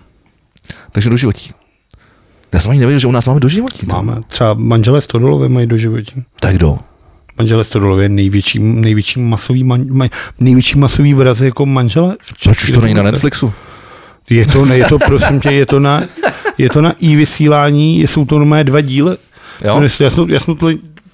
[SPEAKER 2] Takže doživotí. Já jsem ani nevěděl, že u nás máme doživotí.
[SPEAKER 1] máme. Třeba manželé Stodolové mají doživotí.
[SPEAKER 2] Tak kdo?
[SPEAKER 1] Manželé Stodolové je největší, největší masový, man, ma, největší masový vraz jako manželé. v České
[SPEAKER 2] Proč už to není na
[SPEAKER 1] republice.
[SPEAKER 2] Netflixu?
[SPEAKER 1] Je to, ne, je to prosím tě, je to na, je to na i vysílání, jsou to normálně dva díly.
[SPEAKER 2] Jo?
[SPEAKER 1] No, já, jsem, já jsem to,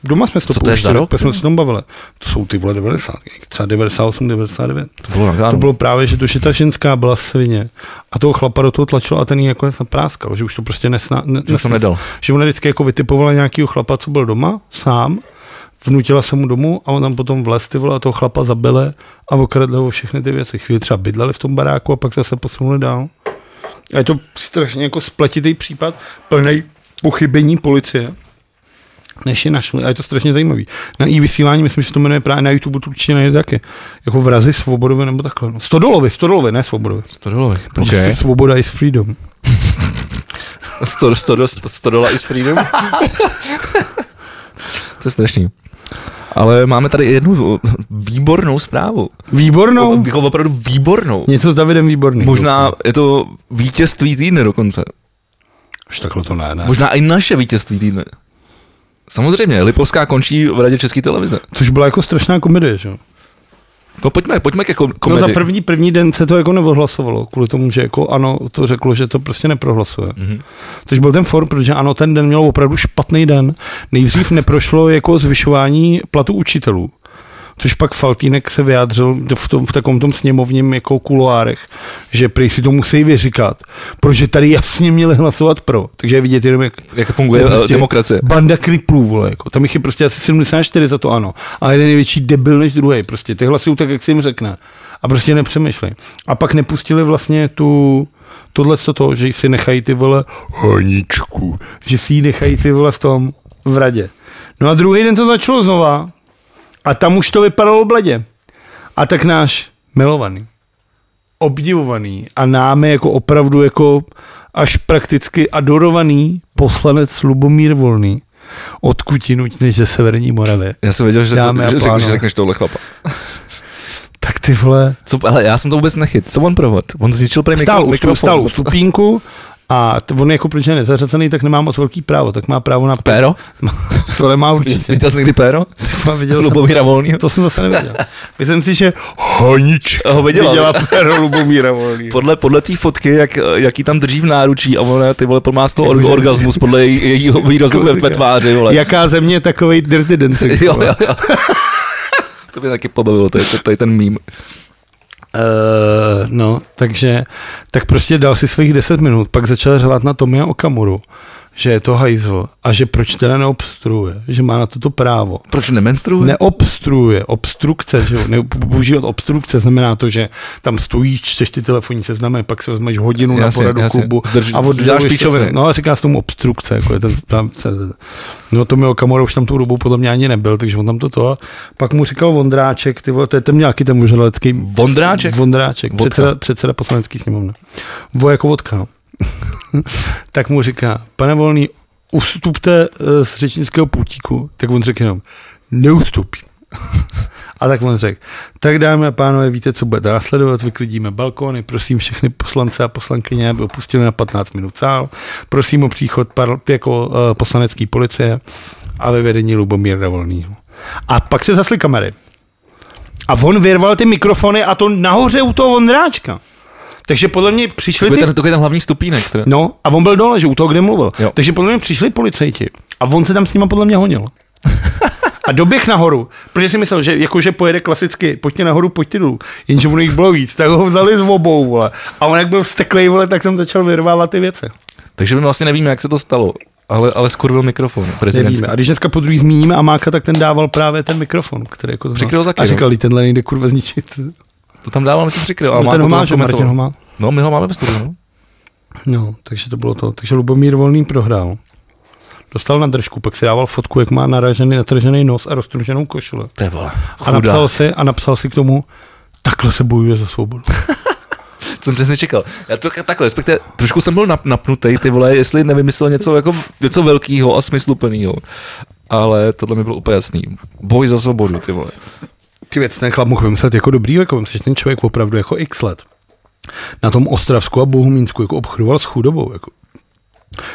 [SPEAKER 1] doma jsme si to
[SPEAKER 2] Co to je za
[SPEAKER 1] pouštěli,
[SPEAKER 2] rok,
[SPEAKER 1] pak
[SPEAKER 2] jo?
[SPEAKER 1] jsme se tam bavili. To jsou ty vole 90, třeba 98, 99.
[SPEAKER 2] To bylo na
[SPEAKER 1] To
[SPEAKER 2] Gánu.
[SPEAKER 1] bylo právě, že to, že ta ženská byla svině a toho chlapa do toho tlačila a ten ji nakonec napráskal, že už to prostě nesná, ne,
[SPEAKER 2] Že už to nedal.
[SPEAKER 1] že ona vždycky jako vytipovala nějakého chlapa, co byl doma, sám, vnutila se mu domů a on tam potom vlez ty vole a toho chlapa zabile a okradli ho všechny ty věci. Chvíli třeba bydleli v tom baráku a pak zase posunuli dál. A je to strašně jako spletitý případ, plný pochybení policie než je našli. A je to strašně zajímavý. Na i vysílání, myslím, že se to jmenuje právě na YouTube, to určitě najde taky. Jako vrazy Svobodové nebo takhle. No, Stodolovi, Stodolovi, ne Svobodové.
[SPEAKER 2] To dole.
[SPEAKER 1] Protože Svoboda is freedom.
[SPEAKER 2] 100, 100, 100, 100 dolar is freedom. to je strašný. Ale máme tady jednu výbornou zprávu.
[SPEAKER 1] Výbornou.
[SPEAKER 2] Jako opravdu výbornou.
[SPEAKER 1] Něco s Davidem Výborným.
[SPEAKER 2] Možná je to vítězství týdne dokonce.
[SPEAKER 1] Až takhle to ne, ne.
[SPEAKER 2] Možná i naše vítězství týdne. Samozřejmě, Lipovská končí v Radě České televize.
[SPEAKER 1] Což byla jako strašná komedie, že jo?
[SPEAKER 2] No pojďme, pojďme ke kom-
[SPEAKER 1] No za
[SPEAKER 2] komedii.
[SPEAKER 1] první, první den se to jako neodhlasovalo, kvůli tomu, že jako ano, to řeklo, že to prostě neprohlasuje. Mm-hmm. Což byl ten form, protože ano, ten den měl opravdu špatný den. Nejdřív neprošlo jako zvyšování platu učitelů. Což pak Faltínek se vyjádřil v, tom, v takovém tom sněmovním jako kuloárech, že prý si to musí vyříkat, protože tady jasně měli hlasovat pro. Takže je vidět jenom, jak
[SPEAKER 2] Jak funguje
[SPEAKER 1] To je
[SPEAKER 2] eh,
[SPEAKER 1] prostě-
[SPEAKER 2] demokracie.
[SPEAKER 1] Banda kriplů, vole, jako. Tam jich je prostě asi 74 za to ano. A jeden je větší debil než druhý, prostě. Ty hlasují tak, jak si jim řekne. A prostě nepřemýšlej. A pak nepustili vlastně tu tohle co to, že si nechají ty vole,
[SPEAKER 3] Honičku.
[SPEAKER 1] že si ji nechají ty vole v tom v radě. No a druhý den to začalo znova a tam už to vypadalo bledě. A tak náš milovaný, obdivovaný a námi jako opravdu jako až prakticky adorovaný poslanec Lubomír Volný, odkud jinuť než ze Severní Moravy,
[SPEAKER 2] Já jsem věděl, že, to,
[SPEAKER 1] Dámy a
[SPEAKER 2] že, řekneš- že
[SPEAKER 1] pánové.
[SPEAKER 2] řekneš tohle chlapa.
[SPEAKER 1] tak ty vole,
[SPEAKER 2] Co, ale já jsem to vůbec nechyt. Co on provod? On zničil prý
[SPEAKER 1] stál,
[SPEAKER 2] mikro,
[SPEAKER 1] u stolu,
[SPEAKER 2] mikrofon.
[SPEAKER 1] stál u stupínku a t- on jako, protože je nezařazený, tak nemá moc velký právo, tak má právo na pět.
[SPEAKER 2] Péro?
[SPEAKER 1] [laughs] To nemá určitě.
[SPEAKER 2] Viděl jsi někdy Péro?
[SPEAKER 1] Viděl jsem,
[SPEAKER 2] Lubomíra Volnýho?
[SPEAKER 1] to jsem zase nevěděl. Myslím si, že
[SPEAKER 3] Honičku.
[SPEAKER 2] Ho viděla.
[SPEAKER 1] Pero Lubomíra Volný.
[SPEAKER 2] Podle, podle té fotky, jak, jaký tam drží v náručí a ona ty vole má z toho or, orgasmus podle jej, jejího výrazu ve, ve tváři, vole.
[SPEAKER 1] Jaká země takovej dirty dancing.
[SPEAKER 2] [laughs] Jo, jo, jo. To mě taky pobavilo, to je, to, to je ten mím.
[SPEAKER 1] Uh, no, takže, tak prostě dal si svých 10 minut, pak začal řvát na Tomia Okamuru. že je to hajzl a že proč teda neobstruuje, že má na toto právo.
[SPEAKER 2] Proč nemenstruuje?
[SPEAKER 1] Neobstruuje, obstrukce, že jo? Ne, používat obstrukce znamená to, že tam stojíš, čteš ty telefonní seznamy, pak se vezmeš hodinu
[SPEAKER 2] Jasně,
[SPEAKER 1] na poradu
[SPEAKER 2] jasně.
[SPEAKER 1] klubu
[SPEAKER 2] Zdrž-
[SPEAKER 1] a
[SPEAKER 2] děláš
[SPEAKER 1] odděluješ
[SPEAKER 2] píčoviny.
[SPEAKER 1] No a říká se tomu obstrukce, jako je ten, tam, se- no to mi Okamura už tam tu dobu podle mě ani nebyl, takže on tam to to. Pak mu říkal Vondráček, ty vole, to je ten nějaký ten možnalecký...
[SPEAKER 2] Vondráček?
[SPEAKER 1] Vondráček,
[SPEAKER 2] Vodka.
[SPEAKER 1] předseda, předseda poslanecký sněmovny. Vo jako vodka. [laughs] no. tak mu říká, pane Volný, ustupte eh, z řečnického pultíku. Tak on řekl jenom, neustupí. A tak on řekl, tak dámy a pánové, víte, co bude následovat, vyklidíme balkony, prosím všechny poslance a poslankyně, aby opustili na 15 minut sál, prosím o příchod par, jako uh, poslanecký policie a ve vedení Lubomíra Volného. A pak se zasly kamery. A on vyrval ty mikrofony a to nahoře u toho Vondráčka. Takže podle mě přišli
[SPEAKER 2] Takový
[SPEAKER 1] ty...
[SPEAKER 2] ten, takový ten hlavní stupínek. Teda.
[SPEAKER 1] No, a on byl dole, že u toho, kde mluvil.
[SPEAKER 2] Jo.
[SPEAKER 1] Jo. Takže podle mě přišli policajti a on se tam s nima podle mě honil. A doběh nahoru, protože si myslel, že jakože pojede klasicky, pojďte nahoru, pojďte dolů, jenže ono jich bylo víc, tak ho vzali s obou, vole. A on jak byl vzteklej, vole, tak tam začal vyrvávat ty věci.
[SPEAKER 2] Takže my vlastně nevíme, jak se to stalo. Ale, ale skurvil mikrofon prezidentský.
[SPEAKER 1] Nevíme. A když dneska po druhý zmíníme Amáka, tak ten dával právě ten mikrofon, který jako to
[SPEAKER 2] Přikryl taky, no.
[SPEAKER 1] A říkal, "Lí, tenhle nejde kurva zničit.
[SPEAKER 2] To tam dával, myslím, přikryl.
[SPEAKER 1] No,
[SPEAKER 2] A Máko
[SPEAKER 1] ten
[SPEAKER 2] to
[SPEAKER 1] ho
[SPEAKER 2] tam
[SPEAKER 1] má, že Martin
[SPEAKER 2] komentoval.
[SPEAKER 1] ho má.
[SPEAKER 2] No, my ho máme ve studiu. No.
[SPEAKER 1] No, takže to bylo to. Takže Lubomír Volný prohrál. Dostal na držku, pak si dával fotku, jak má naražený, natržený nos a roztrženou košile.
[SPEAKER 2] To je vole.
[SPEAKER 1] A napsal, si, a napsal si k tomu, takhle se bojuje za svobodu.
[SPEAKER 2] To jsem přesně čekal. Já to takhle, respektive, trošku jsem byl nap, napnutý, ty vole, jestli nevymyslel něco, jako, něco velkého a smysluplného. Ale tohle mi bylo úplně jasný. Boj za svobodu, ty vole.
[SPEAKER 1] Ty věc ten chlap mohl vymyslet jako dobrý, jako myslím, že ten člověk opravdu jako x let na tom Ostravsku a Bohumínsku jako obchodoval s chudobou. Jako.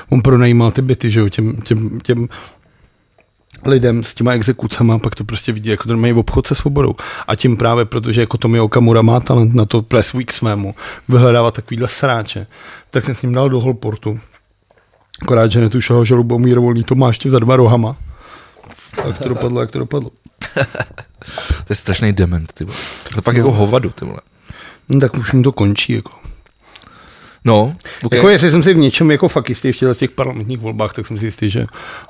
[SPEAKER 1] On pronajímal ty byty, že jo, těm, těm, těm lidem s těma exekucema, pak to prostě vidí, jako ten mají obchod se svobodou. A tím právě, protože jako Tomi Okamura má talent na to, to je svůj k svému, vyhledávat takovýhle sráče, tak jsem s ním dal do Holportu. Akorát, že netušil, že Lubomír Volný to má ještě za dva rohama. Tak to dopadlo, jak to dopadlo.
[SPEAKER 2] To je strašný dement, ty vole. To je fakt jako hovadu, ty vole.
[SPEAKER 1] No, tak už mu to končí. Jako.
[SPEAKER 2] No, okay.
[SPEAKER 1] Okay. jako jestli jsem si v něčem jako fakt jistý v těchto těch parlamentních volbách, tak jsem si jistý, že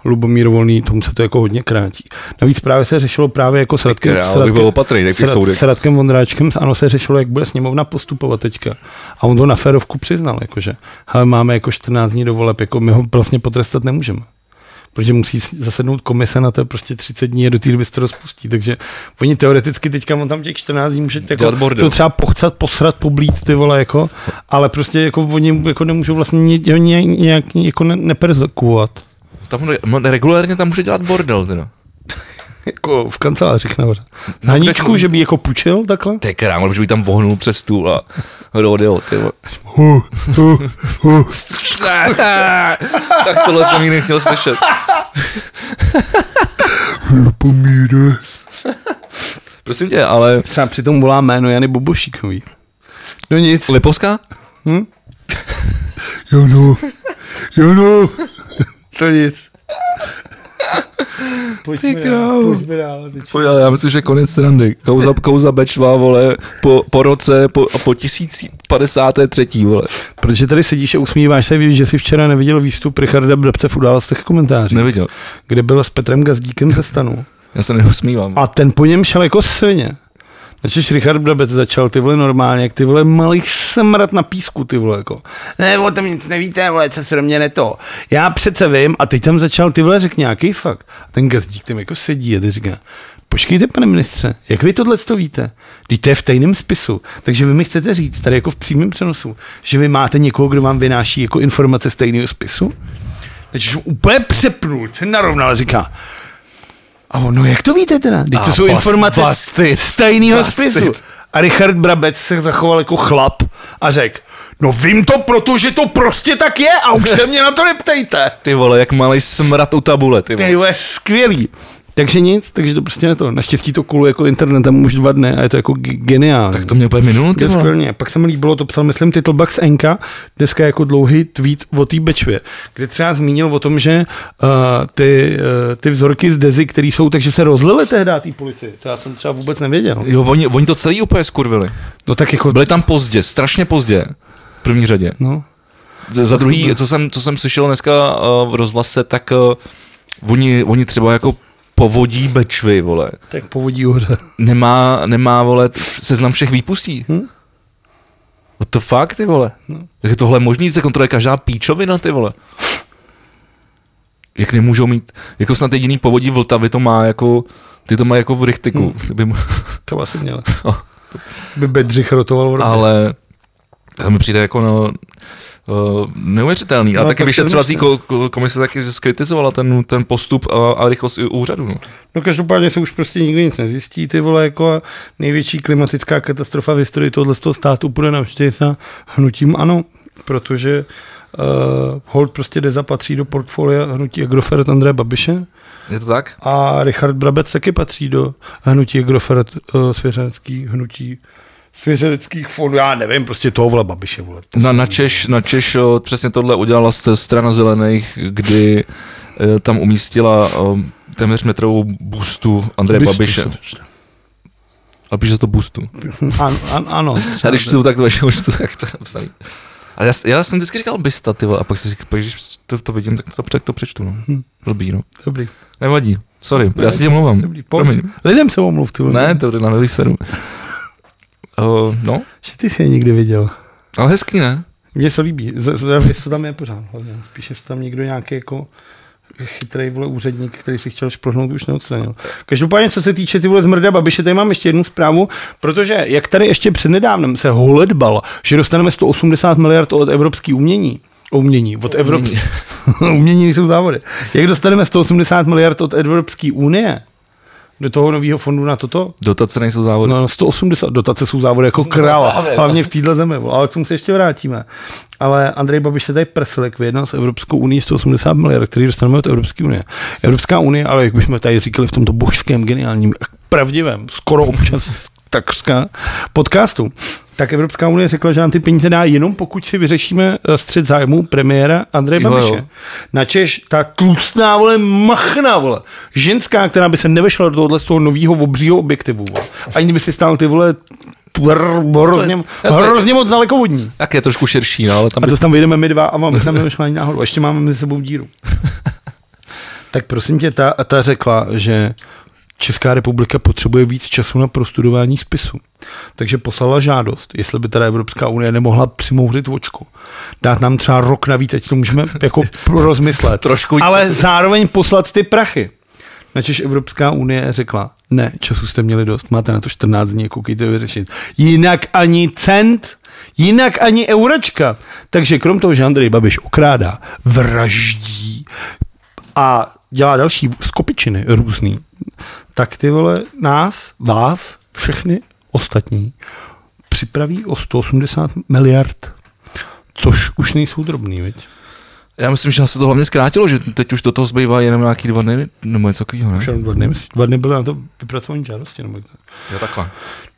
[SPEAKER 1] Lubomír Volný, tomu se to jako hodně krátí. Navíc právě se řešilo právě jako s Radkem,
[SPEAKER 2] král,
[SPEAKER 1] s
[SPEAKER 2] abych
[SPEAKER 1] Radkem,
[SPEAKER 2] byl opatrný, tak
[SPEAKER 1] s,
[SPEAKER 2] těch
[SPEAKER 1] Rad,
[SPEAKER 2] soudek.
[SPEAKER 1] s Radkem Vondráčkem, ano, se řešilo, jak bude sněmovna postupovat teďka. A on to na férovku přiznal, jakože, hele, máme jako 14 dní do voleb, jako my ho vlastně potrestat nemůžeme. Protože musí s- zasednout komise na to je prostě 30 dní a do té doby se to rozpustí. Takže oni teoreticky teďka on tam těch 14 dní může jako,
[SPEAKER 2] Dělat bordel.
[SPEAKER 1] to třeba pochcat, posrat, poblít ty vole, jako, ale prostě jako oni jako nemůžou vlastně ně- ho ně- nějak jako ne, neperzekuovat.
[SPEAKER 2] Tam re- mo- regulérně tam může dělat bordel, teda.
[SPEAKER 1] Jako v kanceláři nahoře. Na Haničku, že by jako půjčil takhle?
[SPEAKER 2] Ty krámo, že by tam vohnul přes stůl a rodeo, ty vole. Ne, [laughs] tak tohle jsem ji nechtěl slyšet.
[SPEAKER 3] Pomíre.
[SPEAKER 2] Prosím tě, ale
[SPEAKER 1] Třeba přitom volá jméno Jany Bobošíkový. No nic. Hm?
[SPEAKER 2] Lipovská?
[SPEAKER 3] Jano. Jano.
[SPEAKER 1] To [laughs] nic. Pojďme
[SPEAKER 2] Ty
[SPEAKER 1] dál,
[SPEAKER 2] král.
[SPEAKER 1] pojďme dál, ty či-
[SPEAKER 2] Pojď, ale já myslím, že konec srandy. Kouza, kouza bečvá, vole, po, po roce, po, a po 1053, vole.
[SPEAKER 1] Protože tady sedíš a usmíváš se, víš, že jsi včera neviděl výstup Richarda Brabce v událostech komentářů, ne.
[SPEAKER 2] Neviděl.
[SPEAKER 1] kde byl s Petrem Gazdíkem ze stanu.
[SPEAKER 2] Já se neusmívám.
[SPEAKER 1] A ten po něm šel jako svině. Načež Richard Brabec začal ty vole normálně, jak ty vole malý semrat na písku, ty vole jako. Ne, o tom nic nevíte, vole, co se mě neto. Já přece vím, a teď tam začal ty vole řek nějaký fakt. A ten gazdík tam jako sedí a ty říká, počkejte, pane ministře, jak vy tohle to víte? Teď to je v tajném spisu. Takže vy mi chcete říct, tady jako v přímém přenosu, že vy máte někoho, kdo vám vynáší jako informace z tajného spisu? Takže úplně přepnul, se narovnal a říká, a ono, jak to víte teda? Teď to
[SPEAKER 2] A
[SPEAKER 1] jsou
[SPEAKER 2] bast-
[SPEAKER 1] informace
[SPEAKER 2] bastit.
[SPEAKER 1] z tajného
[SPEAKER 2] Bastit.
[SPEAKER 1] spisu. A Richard Brabec se zachoval jako chlap a řekl, no vím to, protože to prostě tak je a už se mě na to
[SPEAKER 2] [laughs]
[SPEAKER 1] neptejte.
[SPEAKER 2] Ty vole, jak malý smrad u tabule, ty vole.
[SPEAKER 1] Ty vole, skvělý. Takže nic, takže to prostě ne to. Naštěstí to kuluje jako internetem už dva dny a je to jako ge- geniální.
[SPEAKER 2] To mě úplně minulo,
[SPEAKER 1] To
[SPEAKER 2] ty
[SPEAKER 1] je
[SPEAKER 2] vole.
[SPEAKER 1] skvělně. Pak se mi líbilo, to psal, myslím, Titlebox z NK, dneska jako dlouhý tweet o té bečvě, kde třeba zmínil o tom, že uh, ty, uh, ty vzorky z Dezy, které jsou, takže se rozlily tehdy té policii. To já jsem třeba vůbec nevěděl.
[SPEAKER 2] Jo, oni, oni to celý úplně skurvili.
[SPEAKER 1] No tak jako,
[SPEAKER 2] Byli tam pozdě, strašně pozdě. V první řadě.
[SPEAKER 1] no.
[SPEAKER 2] Za druhý, co jsem, co jsem slyšel dneska uh, v rozhlase, tak uh, oni, oni třeba jako povodí Bečvy, vole.
[SPEAKER 1] Tak povodí hoře.
[SPEAKER 2] Nemá, nemá, vole, t- seznam všech výpustí.
[SPEAKER 1] Hm?
[SPEAKER 2] What the fuck, ty vole?
[SPEAKER 1] No.
[SPEAKER 2] Jak je tohle možný, se kontroluje každá píčovina, ty vole. Jak nemůžou mít, jako snad jediný povodí Vltavy to má jako, ty to má jako v Richtiku.
[SPEAKER 1] Hm.
[SPEAKER 2] Hmm.
[SPEAKER 1] To asi [laughs] měla.
[SPEAKER 2] No.
[SPEAKER 1] By Bedřich rotoval v roce.
[SPEAKER 2] ale to mi přijde jako no, uh, neuvěřitelný. a
[SPEAKER 1] No,
[SPEAKER 2] taky
[SPEAKER 1] tak
[SPEAKER 2] vyšetřovací
[SPEAKER 1] to
[SPEAKER 2] ko- ko- komise taky skritizovala ten, ten postup a, a rychlost úřadu. No.
[SPEAKER 1] No každopádně se už prostě nikdy nic nezjistí, ty vole, jako a největší klimatická katastrofa v historii tohoto toho státu půjde navždy za hnutím ano, protože uh, hold prostě dezapatří do portfolia hnutí Agrofert Andreje Babiše
[SPEAKER 2] Je to tak?
[SPEAKER 1] a Richard Brabec taky patří do hnutí Agrofert uh, svěřenský hnutí svěřeneckých fondů, já nevím, prostě toho vole Babiše, vole.
[SPEAKER 2] Na, na Češ, na Češ o, přesně tohle udělala st- strana zelených, kdy eh, tam umístila o, téměř metrovou bustu Andreje
[SPEAKER 1] Bystu
[SPEAKER 2] Babiše.
[SPEAKER 1] se to čte.
[SPEAKER 2] A píše se to bustu.
[SPEAKER 1] An, an, ano.
[SPEAKER 2] A když čtu, tak to ještě už to tak to je napsaný. A já, já, jsem vždycky říkal bysta, ty vole, a pak, si říkal, pak když to, to vidím, tak to, tak to přečtu, no. Blbý, no.
[SPEAKER 1] Dobrý,
[SPEAKER 2] Nevadí, sorry, já se tě mluvám.
[SPEAKER 1] dobrý. Po, lidem se omluv, ty vole.
[SPEAKER 2] Ne, to jde na Veliseru. Uh, no,
[SPEAKER 1] Že ty jsi je nikdy viděl.
[SPEAKER 2] ale hezký, ne?
[SPEAKER 1] Mně se líbí, Z- z- jestli to tam je pořád. hlavně. Spíš jestli tam někdo nějaký jako chytrý vole úředník, který si chtěl šplhnout, už neodstranil. Každopádně, co se týče ty vole zmrda Babiše, tady mám ještě jednu zprávu, protože jak tady ještě přednedávnem se holedbal, že dostaneme 180 miliard od Evropské umění, umění, od Evropy, [laughs] umění nejsou závody, jak dostaneme 180 miliard od Evropské unie, do toho nového fondu na toto,
[SPEAKER 2] Dotace nejsou závody. No.
[SPEAKER 1] No, 180 dotace jsou závody jako krála,
[SPEAKER 2] právě, no.
[SPEAKER 1] hlavně v téhle zemi, vole, ale k tomu se ještě vrátíme. Ale Andrej Babiš se tady prsil, jak vyjednal s Evropskou unii 180 miliard, který dostaneme od Evropské unie. Evropská unie, ale jak bychom tady říkali v tomto božském, geniálním, pravdivém, skoro občas [laughs] takřka podcastu, tak Evropská unie řekla, že nám ty peníze dá jenom pokud si vyřešíme eh, střet zájmu premiéra Andreje
[SPEAKER 2] Jo, jo.
[SPEAKER 1] Babiše. Načež ta tlustná, vole, machna, vole, ženská, která by se nevešla do tohohle z toho nového obřího objektivu, vole. ani by si stál ty vole tr- hrozně,
[SPEAKER 2] to je-
[SPEAKER 1] hrozně moc dalekovodní.
[SPEAKER 2] Tak je trošku širší, no, ale tam
[SPEAKER 1] A
[SPEAKER 2] by...
[SPEAKER 1] to tam vyjdeme my dva a vám tam nevyšla ani náhodou. Ještě máme mezi sebou
[SPEAKER 2] [laughs]
[SPEAKER 1] díru. tak prosím tě, ta, ta řekla, že Česká republika potřebuje víc času na prostudování spisu. Takže poslala žádost, jestli by teda Evropská unie nemohla přimouřit očko. Dát nám třeba rok navíc, ať to můžeme jako rozmyslet.
[SPEAKER 2] [laughs] Trošku víc
[SPEAKER 1] Ale
[SPEAKER 2] času.
[SPEAKER 1] zároveň poslat ty prachy. Načež Evropská unie řekla, ne, času jste měli dost, máte na to 14 dní, koukejte to vyřešit. Jinak ani cent, jinak ani euračka. Takže krom toho, že Andrej Babiš okrádá, vraždí a dělá další skopičiny různý, tak ty vole nás, vás, všechny ostatní připraví o 180 miliard, což už nejsou drobný, viď?
[SPEAKER 2] Já myslím, že se to hlavně zkrátilo, že teď už do toho zbývá jenom nějaký dva dny, nebo něco takového, ne?
[SPEAKER 1] Už jenom dva dny, myslím, dva dny byly na to vypracování žádosti. Nebo jak to.
[SPEAKER 2] Jo, takhle.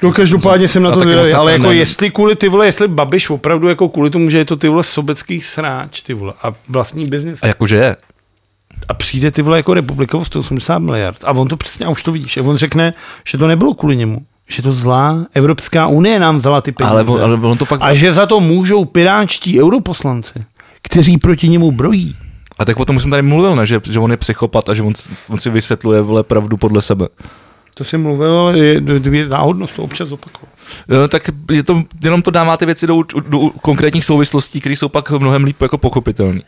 [SPEAKER 1] No každopádně jsem na
[SPEAKER 2] A
[SPEAKER 1] to
[SPEAKER 2] taky
[SPEAKER 1] zvědavý,
[SPEAKER 2] vlastně
[SPEAKER 1] ale jako
[SPEAKER 2] nevím.
[SPEAKER 1] jestli kvůli ty vole, jestli Babiš opravdu jako kvůli tomu, že je to ty vole sobecký sráč, ty vole, a vlastní biznis.
[SPEAKER 2] A jakože je.
[SPEAKER 1] A přijde ty vole jako republika o 180 miliard a on to přesně, a už to vidíš, a on řekne, že to nebylo kvůli němu, že to zlá Evropská unie nám vzala ty peníze.
[SPEAKER 2] Ale on, ale on to pak...
[SPEAKER 1] A že za to můžou piránští europoslanci, kteří proti němu brojí.
[SPEAKER 2] A tak o tom už jsem tady mluvil, ne? Že, že on je psychopat a že on, on si vysvětluje vole pravdu podle sebe.
[SPEAKER 1] To jsem mluvil, ale je, je záhodnost to občas opakovat.
[SPEAKER 2] Jo, tak je to, jenom to dává ty věci do, urč- do konkrétních souvislostí, které jsou pak mnohem líp jako pochopitelné.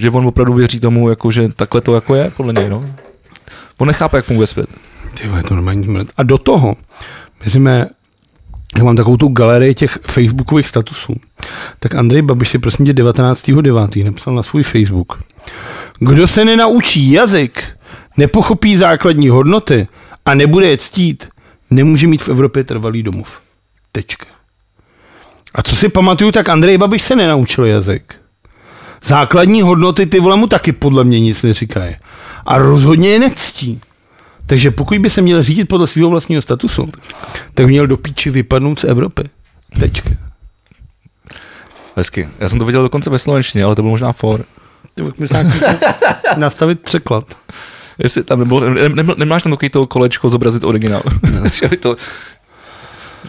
[SPEAKER 2] Že on opravdu věří tomu, jako, že takhle to jako je, podle něj, no. On nechápe, jak funguje svět.
[SPEAKER 1] Ty vole, to normální smrt. A do toho, my jsme, já mám takovou tu galerii těch facebookových statusů, tak Andrej Babiš si prosím tě 19.9. napsal na svůj Facebook. Kdo se nenaučí jazyk, nepochopí základní hodnoty a nebude je ctít, nemůže mít v Evropě trvalý domov. Tečka. A co si pamatuju, tak Andrej Babiš se nenaučil jazyk. Základní hodnoty ty vole mu taky podle mě nic neříkají. A rozhodně je nectí. Takže pokud by se měl řídit podle svého vlastního statusu, tak měl do píči vypadnout z Evropy. Tečka.
[SPEAKER 2] Hezky. Já jsem to viděl dokonce ve slovenštině, ale to byl možná for.
[SPEAKER 1] Ty vole, možná [laughs] jako nastavit překlad.
[SPEAKER 2] Jestli tam nebylo, ne, ne, nemáš tam takový to kolečko zobrazit originál. [laughs] že by to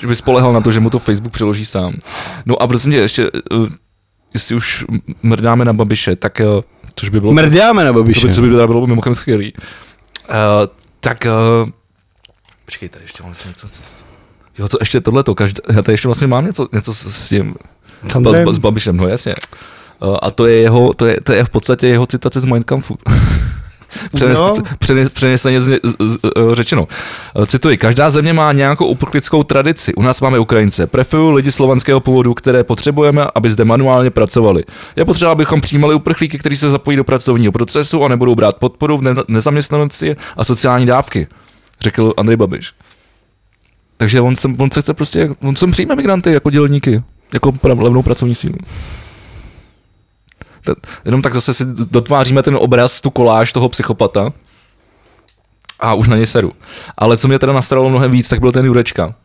[SPEAKER 2] že by spolehal na to, že mu to Facebook přiloží sám. No a prosím tě, ještě eh, jestli už m- mrdáme na Babiše, tak, eh, což by bylo...
[SPEAKER 1] Mrdáme na
[SPEAKER 2] To
[SPEAKER 1] Babiše.
[SPEAKER 2] by, co by teda bylo mimochodem skvělý. Uh, tak... Uh, počkej, tady ještě mám něco. něco, něco. Jo, to ještě tohleto, každý, já tady ještě vlastně mám něco, něco s s tím,
[SPEAKER 1] Tam
[SPEAKER 2] s,
[SPEAKER 1] to je-
[SPEAKER 2] ba- s Babišem, no jasně. Uh, a to je jeho, to je, to je v podstatě jeho citace z Mein Kampfu. Přenes,
[SPEAKER 1] No.
[SPEAKER 2] přenes, přeneseně z, z, z, eh, řečeno. Eh, Cituji, každá země má nějakou uprchlickou tradici. U nás máme Ukrajince. Preferuju lidi slovanského původu, které potřebujeme, aby zde manuálně pracovali. Je potřeba, abychom přijímali uprchlíky, kteří se zapojí do pracovního procesu a nebudou brát podporu v ne- nezaměstnanosti a sociální dávky, řekl Andrej Babiš. Takže on, sem, on se chce prostě, on sem přijme migranty jako dělníky, jako pra- levnou pracovní sílu. Ta- Jenom tak zase si dotváříme ten obraz, tu koláž toho psychopata a už na něj seru. Ale co mě teda nastralo mnohem víc, tak byl ten Jurečka.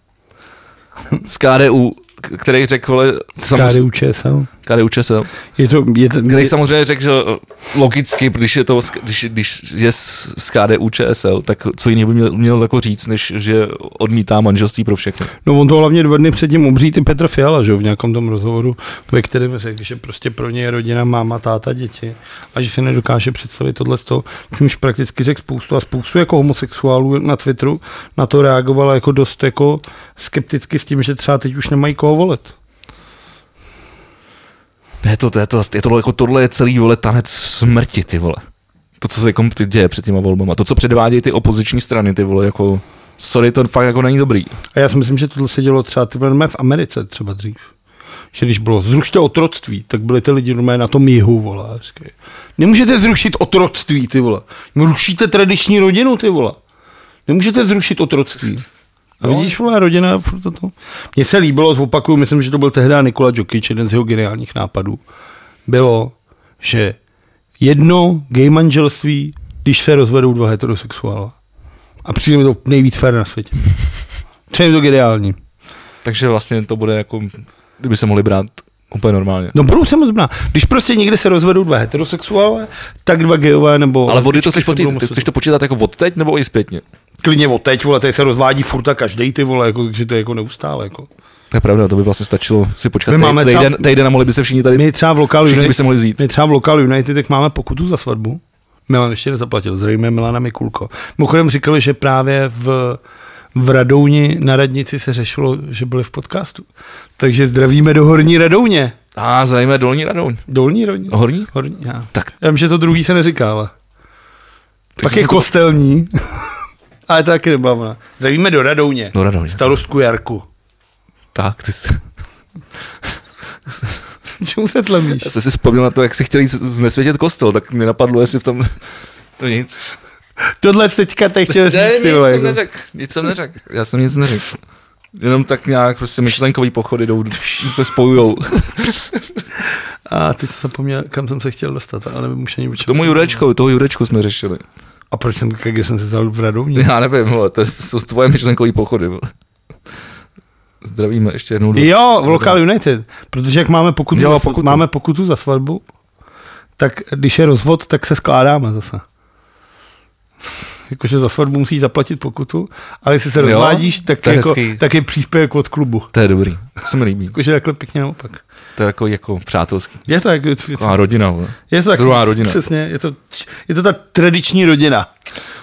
[SPEAKER 2] Z KDU, k- který řekl, vole, samozřejmě,
[SPEAKER 1] KDU ČSL.
[SPEAKER 2] KDU ČSL,
[SPEAKER 1] Je to, je to,
[SPEAKER 2] který samozřejmě řekl, že eh, logicky, když je, to, z- když, když je z z KDU ČSL, tak co jiného by měl, měl jako říct, než že odmítá manželství pro všechny.
[SPEAKER 1] No on to hlavně dva dny předtím obří i Petr Fiala, že jo, v nějakém tom rozhovoru, ve kterém řekl, že prostě pro ně je rodina, máma, táta, děti a že si nedokáže představit tohle z toho, čímž prakticky řekl spoustu a spoustu jako homosexuálů na Twitteru na to reagovala jako dost jako skepticky s tím, že třeba teď už nemají koho volit.
[SPEAKER 2] Ne, to, to, je to, je to, jako tohle je celý vole tanec smrti, ty vole. To, co se jako ty děje před těma volbama. To, co předvádějí ty opoziční strany, ty vole, jako... Sorry, to fakt jako není dobrý.
[SPEAKER 1] A já si myslím, že tohle se dělo třeba ty vole, normálně v Americe třeba dřív. Že když bylo zrušte otroctví, tak byli ty lidi normálně na tom jihu, vole. a říkají, Nemůžete zrušit otroctví, ty vole. No, Rušíte tradiční rodinu, ty vole. Nemůžete zrušit otroctví. A
[SPEAKER 2] No.
[SPEAKER 1] vidíš, vole, rodina, furt to to. Mně se líbilo, zopakuju, myslím, že to byl tehdy Nikola Jokic, jeden z jeho geniálních nápadů, bylo, že jedno gay manželství, když se rozvedou dva heterosexuála. A přijde mi to nejvíc fér na světě. Přijde mi to geniální.
[SPEAKER 2] Takže vlastně to bude jako... Kdyby se mohli brát úplně normálně.
[SPEAKER 1] No budou samozřejmě. Když prostě někde se rozvedou dva heterosexuálové, tak dva gejové nebo...
[SPEAKER 2] Ale vody to
[SPEAKER 1] lesbičky
[SPEAKER 2] chceš,
[SPEAKER 1] se
[SPEAKER 2] po ty,
[SPEAKER 1] budou
[SPEAKER 2] ty,
[SPEAKER 1] muset-
[SPEAKER 2] chceš to počítat jako od teď nebo i zpětně?
[SPEAKER 1] Klidně od teď, vole, tady se rozvádí furt a každej ty vole, jako, takže to je jako neustále. Jako.
[SPEAKER 2] To je pravda, to by vlastně stačilo si počkat
[SPEAKER 1] My
[SPEAKER 2] tej-
[SPEAKER 1] máme třeba-
[SPEAKER 2] týden, týden a mohli by se všichni tady,
[SPEAKER 1] My třeba v lokálu
[SPEAKER 2] všichni by
[SPEAKER 1] United,
[SPEAKER 2] se mohli zít.
[SPEAKER 1] my třeba v lokálu United tak máme pokutu za svatbu. Milan ještě nezaplatil, zřejmě Milana Mikulko. Mimochodem říkali, že právě v, v Radouni na radnici se řešilo, že byli v podcastu. Takže zdravíme do Horní Radouně.
[SPEAKER 2] A zajme dolní radou.
[SPEAKER 1] Dolní Radouně.
[SPEAKER 2] Horní?
[SPEAKER 1] Horní, já.
[SPEAKER 2] Tak.
[SPEAKER 1] já vím, že to druhý se neříká, ale. Pak
[SPEAKER 2] Takže
[SPEAKER 1] je
[SPEAKER 2] to-
[SPEAKER 1] kostelní, [laughs] ale to taky nebyla ona. Zdravíme do Radouně,
[SPEAKER 2] Do radou.
[SPEAKER 1] starostku Jarku.
[SPEAKER 2] no,
[SPEAKER 1] [laughs]
[SPEAKER 2] Tak, ty jsi,
[SPEAKER 1] Čemu se tlemíš?
[SPEAKER 2] já jsem si vzpomněl na to, jak si chtěl jít znesvětět kostel, tak mě napadlo, jestli v tom... [laughs] No nic.
[SPEAKER 1] Tohle teďka teď chtěl říct, ty vole. jako.
[SPEAKER 2] neřekl, nic jsem neřekl, já jsem nic neřekl. Jenom tak nějak prostě myšlenkový pochody jdou, se spojujou.
[SPEAKER 1] A ty jsi zapomněl, kam jsem se chtěl dostat, ale nevím už ani o čem
[SPEAKER 2] Tomu
[SPEAKER 1] jsem-
[SPEAKER 2] Jurečkovi, toho Jurečku jsme řešili.
[SPEAKER 1] A proč jsem, když jsem se vzal v Radouně?
[SPEAKER 2] Já nevím, vole, to jsou tvoje myšlenkový pochody. Vole. Zdravíme ještě jednou.
[SPEAKER 1] Jo, v Local United, protože jak máme pokutu,
[SPEAKER 2] Jo,
[SPEAKER 1] za,
[SPEAKER 2] pokutu.
[SPEAKER 1] pokutu. máme pokutu za svatbu, tak když je rozvod, tak se skládáme zase. [laughs] Jakože za svatbu musíš zaplatit pokutu, ale jestli se
[SPEAKER 2] Jo,
[SPEAKER 1] rozvádíš, tak,
[SPEAKER 2] to je
[SPEAKER 1] jako,
[SPEAKER 2] hezký.
[SPEAKER 1] tak je příspěvek od klubu.
[SPEAKER 2] To je dobrý, to se mi líbí.
[SPEAKER 1] Jakože takhle pěkně naopak.
[SPEAKER 2] To je jako, jako přátelský.
[SPEAKER 1] Je to, jak, je to,
[SPEAKER 2] Taková rodina. Vole.
[SPEAKER 1] je to tak,
[SPEAKER 2] druhá rodina.
[SPEAKER 1] Přesně, je to, je to ta tradiční rodina.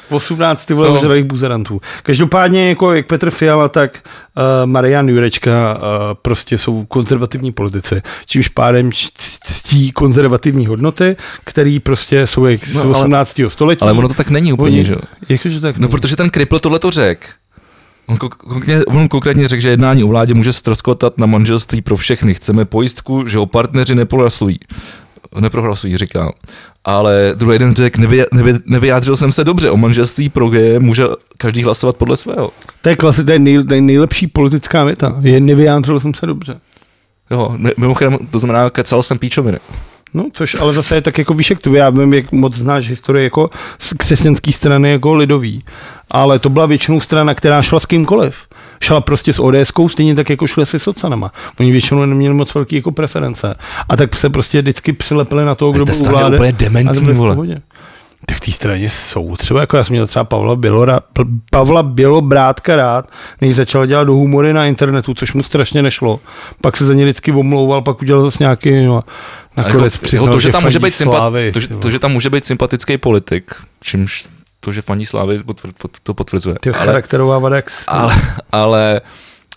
[SPEAKER 1] 18 ty vole
[SPEAKER 2] No.
[SPEAKER 1] ožralých buzerantů. Každopádně, jako jak Petr Fiala, tak uh, Marian Jurečka uh, prostě jsou konzervativní politici. Čímž pádem c- ctí konzervativní hodnoty, které prostě jsou jak
[SPEAKER 2] No,
[SPEAKER 1] z
[SPEAKER 2] ale-
[SPEAKER 1] 18. století.
[SPEAKER 2] Ale ono to tak není úplně,
[SPEAKER 1] Oni-
[SPEAKER 2] že jo?
[SPEAKER 1] Jakože tak.
[SPEAKER 2] No, protože ten Kripl tohle to řekl. On, ko- konkrétně, on konkrétně řekl, že jednání o vládě může stroskotat na manželství pro všechny. Chceme pojistku, že ho partneři neprohlasují. Neprohlasují, říká. Ale druhý den řekl, nevy, nevy, nevyjádřil jsem se dobře. O manželství pro geje může každý hlasovat podle svého.
[SPEAKER 1] To je klasi, to je nej, to je nejlepší politická věta. Je, nevyjádřil jsem se dobře.
[SPEAKER 2] Jo, mi- mimochodem, to znamená, kecal jsem píčoviny.
[SPEAKER 1] No, což ale zase je tak jako výšek tu. Já vím, jak moc znáš historii jako z křesťanské strany jako lidový. Ale to byla většinou strana, která šla s kýmkoliv. Šla prostě s ODSkou, stejně tak jako šla se socanama. Oni většinou neměli moc velký jako preference. A tak se prostě vždycky přilepili na toho, kdo
[SPEAKER 2] Ta
[SPEAKER 1] byl u
[SPEAKER 2] strana je
[SPEAKER 1] vlády.
[SPEAKER 2] úplně
[SPEAKER 1] a to
[SPEAKER 2] dementní,
[SPEAKER 1] bylo v
[SPEAKER 2] vole.
[SPEAKER 1] pohodě. Tak v té straně jsou třeba, jako já jsem měl třeba Pavla, Bělora, P- Pavla Bělobrátka rád, než začal dělat do humory na internetu, což mu strašně nešlo. Pak se za ně vždycky omlouval, pak udělal zase nějaký, no, a nakonec jako, přiznal,
[SPEAKER 2] to, že tam může být
[SPEAKER 1] fandí Slávy,
[SPEAKER 2] to, že,
[SPEAKER 1] ty vole.
[SPEAKER 2] to, že tam může být sympatický politik, čímž to, že faní Slávy potvr, pot, to potvrzuje.
[SPEAKER 1] Ty
[SPEAKER 2] ale,
[SPEAKER 1] charakterová vada, jak s-
[SPEAKER 2] ale, ale,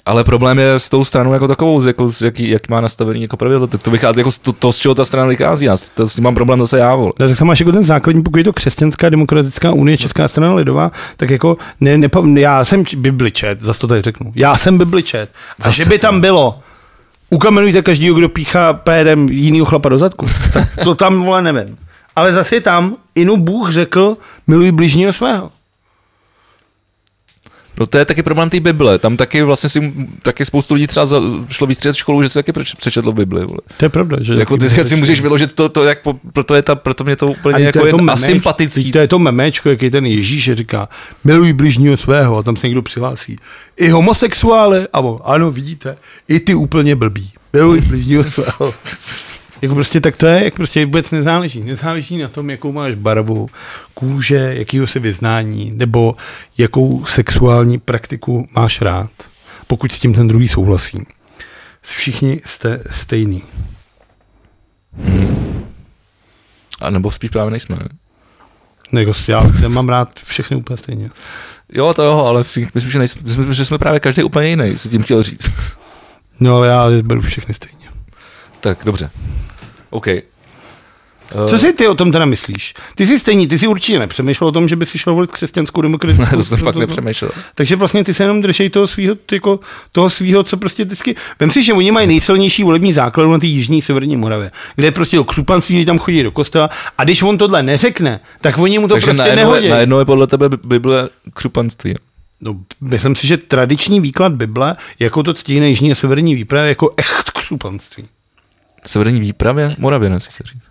[SPEAKER 2] ale problém je s tou stranou jako takovou, z jako, z jaký, jak má nastavený jako pravidlo. To, to, vychází, jako z to, to, z čeho ta strana vychází. Já, s- to, s tím mám problém zase já, vole.
[SPEAKER 1] No, tak tam máš jako ten základní, pokud je to křesťanská demokratická unie, Česká strana lidová, tak jako ne, ne, já jsem č- bibličet, zase to tady řeknu, já jsem bibličet. A
[SPEAKER 2] Zase
[SPEAKER 1] že by
[SPEAKER 2] to.
[SPEAKER 1] tam bylo, ukamenujte každýho, kdo píchá pérem jinýho chlapa do
[SPEAKER 2] [laughs]
[SPEAKER 1] zadku, tak to tam, vole, nevím. Ale zase je tam, inu Bůh řekl, miluj bližního svého.
[SPEAKER 2] No to je taky problém té Bible. Tam taky vlastně si taky spoustu lidí třeba za, šlo výstřed školu, že si taky preč, přečetlo Bibli. Vole.
[SPEAKER 1] To je pravda, že...
[SPEAKER 2] Jako ty si můžeš vyložit to, to jak po, proto, je ta, proto mě to úplně
[SPEAKER 1] A
[SPEAKER 2] jako
[SPEAKER 1] to
[SPEAKER 2] je
[SPEAKER 1] je to
[SPEAKER 2] asympatický.
[SPEAKER 1] To je to memečko, jaký ten Ježíš říká, miluj bližního svého, a tam se někdo přihlásí. I homosexuály, a on, ano, vidíte, i ty úplně blbí. Miluj bližního [laughs] svého. Jako prostě tak to je, jak prostě vůbec nezáleží. Nezáleží na tom, jakou máš barvu, kůže, jakýho si vyznání, nebo jakou sexuální praktiku máš rád, pokud s tím ten druhý souhlasí. Všichni jste stejný.
[SPEAKER 2] A nebo spíš právě nejsme. Ne?
[SPEAKER 1] No jako já nemám rád všechny úplně stejně.
[SPEAKER 2] Jo, to jo, ale spí- myslím, že, nejsme, myslím, že jsme právě každý úplně jiný, si tím chtěl říct.
[SPEAKER 1] No ale já beru všechny stejně.
[SPEAKER 2] tak, dobře. OK. Eh,
[SPEAKER 1] Co si ty o tom teda myslíš? Ty jsi stejný, ty jsi určitě nepřemýšlel o tom, že by si šel volit křesťanskou demokratickou.
[SPEAKER 2] [laughs] to jsem fakt nepřemýšlel.
[SPEAKER 1] Takže vlastně ty se jenom držej toho svého, jako, toho svýho, co prostě vždycky... Vem si, že oni mají nejsilnější volební základ na té jižní severní Moravě, kde je prostě o křupanství, kdy tam chodí do kostela a když on tohle neřekne, tak oni mu to
[SPEAKER 2] Takže
[SPEAKER 1] prostě
[SPEAKER 2] najednou,
[SPEAKER 1] nehodí.
[SPEAKER 2] je, najednou je podle tebe Bible křupanství.
[SPEAKER 1] No, myslím si, že tradiční výklad Bible, jako to ctí na jižní a severní výpravě, jako echt křupanství.
[SPEAKER 2] Severní výpravě? Moravě, si chtěl říct.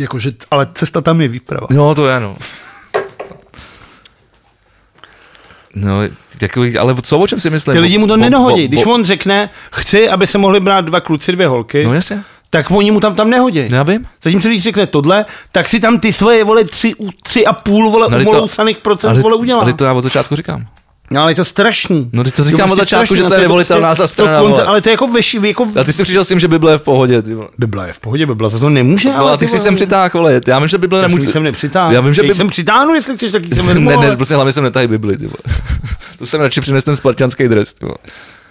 [SPEAKER 1] Jakože, ale cesta tam je výprava.
[SPEAKER 2] No, to je, no. No, takový, ale co o čem si myslím?
[SPEAKER 1] Ty lidi mu to
[SPEAKER 2] O- o-
[SPEAKER 1] nedohodí.
[SPEAKER 2] o-
[SPEAKER 1] Když
[SPEAKER 2] o-
[SPEAKER 1] on řekne, chci, aby se mohli brát dva kluci, dvě holky,
[SPEAKER 2] No jasně, No,
[SPEAKER 1] tak oni mu tam tam nehodí.
[SPEAKER 2] já vím.
[SPEAKER 1] Zatímco když řekne tohle, tak si tam ty svoje vole tři, u- tři a půl vole
[SPEAKER 2] No,
[SPEAKER 1] no,
[SPEAKER 2] ale to-
[SPEAKER 1] umoloucaných procent
[SPEAKER 2] Ale,
[SPEAKER 1] vole udělá.
[SPEAKER 2] ale to já od začátku říkám.
[SPEAKER 1] No ale je to strašný.
[SPEAKER 2] No, teď to říkám
[SPEAKER 1] prostě
[SPEAKER 2] od začátku,
[SPEAKER 1] strašný.
[SPEAKER 2] že
[SPEAKER 1] No,
[SPEAKER 2] to je nevolitelná
[SPEAKER 1] prostě-
[SPEAKER 2] ta strana,
[SPEAKER 1] to
[SPEAKER 2] vole.
[SPEAKER 1] ale to je jako, veš, jako
[SPEAKER 2] A ty jsi přišel s tím, že Bible je v pohodě. Ty vole.
[SPEAKER 1] Bibla je v pohodě, Bibla za to nemůže,
[SPEAKER 2] No,
[SPEAKER 1] ale
[SPEAKER 2] a ty
[SPEAKER 1] vole,
[SPEAKER 2] si sem přitáhl, vole. Já vím, že Bible
[SPEAKER 1] Já
[SPEAKER 2] nemůže...
[SPEAKER 1] nemůžu, jsem nepřitáhl.
[SPEAKER 2] Já vím, že
[SPEAKER 1] Teď
[SPEAKER 2] Bib-
[SPEAKER 1] jsem přitáhnu, jestli chceš, tak jí jsem
[SPEAKER 2] [laughs] ne,
[SPEAKER 1] nemohl,
[SPEAKER 2] ne,
[SPEAKER 1] ale-
[SPEAKER 2] prostě hlavně jsem netahy Bibli, ty vole. [laughs] To jsem radši přines ten spartianský dres, ty vole.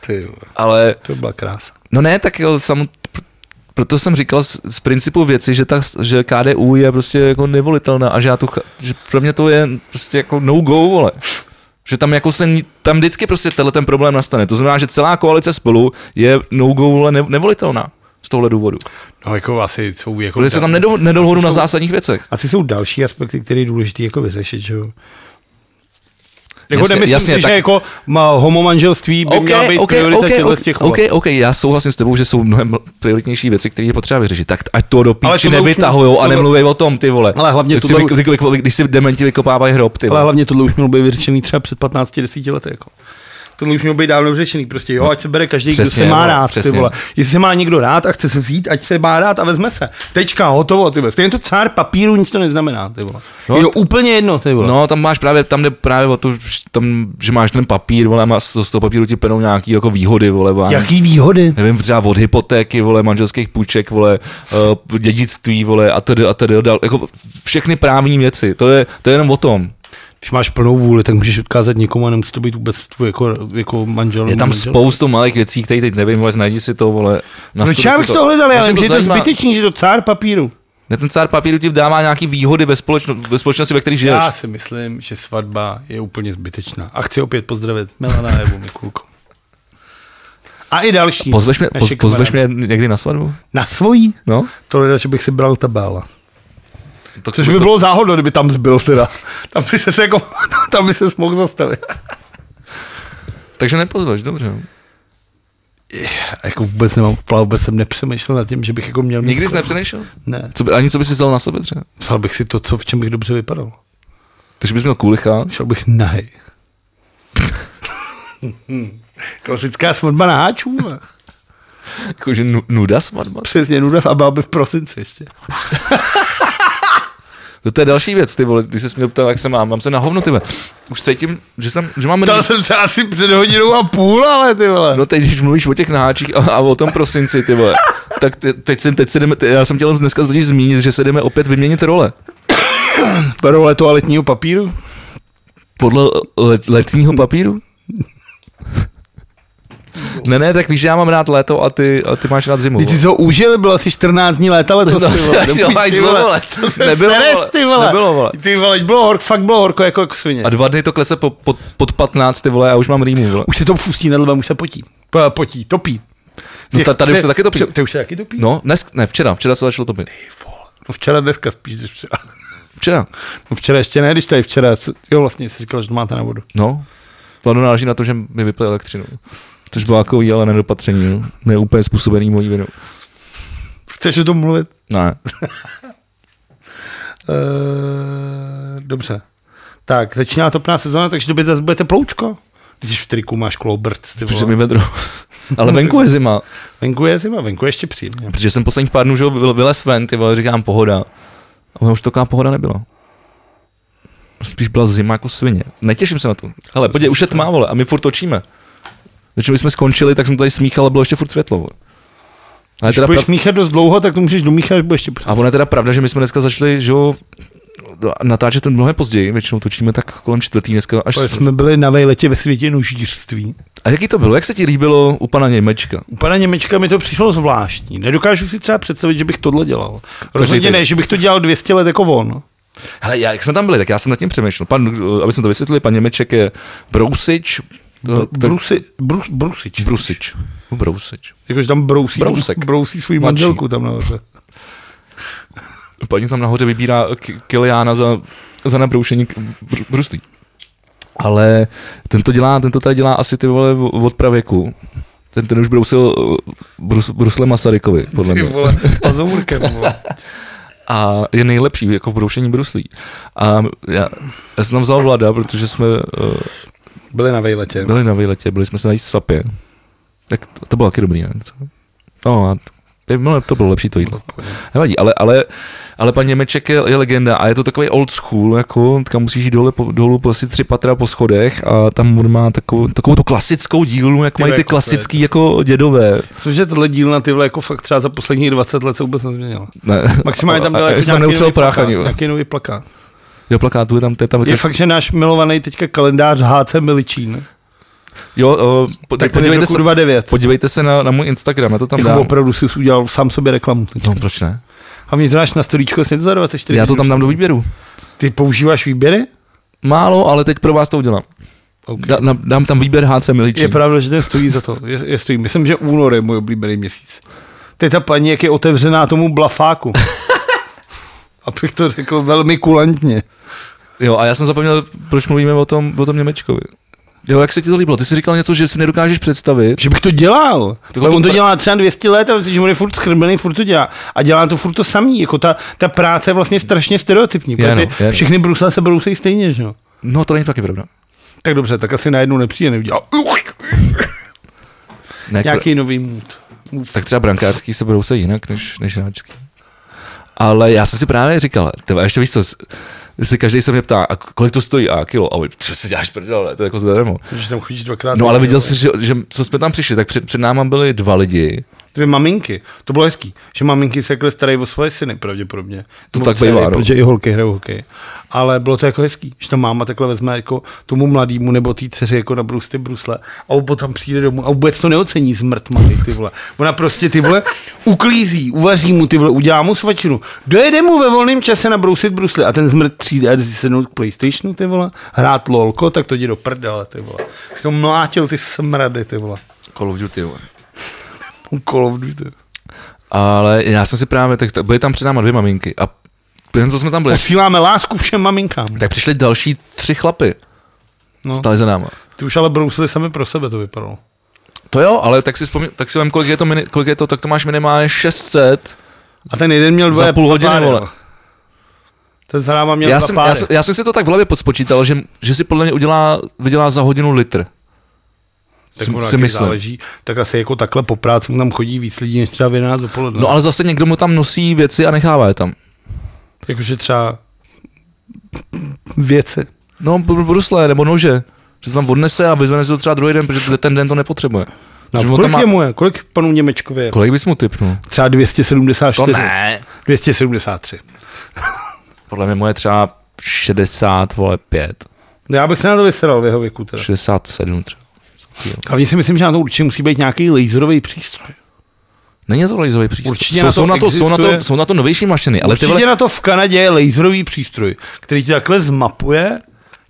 [SPEAKER 1] Ty vole,
[SPEAKER 2] Ale,
[SPEAKER 1] To byla krása.
[SPEAKER 2] no ne, tak jo, sam, pr- proto jsem říkal z, z principu věci, že, ta, že KDU je prostě jako nevolitelná a že, já tu, ch- že pro mě to je prostě jako no go, vole. Že tam jako se, ni- tam vždycky prostě tenhle ten problém nastane. To znamená, že celá koalice spolu je no go, vole, ne, nevolitelná z tohle důvodu.
[SPEAKER 1] No jako asi jsou jako...
[SPEAKER 2] Protože se tam nedo, nedohodu na zásadních věcech.
[SPEAKER 1] Asi jsou další aspekty, které je důležité jako vyřešit, že jo. Jako
[SPEAKER 2] Jasně,
[SPEAKER 1] jasně, nemyslím
[SPEAKER 2] jasně,
[SPEAKER 1] si, že
[SPEAKER 2] tak-
[SPEAKER 1] jako ma- homomanželství by okay, měla být okay, priorita okay, těchto těch
[SPEAKER 2] OK,
[SPEAKER 1] okay.
[SPEAKER 2] OK, já souhlasím s tebou, že jsou mnohem prioritnější věci, které je potřeba vyřešit. Tak ať to do
[SPEAKER 1] Ale
[SPEAKER 2] píči
[SPEAKER 1] tohle už-
[SPEAKER 2] nevytahujou a
[SPEAKER 1] tohle-
[SPEAKER 2] nemluví o tom, ty vole.
[SPEAKER 1] Ale hlavně
[SPEAKER 2] když,
[SPEAKER 1] tohle
[SPEAKER 2] si, vy, vy, vy, když si dementi vykopávají hrob, ty
[SPEAKER 1] Ale
[SPEAKER 2] vole.
[SPEAKER 1] hlavně tohle už mělo být vyřešený třeba před 15-10 lety. Jako. Tohle už mělo být dávno vyřešený. Prostě jo, ať se bere každý,
[SPEAKER 2] No, Přesně,
[SPEAKER 1] kdo se má
[SPEAKER 2] vole,
[SPEAKER 1] rád.
[SPEAKER 2] přesně.
[SPEAKER 1] Ty vole. Jestli se má někdo rád a chce se vzít, ať se má rád a vezme se. Tečka, hotovo. Ty vole. Stejně to cár papíru nic to neznamená. Ty vole.
[SPEAKER 2] No,
[SPEAKER 1] No, je to úplně jedno. Ty vole.
[SPEAKER 2] No, tam máš právě, tam jde právě o to, že tam, že máš ten papír, vole, a z z toho papíru ti penou nějaký jako výhody, vole, vole.
[SPEAKER 1] Jaký výhody?
[SPEAKER 2] nevím, třeba od hypotéky, vole, manželských půjček, vole, eh, dědictví, vole, a tedy, a tedy, dal, jako všechny právní věci, to je, to je jenom o tom.
[SPEAKER 1] Když máš plnou vůli, tak můžeš odkázat někomu a nemusí to být vůbec tvůj jako, jako manžel.
[SPEAKER 2] Je
[SPEAKER 1] nebo
[SPEAKER 2] tam
[SPEAKER 1] manželka.
[SPEAKER 2] spoustu malých věcí, které teď nevím, vole, najdi si to, vole.
[SPEAKER 1] Proč
[SPEAKER 2] nastuduj
[SPEAKER 1] já
[SPEAKER 2] si
[SPEAKER 1] bych No, to hledal? Já
[SPEAKER 2] Protože
[SPEAKER 1] vím, že je to
[SPEAKER 2] zajímá.
[SPEAKER 1] zbytečný, že to cár papíru.
[SPEAKER 2] Ne, ten cár papíru ti dává nějaký výhody ve, společno, ve společnosti, ve které žiješ.
[SPEAKER 1] Já si myslím, že svatba je úplně zbytečná. A chci opět pozdravit Milana a Evu Mikulku. A i další.
[SPEAKER 2] Pozveš mě,
[SPEAKER 1] naše
[SPEAKER 2] poz, pozveš
[SPEAKER 1] kamarády.
[SPEAKER 2] mě někdy na svatbu?
[SPEAKER 1] Na svojí?
[SPEAKER 2] No?
[SPEAKER 1] To lidé, že bych si bral tabála.
[SPEAKER 2] Tak
[SPEAKER 1] Což
[SPEAKER 2] bys
[SPEAKER 1] by
[SPEAKER 2] to-
[SPEAKER 1] bylo záhodno, kdyby tam zbyl teda. Tam by se jako, [laughs] tam by se mohl zastavit.
[SPEAKER 2] Takže nepozveš, dobře.
[SPEAKER 1] A jako vůbec nemám v plánu, vůbec jsem nepřemýšlel nad tím, že bych jako měl...
[SPEAKER 2] Nikdy
[SPEAKER 1] mít-
[SPEAKER 2] jsi nepřenešel?
[SPEAKER 1] Ne.
[SPEAKER 2] Co by, ani co bys si vzal na sebe třeba?
[SPEAKER 1] Psal bych si to, co, v čem bych dobře vypadal.
[SPEAKER 2] Takže bys měl kulicha.
[SPEAKER 1] Šel bych nahej. [laughs] Klasická svatba na háčů. vole.
[SPEAKER 2] Jakože nu- nuda svatba.
[SPEAKER 1] Přesně, nuda a byl by v prosinci ještě.
[SPEAKER 2] To je další věc, ty vole, když se mě ptal, jak se mám, mám se na hovno, ty vole. Už cítím, že, jsem, že mám...
[SPEAKER 1] Ptal jsem se asi před hodinou a půl, ale ty vole.
[SPEAKER 2] No teď, když mluvíš o těch naháčích a, a o tom prosinci, ty vole, tak te, teď, jsem, teď se jdeme, te, já jsem chtěl dneska totiž zmínit, že se jdeme opět vyměnit role.
[SPEAKER 1] Berou leto a letního papíru?
[SPEAKER 2] Podle let, letního papíru? Ne, ne, tak víš, že já mám rád léto a ty, a ty máš rád zimu.
[SPEAKER 1] Ty
[SPEAKER 2] vole.
[SPEAKER 1] jsi ho užil, bylo asi 14 dní léta, ale to
[SPEAKER 2] No,
[SPEAKER 1] no, [laughs] ty vole.
[SPEAKER 2] [laughs] jo,
[SPEAKER 1] do
[SPEAKER 2] až
[SPEAKER 1] piči,
[SPEAKER 2] znovu,
[SPEAKER 1] vole. [laughs]
[SPEAKER 2] vole.
[SPEAKER 1] To se
[SPEAKER 2] Nebylo,
[SPEAKER 1] sereš,
[SPEAKER 2] vole.
[SPEAKER 1] ty vole.
[SPEAKER 2] Nebylo, vole.
[SPEAKER 1] Ty vole, bylo horko, fakt bylo horko, jako, jako svině.
[SPEAKER 2] A dva dny to klese po, pod, pod 15, ty vole, já už mám rýmu, vole.
[SPEAKER 1] Už se to fustí nad lvem, už se potí. P- potí, topí.
[SPEAKER 2] No ta- tady už se taky topí.
[SPEAKER 1] Ty už se taky topí?
[SPEAKER 2] No, dnes, ne, včera, včera se začalo topit.
[SPEAKER 1] No včera, dneska spíš. než Včera.
[SPEAKER 2] Včera,
[SPEAKER 1] [laughs] No včera ještě ne, když tady včera. co- Jo, vlastně jsi říkal, že to máte na vodu.
[SPEAKER 2] no. To naráží na to, že mi vyply elektřinu. Což bylo takový, ale nedopatření, no. Ne úplně způsobený mojí vinou.
[SPEAKER 1] Chceš o tom mluvit?
[SPEAKER 2] Ne.
[SPEAKER 1] Uh, dobře. Tak, začíná topná sezóna, takže době zase budete ploučko. Když jsi v triku máš kloubrt, ty
[SPEAKER 2] Protože
[SPEAKER 1] vole.
[SPEAKER 2] mi vedro.
[SPEAKER 1] [laughs]
[SPEAKER 2] Ale venku je zima.
[SPEAKER 1] Venku je zima, venku je ještě příjemně.
[SPEAKER 2] Protože jsem posledních pár dnů že jo, byl, vylez ven, ty vole, říkám pohoda. A ono už taková pohoda nebyla. Spíš byla zima jako svině. Netěším se na to. Hele, podívej, už je tmá, vole, a my furt točíme. Většinou, když jsme skončili, tak jsem tady smíchal a bylo ještě furt světlo. Vole. Ale
[SPEAKER 1] Když
[SPEAKER 2] teda
[SPEAKER 1] budeš
[SPEAKER 2] prav...
[SPEAKER 1] míchat dost dlouho, tak to můžeš domíchat, až budeš ještě
[SPEAKER 2] A ono je teda pravda, že my jsme dneska začali, že jo, natáčet ten mnohem později, většinou točíme tak kolem čtvrtý dneska až...
[SPEAKER 1] Ale jsme byli na vejletě ve světě nožířství.
[SPEAKER 2] A jaký to bylo? Jak se ti líbilo u pana Němečka?
[SPEAKER 1] U pana Němečka mi to přišlo zvláštní. Nedokážu si třeba představit, že bych tohle dělal. Rozhodně
[SPEAKER 2] týden.
[SPEAKER 1] ne, že bych to dělal 200 let jako on.
[SPEAKER 2] Hele, já, jak jsme tam byli, tak já jsem nad tím přemýšlel. Pan, eh, aby jsme to vysvětlili, pan Němeček je brousič. To, to,
[SPEAKER 1] Brusi, brus, brusič.
[SPEAKER 2] Brusič. Brousič.
[SPEAKER 1] Jakože tam brousí,
[SPEAKER 2] Brousek.
[SPEAKER 1] brousí svůj
[SPEAKER 2] Mladší.
[SPEAKER 1] manželku tam
[SPEAKER 2] [laughs]
[SPEAKER 1] nahoře.
[SPEAKER 2] Paní tam nahoře vybírá K- Kiliána za, za nabroušení k- br- bruslí. Ale tento dělá, tento tady dělá asi ty vole od pravěku. Ten, ten už brousil eh, brus, brusle Masarykovi, podle
[SPEAKER 1] Ty
[SPEAKER 2] mě.
[SPEAKER 1] vole, pazourkem, vole.
[SPEAKER 2] A je nejlepší jako v broušení bruslí. A já, já jsem tam vzal vlada, protože jsme eh,
[SPEAKER 1] Byli na vejletě.
[SPEAKER 2] byli na výletě, byli jsme se najíst v Sapě. Tak to, to bylo taky dobrý, ne? Co? No, a to- no, to bylo lepší to jídlo. Nevadí, ale, ale, ale pan Němeček je, je, legenda a je to takový old school, jako, kam musíš jít dole, po, dolů po asi tři patra po schodech a tam on má takovou, takovou tu klasickou dílnu, jak
[SPEAKER 1] Ty
[SPEAKER 2] mají ty
[SPEAKER 1] jako to je.
[SPEAKER 2] klasický jako dědové.
[SPEAKER 1] Cože tohle díl na tyhle jako fakt třeba za posledních 20 let se vůbec nezměnilo.
[SPEAKER 2] Ne.
[SPEAKER 1] Maximálně tam
[SPEAKER 2] A-
[SPEAKER 1] byl
[SPEAKER 2] a-
[SPEAKER 1] jako
[SPEAKER 2] jestli tam
[SPEAKER 1] nějaký
[SPEAKER 2] neutřel
[SPEAKER 1] nový
[SPEAKER 2] prach
[SPEAKER 1] plakát,
[SPEAKER 2] ani, jo.
[SPEAKER 1] nějaký nový plakát.
[SPEAKER 2] Jo, plakátů je tam, to je tam
[SPEAKER 1] Je fakt, že náš milovaný teďka kalendář HC Miličín.
[SPEAKER 2] Jo, o, po,
[SPEAKER 1] Tak
[SPEAKER 2] tak
[SPEAKER 1] ten je z
[SPEAKER 2] podívejte
[SPEAKER 1] roku
[SPEAKER 2] se,
[SPEAKER 1] 29.
[SPEAKER 2] podívejte se na, na můj Instagram, já to tam
[SPEAKER 1] Jako
[SPEAKER 2] dám.
[SPEAKER 1] opravdu jsi udělal sám sobě reklamu. teď.
[SPEAKER 2] No, proč ne?
[SPEAKER 1] A mě to dáš na storíčko, sně to za 24.
[SPEAKER 2] Já to
[SPEAKER 1] hodin
[SPEAKER 2] tam
[SPEAKER 1] už.
[SPEAKER 2] dám do výběru.
[SPEAKER 1] Ty používáš výběry?
[SPEAKER 2] Málo, ale teď pro vás to udělám.
[SPEAKER 1] Okay.
[SPEAKER 2] Da, na, dám tam výběr HC Miličín.
[SPEAKER 1] Je pravda, že ten stojí za to. Je, je stojí. Myslím, že únor je můj oblíbený měsíc. To je ta paní, jak je otevřená tomu
[SPEAKER 2] [laughs]
[SPEAKER 1] blafáku. Abych to řekl velmi kulantně.
[SPEAKER 2] Jo, a já jsem zapomněl, proč mluvíme o tom, o tom Němečkovi. Jo, jak se ti to líbilo? Ty jsi říkal něco, že si nedokážeš představit.
[SPEAKER 1] Že bych to dělal.
[SPEAKER 2] Tak
[SPEAKER 1] Ale
[SPEAKER 2] Jako to
[SPEAKER 1] on to
[SPEAKER 2] pr-
[SPEAKER 1] dělá třeba 200 let, a že on je furt skrbený, furt to dělá. A dělá to furt to samý. Jako ta, ta práce je vlastně strašně stereotypní.
[SPEAKER 2] Je,
[SPEAKER 1] protože
[SPEAKER 2] no,
[SPEAKER 1] ty
[SPEAKER 2] je, no.
[SPEAKER 1] všechny brusle se brousejí stejně, že jo?
[SPEAKER 2] No, to není taky pravda.
[SPEAKER 1] Tak dobře, tak asi najednou nepřijde, neudělá
[SPEAKER 2] Ne, Nějaký...
[SPEAKER 1] nějaký nový mood.
[SPEAKER 2] Tak třeba brankářský se budou se jinak než, než hráčský. Ale já jsem si právě říkal, teba, ještě víš co, s- si každý se mě ptá, a kolik to stojí a kilo, a vy, co si děláš prdele, to je jako zadarmo.
[SPEAKER 1] Že tam chodíš dvakrát.
[SPEAKER 2] No ale
[SPEAKER 1] denně,
[SPEAKER 2] viděl
[SPEAKER 1] jo.
[SPEAKER 2] jsi, že, že, co jsme tam přišli, tak před, před náma byli dva lidi,
[SPEAKER 1] Dvě maminky. To bylo hezký, že maminky se takhle starají o svoje syny pravděpodobně.
[SPEAKER 2] To
[SPEAKER 1] Nebo
[SPEAKER 2] tak
[SPEAKER 1] dcery,
[SPEAKER 2] bývá, no.
[SPEAKER 1] Protože i holky hrajou hokej. Ale bylo to jako hezký, že ta máma takhle vezme jako tomu mladýmu nebo té dceři jako na brusty brusle a on potom přijde domů a vůbec to neocení zmrt mami, ty vole. Ona prostě ty vole uklízí, uvaří mu ty vole, udělá mu svačinu, dojede mu ve volném čase na brousit brusle a ten zmrt přijde a jde si sednout k Playstationu, ty vole, hrát lolko, tak to jdi do prdele, ty vole. Jak To mlátil ty smrady, ty vole.
[SPEAKER 2] Call of Duty, vole.
[SPEAKER 1] Call of Duty.
[SPEAKER 2] ale já jsem si právě, tak byly tam před náma dvě maminky a během toho jsme tam byli,
[SPEAKER 1] Posíláme lásku všem maminkám.
[SPEAKER 2] tak přišli další tři chlapy,
[SPEAKER 1] No,
[SPEAKER 2] stali za náma.
[SPEAKER 1] ty už ale brousili sami pro sebe, to vypadalo.
[SPEAKER 2] To jo, ale tak si vzpomín, tak si vem, kolik je to, mini, kolik je to tak to máš minimálně 600.
[SPEAKER 1] A ten jeden měl
[SPEAKER 2] Za
[SPEAKER 1] dvě
[SPEAKER 2] půl hodiny,
[SPEAKER 1] páry,
[SPEAKER 2] vole.
[SPEAKER 1] jo. Ten za náma měl
[SPEAKER 2] Já
[SPEAKER 1] dva
[SPEAKER 2] jsem,
[SPEAKER 1] páry.
[SPEAKER 2] já, jsem, já jsem si to tak v hlavě podspočítal, že, že si podle mě udělá, vydělá za hodinu litr.
[SPEAKER 1] tak
[SPEAKER 2] si-
[SPEAKER 1] ono
[SPEAKER 2] si
[SPEAKER 1] taky
[SPEAKER 2] myslím.
[SPEAKER 1] záleží, tak asi jako takhle po práci mu tam chodí víc lidí, než třeba v 11 dopoledne.
[SPEAKER 2] No ale zase někdo mu tam nosí věci a nechává je tam.
[SPEAKER 1] Jakože třeba věci.
[SPEAKER 2] No, br- brusle nebo nože. Že to tam odnese a vyzvene si to třeba druhý den, protože ten den to nepotřebuje.
[SPEAKER 1] No,
[SPEAKER 2] Že on
[SPEAKER 1] kolik
[SPEAKER 2] tam má-
[SPEAKER 1] je mu je? Kolik panu Němečkovi je?
[SPEAKER 2] Kolik bys mu typnul?
[SPEAKER 1] Třeba 274.
[SPEAKER 2] To ne.
[SPEAKER 1] 273.
[SPEAKER 2] Podle mě mu je třeba 60, vole, 5.
[SPEAKER 1] No, já bych se na to vysral v jeho věku teda.
[SPEAKER 2] 67 třeba.
[SPEAKER 1] Hlavně si myslím, že na to určitě musí být nějaký laserový přístroj.
[SPEAKER 2] Není to laserový přístroj.
[SPEAKER 1] Určitě
[SPEAKER 2] jsou,
[SPEAKER 1] na to
[SPEAKER 2] jsou, na to, jsou, na to,
[SPEAKER 1] existuje.
[SPEAKER 2] jsou na to novější mašiny, ale
[SPEAKER 1] Ale
[SPEAKER 2] ty
[SPEAKER 1] Určitě
[SPEAKER 2] vole,
[SPEAKER 1] na to v Kanadě je laserový přístroj, který ti takhle zmapuje,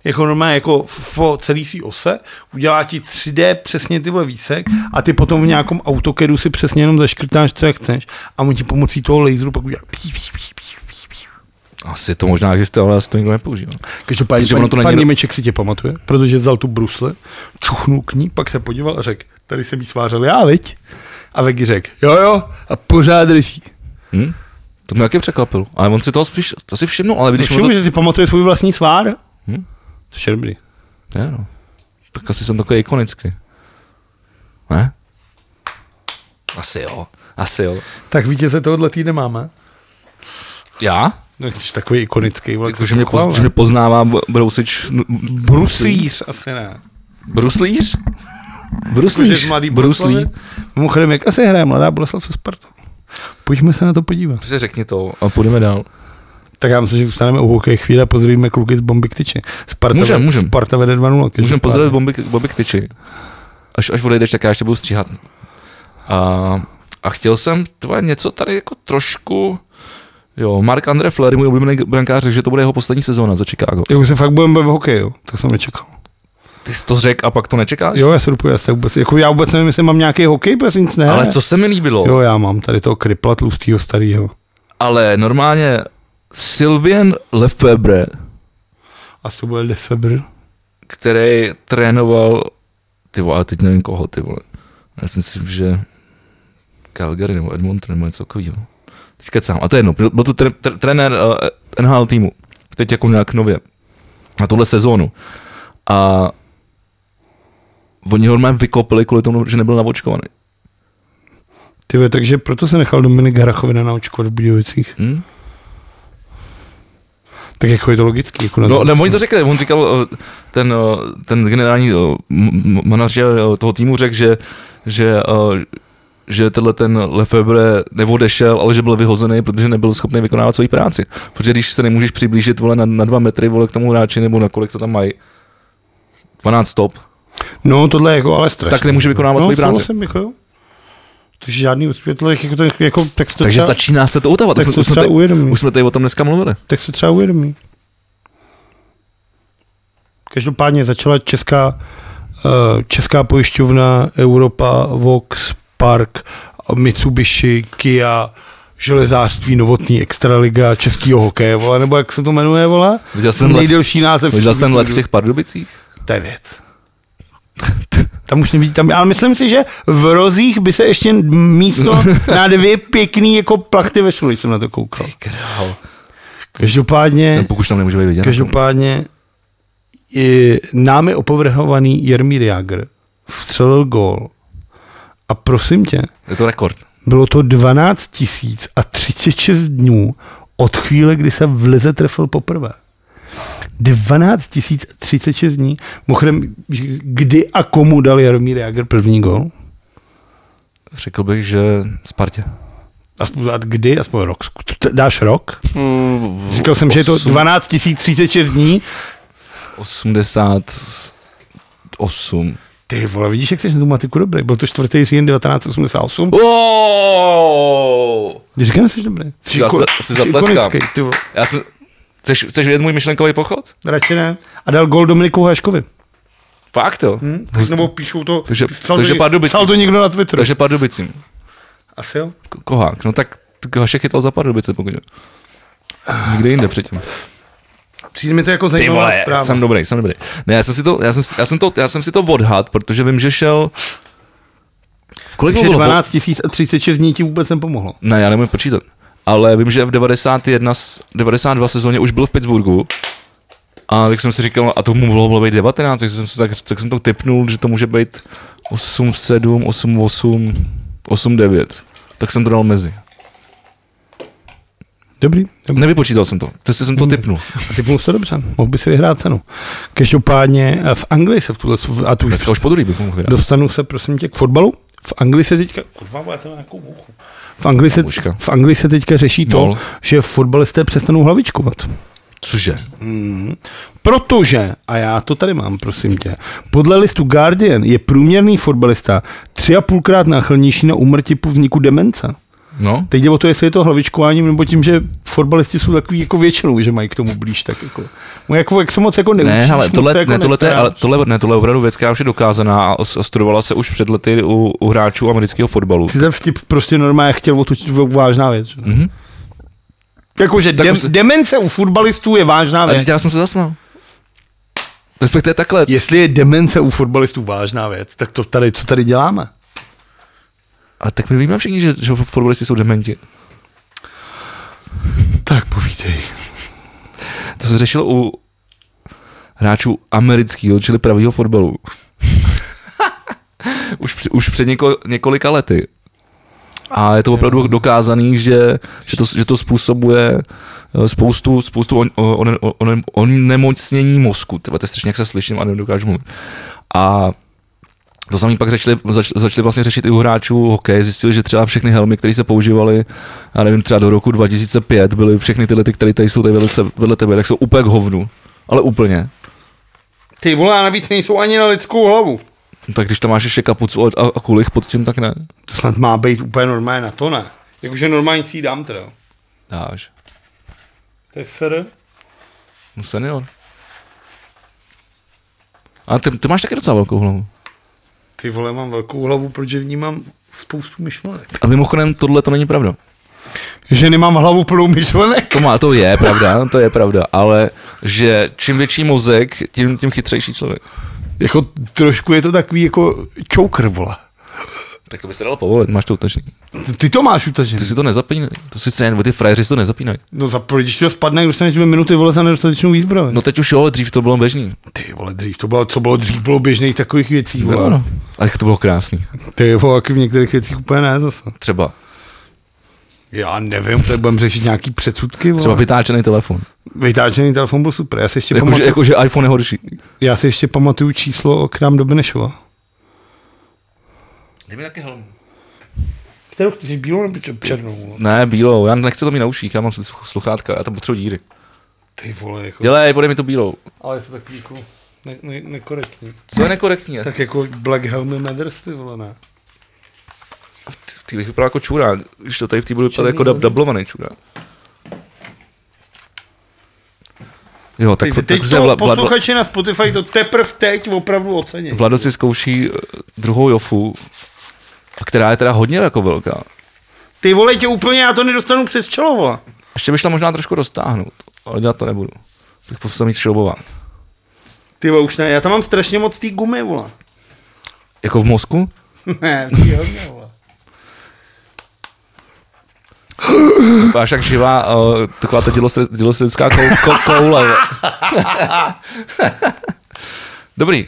[SPEAKER 1] jako normálně jako v- po celý si ose, udělá ti 3D přesně tyhle výsek a ty potom v nějakom autokedu si přesně jenom zaškrtáš, co jak chceš a on ti pomocí toho laseru pak udělá pí, pí, pí, pí, pí, pí.
[SPEAKER 2] asi to možná existuje, ale asi to nikdo nepoužívá.
[SPEAKER 1] Každopádně
[SPEAKER 2] Protože
[SPEAKER 1] pan,
[SPEAKER 2] ono to
[SPEAKER 1] to
[SPEAKER 2] není-
[SPEAKER 1] pan Němeček si tě pamatuje, protože vzal tu brusle, čuchnul k ní, pak se podíval a řekl, tady jsem jí svářel já, viď? A Vegy řekl, jo jo, a pořád drží.
[SPEAKER 2] Hm? To mě taky překvapilo. Ale on si toho spíš, to si všimnul, ale
[SPEAKER 1] Když
[SPEAKER 2] když mu
[SPEAKER 1] všim,
[SPEAKER 2] to...
[SPEAKER 1] to... že si pamatuje svůj vlastní svár,
[SPEAKER 2] Hm?
[SPEAKER 1] což je dobrý.
[SPEAKER 2] Ne, no. Tak asi jsem takový ikonický. Ne? Asi jo. Asi jo.
[SPEAKER 1] Tak vítěze tohohle týdne máme.
[SPEAKER 2] Já?
[SPEAKER 1] No, jsi takový ikonický. Vole,
[SPEAKER 2] Jako, že, mě poz, že mě poznává b- Brousič... n-
[SPEAKER 1] Brusíř asi ne.
[SPEAKER 2] Bruslíř?
[SPEAKER 1] Jakože z
[SPEAKER 2] Bruslíř?
[SPEAKER 1] mladý
[SPEAKER 2] Bruslí?
[SPEAKER 1] Boleslavy? Mimochodem, jak asi hraje mladá Boleslav se Spartou? Pojďme se na to podívat.
[SPEAKER 2] Prostě řekni to a půjdeme dál.
[SPEAKER 1] Tak já myslím, že zůstaneme u hokeje chvíli a pozdravíme kluky z Bomby k tyči. Sparta,
[SPEAKER 2] Můžem,
[SPEAKER 1] ve-
[SPEAKER 2] můžem.
[SPEAKER 1] Sparta vede 2-0.
[SPEAKER 2] Můžeme
[SPEAKER 1] každopádně.
[SPEAKER 2] pozdravit bomby, bomby k tyči. Až, až odejdeš, tak já ještě budu stříhat. A, a chtěl jsem tvoje něco tady jako trošku... Jo, Mark Andre Fleury, můj oblíbený brankář, řekl, že to bude jeho poslední sezóna za Chicago.
[SPEAKER 1] Jako se fakt budeme bavit o hokeju, to jsem nečekal.
[SPEAKER 2] Ty jsi to řekl a pak to nečekáš?
[SPEAKER 1] Jo, já se dopuju, já, se vůbec, jako já vůbec nevím, jestli mám nějaký hokej, protože nic ne.
[SPEAKER 2] Ale co se mi líbilo,
[SPEAKER 1] Jo, já mám tady toho krypla tlustýho starýho.
[SPEAKER 2] ale normálně Sylvain Lefebvre,
[SPEAKER 1] A to bude Lefebvre.
[SPEAKER 2] který trénoval, ty vole, ale teď nevím koho, ty vole. Já si myslím, že Calgary nebo Edmonton nebo něco takového. Teď kecám, a to je jedno, byl byl to tre- tre- trenér uh, NHL týmu, teď jako nějak nově, na tuhle sezónu. A oni ho normálně vykopili kvůli tomu, že nebyl navočkovaný.
[SPEAKER 1] Ty vole, takže proto se nechal Dominik Hrachovina naočkovat v Budějovicích.
[SPEAKER 2] Hm?
[SPEAKER 1] Tak jako je to logický. Jako na
[SPEAKER 2] No, ne, oni to řekli, on říkal, eh, ten, eh, ten generální eh, m- m- manažer eh, toho týmu řekl, že, že, eh, že tenhle ten Lefebvre neodešel, ale že byl vyhozený, protože nebyl schopný vykonávat svoji práci. Protože když se nemůžeš přiblížit vole, na, na dva metry vole, k tomu hráči, nebo na kolik to tam mají, 12 stop,
[SPEAKER 1] No, tohle je jako ale strašné.
[SPEAKER 2] tak nemůže vykonávat
[SPEAKER 1] no,
[SPEAKER 2] svoji práci.
[SPEAKER 1] souhlasím, jako jo. Takže žádný úspěch, tohle je jako, to, jako tak se to
[SPEAKER 2] Takže
[SPEAKER 1] třeba,
[SPEAKER 2] začíná se to utávat.
[SPEAKER 1] tak
[SPEAKER 2] Už,
[SPEAKER 1] se to
[SPEAKER 2] jsme- už, jsme
[SPEAKER 1] třeba
[SPEAKER 2] tady-
[SPEAKER 1] uvědomí.
[SPEAKER 2] už jsme tady o tom dneska mluvili.
[SPEAKER 1] Tak se to třeba uvědomí. Každopádně začala česká, eh, česká pojišťovna Europa, Vox, Park, Mitsubishi, Kia, železářství, novotný extraliga českýho hokeje, vole, nebo jak se to jmenuje, vole?
[SPEAKER 2] Viděl jsem ten let,
[SPEAKER 1] Nejdelší název.
[SPEAKER 2] viděl
[SPEAKER 1] všech
[SPEAKER 2] jsem ten let v
[SPEAKER 1] dob.
[SPEAKER 2] těch Pardubicích?
[SPEAKER 1] To je věc. [laughs] Tam už nevidí, tam, ale myslím si, že v rozích by se ještě místo na dvě pěkný jako plachty vešlo, když jsem na to koukal.
[SPEAKER 2] Král.
[SPEAKER 1] Každopádně,
[SPEAKER 2] Ten pokud tam nemůže být vidět.
[SPEAKER 1] každopádně i námi opovrhovaný Jarmír Jágr vstřelil gól a prosím tě,
[SPEAKER 2] Je to rekord.
[SPEAKER 1] bylo to 12 tisíc a 36 dnů od chvíle, kdy se v lize trefil poprvé. 12 tisíc a 36 dní. Mimochodem, že- kdy a komu dal Jaromír Jágr první gol?
[SPEAKER 2] Řekl bych, že Spartě.
[SPEAKER 1] Aspoň a kdy, aspoň rok. Zku- t- Dáš rok? Říkal jsem, že je to 12 tisíc 36 dní.
[SPEAKER 2] 88.
[SPEAKER 1] Ty vole, vidíš, jak jsi na tu matiku dobrý. Byl to 4. říjen 1988.
[SPEAKER 2] Oh!
[SPEAKER 1] Když říkám, že jsi dobrý. Jsi
[SPEAKER 2] Já
[SPEAKER 1] iko-
[SPEAKER 2] se- si
[SPEAKER 1] jsi
[SPEAKER 2] zatleskám.
[SPEAKER 1] ikonický, ty vole.
[SPEAKER 2] Já jsem... Chceš, chceš vědět můj myšlenkový pochod?
[SPEAKER 1] Radši ne. A dal gol Dominiku Haškovi.
[SPEAKER 2] Fakt jo. Hmm? Hustý.
[SPEAKER 1] Hm? Nebo píšou to,
[SPEAKER 2] Takže-
[SPEAKER 1] psal,
[SPEAKER 2] takže
[SPEAKER 1] to,
[SPEAKER 2] Pardubice.
[SPEAKER 1] psal to někdo na Twitteru.
[SPEAKER 2] Takže Pardubicím.
[SPEAKER 1] Asi jo.
[SPEAKER 2] K- Kohák. No tak t- Hašek chytal za Pardubice, pokud jo. Nikde jinde předtím.
[SPEAKER 1] Přijde mi to jako
[SPEAKER 2] Ty
[SPEAKER 1] zajímavá
[SPEAKER 2] vole,
[SPEAKER 1] zpráva.
[SPEAKER 2] jsem dobrý, jsem dobrý. Ne, já jsem si to, já jsem, si- já jsem to, já jsem si to odhad, protože vím, že šel... V kolik mu
[SPEAKER 1] Takže
[SPEAKER 2] bylo?
[SPEAKER 1] 12 tisíc a 36 dní ti vůbec nepomohlo.
[SPEAKER 2] Ne, já nemůžu počítat. Ale vím, že v 91, s- 92 sezóně už byl v Pittsburghu. A tak jsem si říkal, a to mu mohlo, bylo být 19, tak jsem, si, tak, tak jsem to typnul, že to může být 8, 7, 8, 8, 8, 9. Tak jsem to dal mezi.
[SPEAKER 1] Dobrý. dobrý.
[SPEAKER 2] Nevypočítal jsem to, prostě jsem to typnul.
[SPEAKER 1] A typnul jsi to dobře, mohl by si vyhrát cenu. Každopádně eh, v Anglii se v tuhle, a tu
[SPEAKER 2] Dneska už po druhý bych mohl vydat.
[SPEAKER 1] Dostanu se prosím tě k fotbalu. V Anglii se teďka... Kurva, vole, to má nějakou bouchu. V Anglii, se,
[SPEAKER 2] Babuška.
[SPEAKER 1] v Anglii se teďka řeší to,
[SPEAKER 2] Nol.
[SPEAKER 1] že fotbalisté přestanou hlavičkovat.
[SPEAKER 2] Cože?
[SPEAKER 1] Protože, a já to tady mám, prosím tě, podle listu Guardian je průměrný fotbalista tři a půlkrát náchylnější na úmrtí po vzniku demence.
[SPEAKER 2] No,
[SPEAKER 1] Teď jde o to, jestli je to hlavičkováním, nebo tím, že fotbalisti jsou takový jako většinou, že mají k tomu blíž, tak jako. No, jako jak se moc jako neučíš,
[SPEAKER 2] Ne, ale
[SPEAKER 1] moc
[SPEAKER 2] tohle,
[SPEAKER 1] se
[SPEAKER 2] jako
[SPEAKER 1] jako
[SPEAKER 2] ne, tohle, je, ale
[SPEAKER 1] nestaráš.
[SPEAKER 2] tohle, ne, tohle je opravdu věc, která už je dokázaná a, os- a studovala se už před lety u, u hráčů amerického fotbalu.
[SPEAKER 1] Si ten vtip prostě normálně chtěl otočit vážná věc. Že?
[SPEAKER 2] Mhm.
[SPEAKER 1] Jakože
[SPEAKER 2] Tak
[SPEAKER 1] dem,
[SPEAKER 2] už-
[SPEAKER 1] demence u fotbalistů je vážná
[SPEAKER 2] A
[SPEAKER 1] věc.
[SPEAKER 2] teď já jsem se zasmál. Respektive takhle.
[SPEAKER 1] Jestli je demence u fotbalistů vážná věc, tak to tady, co tady děláme?
[SPEAKER 2] A tak my víme všichni, že, že fotbalisti jsou dementi.
[SPEAKER 1] Tak povídej.
[SPEAKER 2] To se řešilo u hráčů amerického, čili pravého fotbalu. [laughs] už, při, už před něko, několika lety. A je to opravdu dokázaný, že, že, to, že to způsobuje eh, spoustu, spoustu on, on, on, onemocnění mozku. Tyba, to je strašně, jak se slyším a nedokážu mluvit. A to samé pak začali, zač, začali vlastně řešit i u hráčů hokej. Zjistili, že třeba všechny helmy, které se používaly, já nevím, třeba do roku 2005, byly všechny tyhle, ty, které tady jsou tady vedle, se, vedle tebe, tak jsou úplně k hovnu. Ale úplně.
[SPEAKER 1] Ty vole, a navíc nejsou ani na lidskou hlavu.
[SPEAKER 2] No Tak když tam máš ještě kapucu a, a kulich pod tím, tak ne.
[SPEAKER 1] To snad má být úplně normálně na to, ne? Jakože normálně si ji dám teda.
[SPEAKER 2] Dáš.
[SPEAKER 1] To je sr.
[SPEAKER 2] No senior. A ty, ty máš taky docela velkou hlavu.
[SPEAKER 1] Ty vole, mám velkou hlavu, protože v ní mám spoustu myšlenek.
[SPEAKER 2] A mimochodem, tohle to není pravda.
[SPEAKER 1] Že nemám hlavu plnou myšlenek?
[SPEAKER 2] To, má, to je pravda, to je pravda, ale že čím větší mozek, tím, tím chytřejší člověk.
[SPEAKER 1] Jako trošku je to takový jako čoukr, vole.
[SPEAKER 2] Tak to by se dalo povolit, máš to utačný.
[SPEAKER 1] Ty to máš utažený.
[SPEAKER 2] Ty si to nezapínej, to sice jen, ty frajeři si to nezapínají.
[SPEAKER 1] No za když to spadne, dostaneš dvě minuty vole za nedostatečnou výzbroj.
[SPEAKER 2] No teď už jo, ale dřív to bylo běžný.
[SPEAKER 1] Ty vole, dřív to bylo, co bylo dřív, bylo běžných takových věcí.
[SPEAKER 2] Bylo,
[SPEAKER 1] Vole.
[SPEAKER 2] no. A jak to bylo krásný.
[SPEAKER 1] Ty vole, taky v některých věcích úplně ne zase.
[SPEAKER 2] Třeba,
[SPEAKER 1] Já nevím, tady budeme řešit nějaký předsudky.
[SPEAKER 2] třeba
[SPEAKER 1] Vole.
[SPEAKER 2] vytáčený telefon.
[SPEAKER 1] Vytáčený telefon byl super. Já si ještě, jako
[SPEAKER 2] Jakože
[SPEAKER 1] pamatuju,
[SPEAKER 2] jako, že iPhone je horší.
[SPEAKER 1] já si ještě pamatuju číslo, k nám do Benešova.
[SPEAKER 2] Dej mi taky helmu.
[SPEAKER 1] Kterou chceš bílou nebo černou?
[SPEAKER 2] Ne, bílou, já nechci to mít na uších, já mám sluch- sluchátka, já tam potřebuji díry.
[SPEAKER 1] Ty vole, jako.
[SPEAKER 2] Dělej, podej mi to bílou.
[SPEAKER 1] Ale je to takový jako ne, ne, nekorektní.
[SPEAKER 2] Co je nekorektní?
[SPEAKER 1] Tak jako Black Helmy Matters, ty vole, ne.
[SPEAKER 2] Ty bych vypadal jako čurák, když to tady v té budu vypadat
[SPEAKER 1] Černý
[SPEAKER 2] jako dub-
[SPEAKER 1] hodně.
[SPEAKER 2] dublovaný čurák. Jo, tak,
[SPEAKER 1] Tak,
[SPEAKER 2] tak,
[SPEAKER 1] teď
[SPEAKER 2] tak že
[SPEAKER 1] to
[SPEAKER 2] Vla- Vlado,
[SPEAKER 1] posluchači na Spotify to teprve teď opravdu ocení.
[SPEAKER 2] Vlado si zkouší eh, druhou jofu, která je teda hodně jako velká.
[SPEAKER 1] Ty vole, tě úplně, já to nedostanu přes čelo, vole.
[SPEAKER 2] Ještě by šla možná trošku roztáhnout, ale dělat to nebudu. Bych potřeboval mít šroubován.
[SPEAKER 1] Ty vole, už ne, já tam mám strašně moc té gumy, vole.
[SPEAKER 2] Jako v mozku?
[SPEAKER 1] [laughs] Ne, ty hodně, vole.
[SPEAKER 2] Až jak živá uh, taková ta dělostřed- dělostředská kou- kou- koule. jo. Dobrý.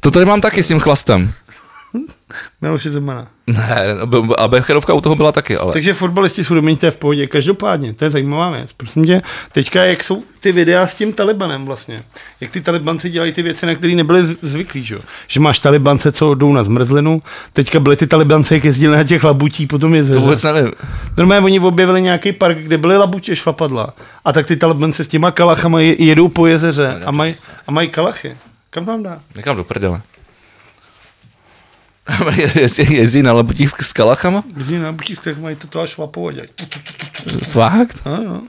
[SPEAKER 2] To tady mám taky s tím chlastem.
[SPEAKER 1] Miloš je Zemana.
[SPEAKER 2] Ne, b- a Becherovka u toho byla taky, ale...
[SPEAKER 1] Takže fotbalisti jsou domění, to je v pohodě. Každopádně, to je zajímavá věc. Prosím tě, teďka jak jsou ty videa s tím Talibanem vlastně. Jak ty Talibanci dělají ty věci, na které nebyli z- zvyklí, že jo? Že máš Talibance, co jdou na zmrzlinu, teďka byly ty Talibance, jak jezdili na těch labutí, potom je
[SPEAKER 2] To vůbec nevím.
[SPEAKER 1] Normálně oni objevili nějaký park, kde byly labutě šlapadla. A tak ty Talibance s těma kalachama je- jedou po jezeře a mají a mají kalachy. Kam nám dá?
[SPEAKER 2] Někam do prdele. [laughs] Jezdí, jezdí na labutích s kalachama?
[SPEAKER 1] Lidi na butískách mají toto až šlapovat. jak No, tu, tu, tu, tu.
[SPEAKER 2] Fakt?
[SPEAKER 1] Ano.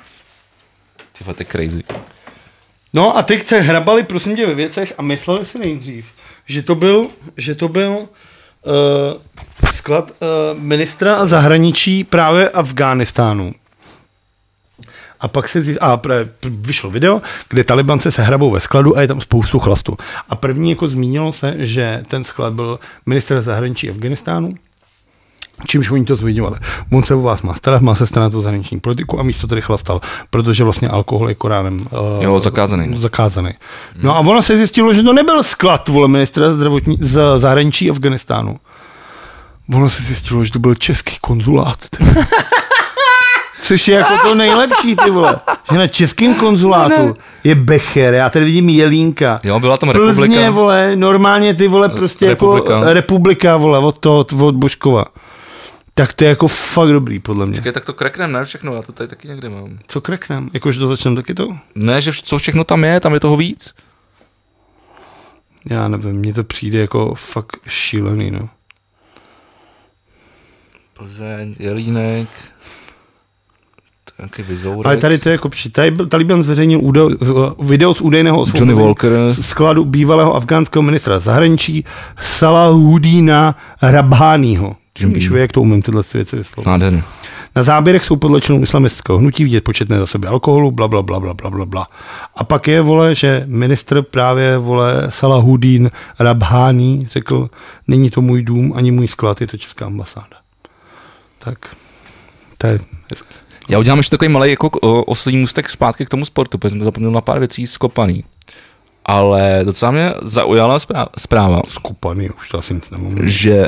[SPEAKER 2] Ty vole, to je crazy.
[SPEAKER 1] No a teď se hrabali, prosím tě, ve věcech a mysleli si nejdřív, že to byl, že to byl uh, sklad uh, ministra zahraničí právě Afghánistánu. A pak se zjist, a pre, vyšlo video, kde talibance se hrabou ve skladu a je tam spoustu chlastu. A první jako zmínilo se, že ten sklad byl minister zahraničí Afganistánu, čímž oni to zvidňovali. On se o vás má starat, má se starat o zahraniční politiku a místo tady chlastal, protože vlastně alkohol je Koránem eh,
[SPEAKER 2] Jo, zakázaný.
[SPEAKER 1] zakázaný. No a ono se zjistilo, že to nebyl sklad vole ministra zdravotní, z zahraničí Afganistánu. Ono se zjistilo, že to byl český konzulát. ty.
[SPEAKER 3] [laughs] Což je jako to nejlepší, ty vole. Že na českém
[SPEAKER 2] No,
[SPEAKER 3] konzulátu je Becher, já tady vidím Jelínka.
[SPEAKER 2] Jo, byla tam
[SPEAKER 3] Plzně,
[SPEAKER 2] republika.
[SPEAKER 3] vole, normálně ty vole, prostě republika. jako
[SPEAKER 2] Republika.
[SPEAKER 3] republika, vole, od toho, od Božkova. Tak to je jako fakt dobrý, podle mě.
[SPEAKER 2] Čekaj, tak to kreknem, ne všechno, já to tady taky někde mám.
[SPEAKER 3] Co kreknem? Jakože to začneme taky to?
[SPEAKER 2] Ne, že vš- co všechno tam je, tam je toho víc.
[SPEAKER 3] Já nevím, mně to přijde jako fakt šílený, no.
[SPEAKER 2] Plzeň, Jelínek, taky Vizourek.
[SPEAKER 3] Ale tady to je jako při, tady, byl- Taliban zveřejnil údaj, z- video z údajného
[SPEAKER 2] Johnny
[SPEAKER 3] osvobození
[SPEAKER 2] Walker.
[SPEAKER 3] z skladu bývalého afgánského ministra zahraničí Salahudína Rabháního.
[SPEAKER 2] Jim
[SPEAKER 3] Když
[SPEAKER 2] Beam.
[SPEAKER 3] ví, jak to umím tyhle věci vyslovit.
[SPEAKER 2] Nádherný.
[SPEAKER 3] Na záběrech jsou podle členů islamistického hnutí vidět početné zásoby alkoholu, bla, bla, bla, bla, bla, bla, bla. A pak je, vole, že ministr právě, vole, Salahudín Rabhání řekl, není to můj dům, ani můj sklad, je to česká ambasáda. Tak, to je hezký.
[SPEAKER 2] Já udělám ještě takový malý jako o, oslý můstek zpátky k tomu sportu, protože jsem to zapomněl na pár věcí skopaný. Ale docela mě zaujala zpráva, zpráva
[SPEAKER 3] Skupaný, už to asi nic nemám.
[SPEAKER 2] že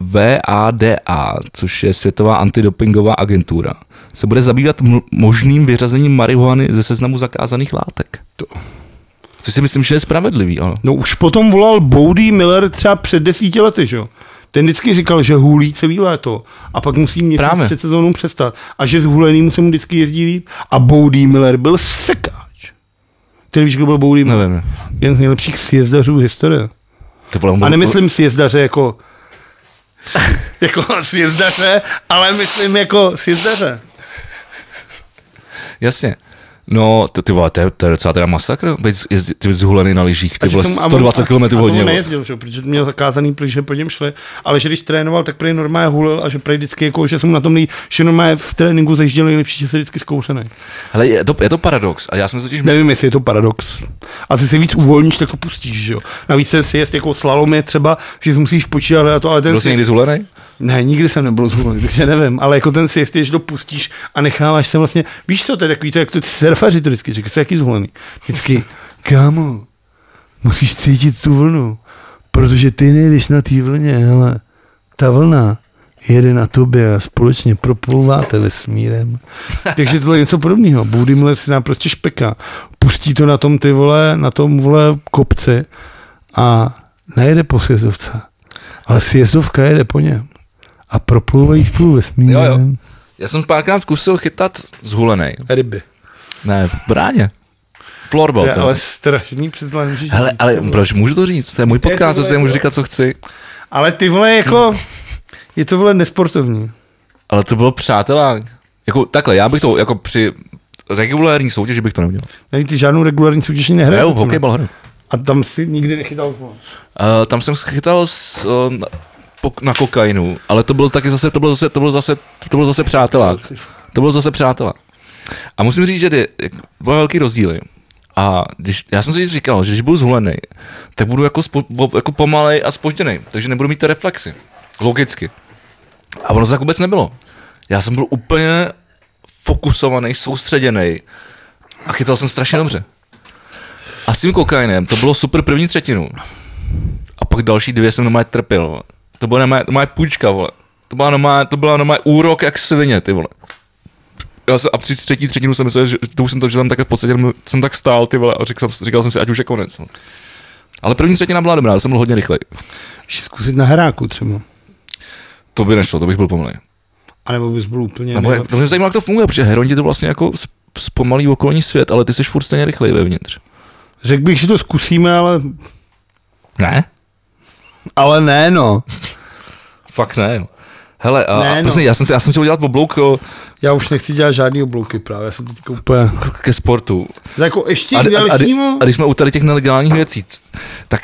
[SPEAKER 2] VADA, což je Světová antidopingová agentura, se bude zabývat m- možným vyřazením marihuany ze seznamu zakázaných látek.
[SPEAKER 3] To-
[SPEAKER 2] Což si myslím, že je spravedlivý, ale.
[SPEAKER 3] No už potom volal Boudy Miller třeba před desíti lety, že jo? Ten vždycky říkal, že hůlí celý léto a pak musí měsíc
[SPEAKER 2] Právě.
[SPEAKER 3] před sezónou přestat a že s huleným se mu vždycky jezdí líp a Boudy Miller byl sekáč. Který víš, kdo byl Boudy Miller?
[SPEAKER 2] Nevím.
[SPEAKER 3] Jeden z nejlepších sjezdařů historie.
[SPEAKER 2] Ty vole, on
[SPEAKER 3] A
[SPEAKER 2] byl-
[SPEAKER 3] nemyslím sjezdaře jako [laughs] jako sjezdaře, ale myslím jako sjezdaře.
[SPEAKER 2] Jasně. No, to, ty vole, to je, to je docela teda masakr, být z- jezdit- ty zhulený na lyžích, ty vole,
[SPEAKER 3] že jsem- a-
[SPEAKER 2] 120 km
[SPEAKER 3] a- a
[SPEAKER 2] hodině.
[SPEAKER 3] tomu
[SPEAKER 2] vole.
[SPEAKER 3] nejezdil, že? jo, protože měl zakázaný, protože po něm šli, ale že když trénoval, tak prý normálně hulil a že prý vždycky, jako, že jsem na tom nej, že normálně v tréninku zajížděl nejlepší, že se vždycky zkoušený.
[SPEAKER 2] Hele, je to, je to paradox. A já jsem totiž myslel,
[SPEAKER 3] Nevím, jestli je to paradox. Asi si víc uvolníš, tak to pustíš, že jo. Navíc se si jest jako slalom je třeba, že si musíš počítat na to, ale ten
[SPEAKER 2] byl jsi
[SPEAKER 3] si...
[SPEAKER 2] někdy zhulený?
[SPEAKER 3] Ne, nikdy jsem nebyl zvolený, takže nevím, ale jako ten si jest, je, že to pustíš a necháváš se vlastně, víš co, to je takový to, jak to ty surfaři to vždycky říkají, jsou jaký zvolený. Vždycky,
[SPEAKER 4] Kámo, musíš cítit tu vlnu, protože ty nejdeš na té vlně, hele.
[SPEAKER 3] ta vlna jede na tobě a společně
[SPEAKER 2] [laughs]
[SPEAKER 3] proplouváte vesmírem. Takže tohle je něco podobného. Boudy Miller si nám prostě špeká. Pustí to na tom ty vole, na tom vole kopci a nejede po sjezdovce. Ale sjezdovka jede po něm. A proplouvají spolu vesmírem.
[SPEAKER 2] Jo, jo. Já jsem párkrát zkusil chytat zhulený.
[SPEAKER 3] Ryby.
[SPEAKER 2] Ne, v bráně. Floorball.
[SPEAKER 3] To je
[SPEAKER 2] ten-
[SPEAKER 3] ale strašný přizlán, že-
[SPEAKER 2] Hele, ale proč můžu to říct? To je můj podcast, zase
[SPEAKER 3] jako-
[SPEAKER 2] můžu říkat, co chci.
[SPEAKER 3] ale ty vole jako, je to vole nesportovní.
[SPEAKER 2] Ale to bylo přátelák. Jako takhle, já bych to jako při regulární soutěži bych to neudělal.
[SPEAKER 3] Nevím, ty žádnou regulární soutěž ani nehraješ.
[SPEAKER 2] Hraju hokejbal hru.
[SPEAKER 3] A tam si nikdy nechytal. vole.
[SPEAKER 2] Uh, tam jsem schytal s, uh, na, pok- na kokainu, ale to byl taky zase, to byl zase, to byl zase, to byl zase přátelák. To byl zase přátelák. A musím říct, že jde, jak- byly velký rozdíly. A když, já jsem si říkal, že když budu zhulený, tak budu jako, spo, bo- jako pomalej a spožděný, takže nebudu mít ty reflexy. Logicky. A ono to tak vůbec nebylo. Já jsem byl úplně fokusovaný, soustředěný a chytal jsem strašně dobře. A s tím kokainem to bylo super první třetinu. A pak další dvě jsem normálně trpěl. Vole. To byla normálně, normálně půjčka, vole. To byla normálně, to byla normálně úrok jak svině, ty vole. Já jsem, a při třetí třetinu jsem myslel, že to už jsem to, že tam takhle v podstatě jsem tak stál, ty vole, a řekl, jsem- říkal jsem si, ať už je konec. Vole. Ale první třetina byla dobrá, já jsem byl hodně rychlej.
[SPEAKER 3] Ještě zkusit na hráku třeba.
[SPEAKER 2] To by nešlo, to bych byl pomalej.
[SPEAKER 3] A nebo bys byl úplně...
[SPEAKER 2] Nebo
[SPEAKER 3] nejlepší.
[SPEAKER 2] jak, to mě zajímalo, jak to funguje, protože heroin ti to vlastně jako z- zpomalí okolní svět, ale ty jsi furt stejně rychlej vevnitř.
[SPEAKER 3] Řekl bych, že to zkusíme, ale...
[SPEAKER 2] Ne?
[SPEAKER 3] Ale ne, no.
[SPEAKER 2] Fakt ne, jo. Hele, a,
[SPEAKER 3] Ne,
[SPEAKER 2] ne,
[SPEAKER 3] no.
[SPEAKER 2] no. prostě, já, jsem, si- já jsem chtěl udělat oblouk o,
[SPEAKER 3] Já už nechci dělat žádný oblouky právě, já jsem to teďka úplně...
[SPEAKER 2] k- ke sportu.
[SPEAKER 3] Jako ještě
[SPEAKER 2] a,
[SPEAKER 3] k
[SPEAKER 2] a, a,
[SPEAKER 3] dalšímu?
[SPEAKER 2] a když jsme u tady těch nelegálních věcí, c- tak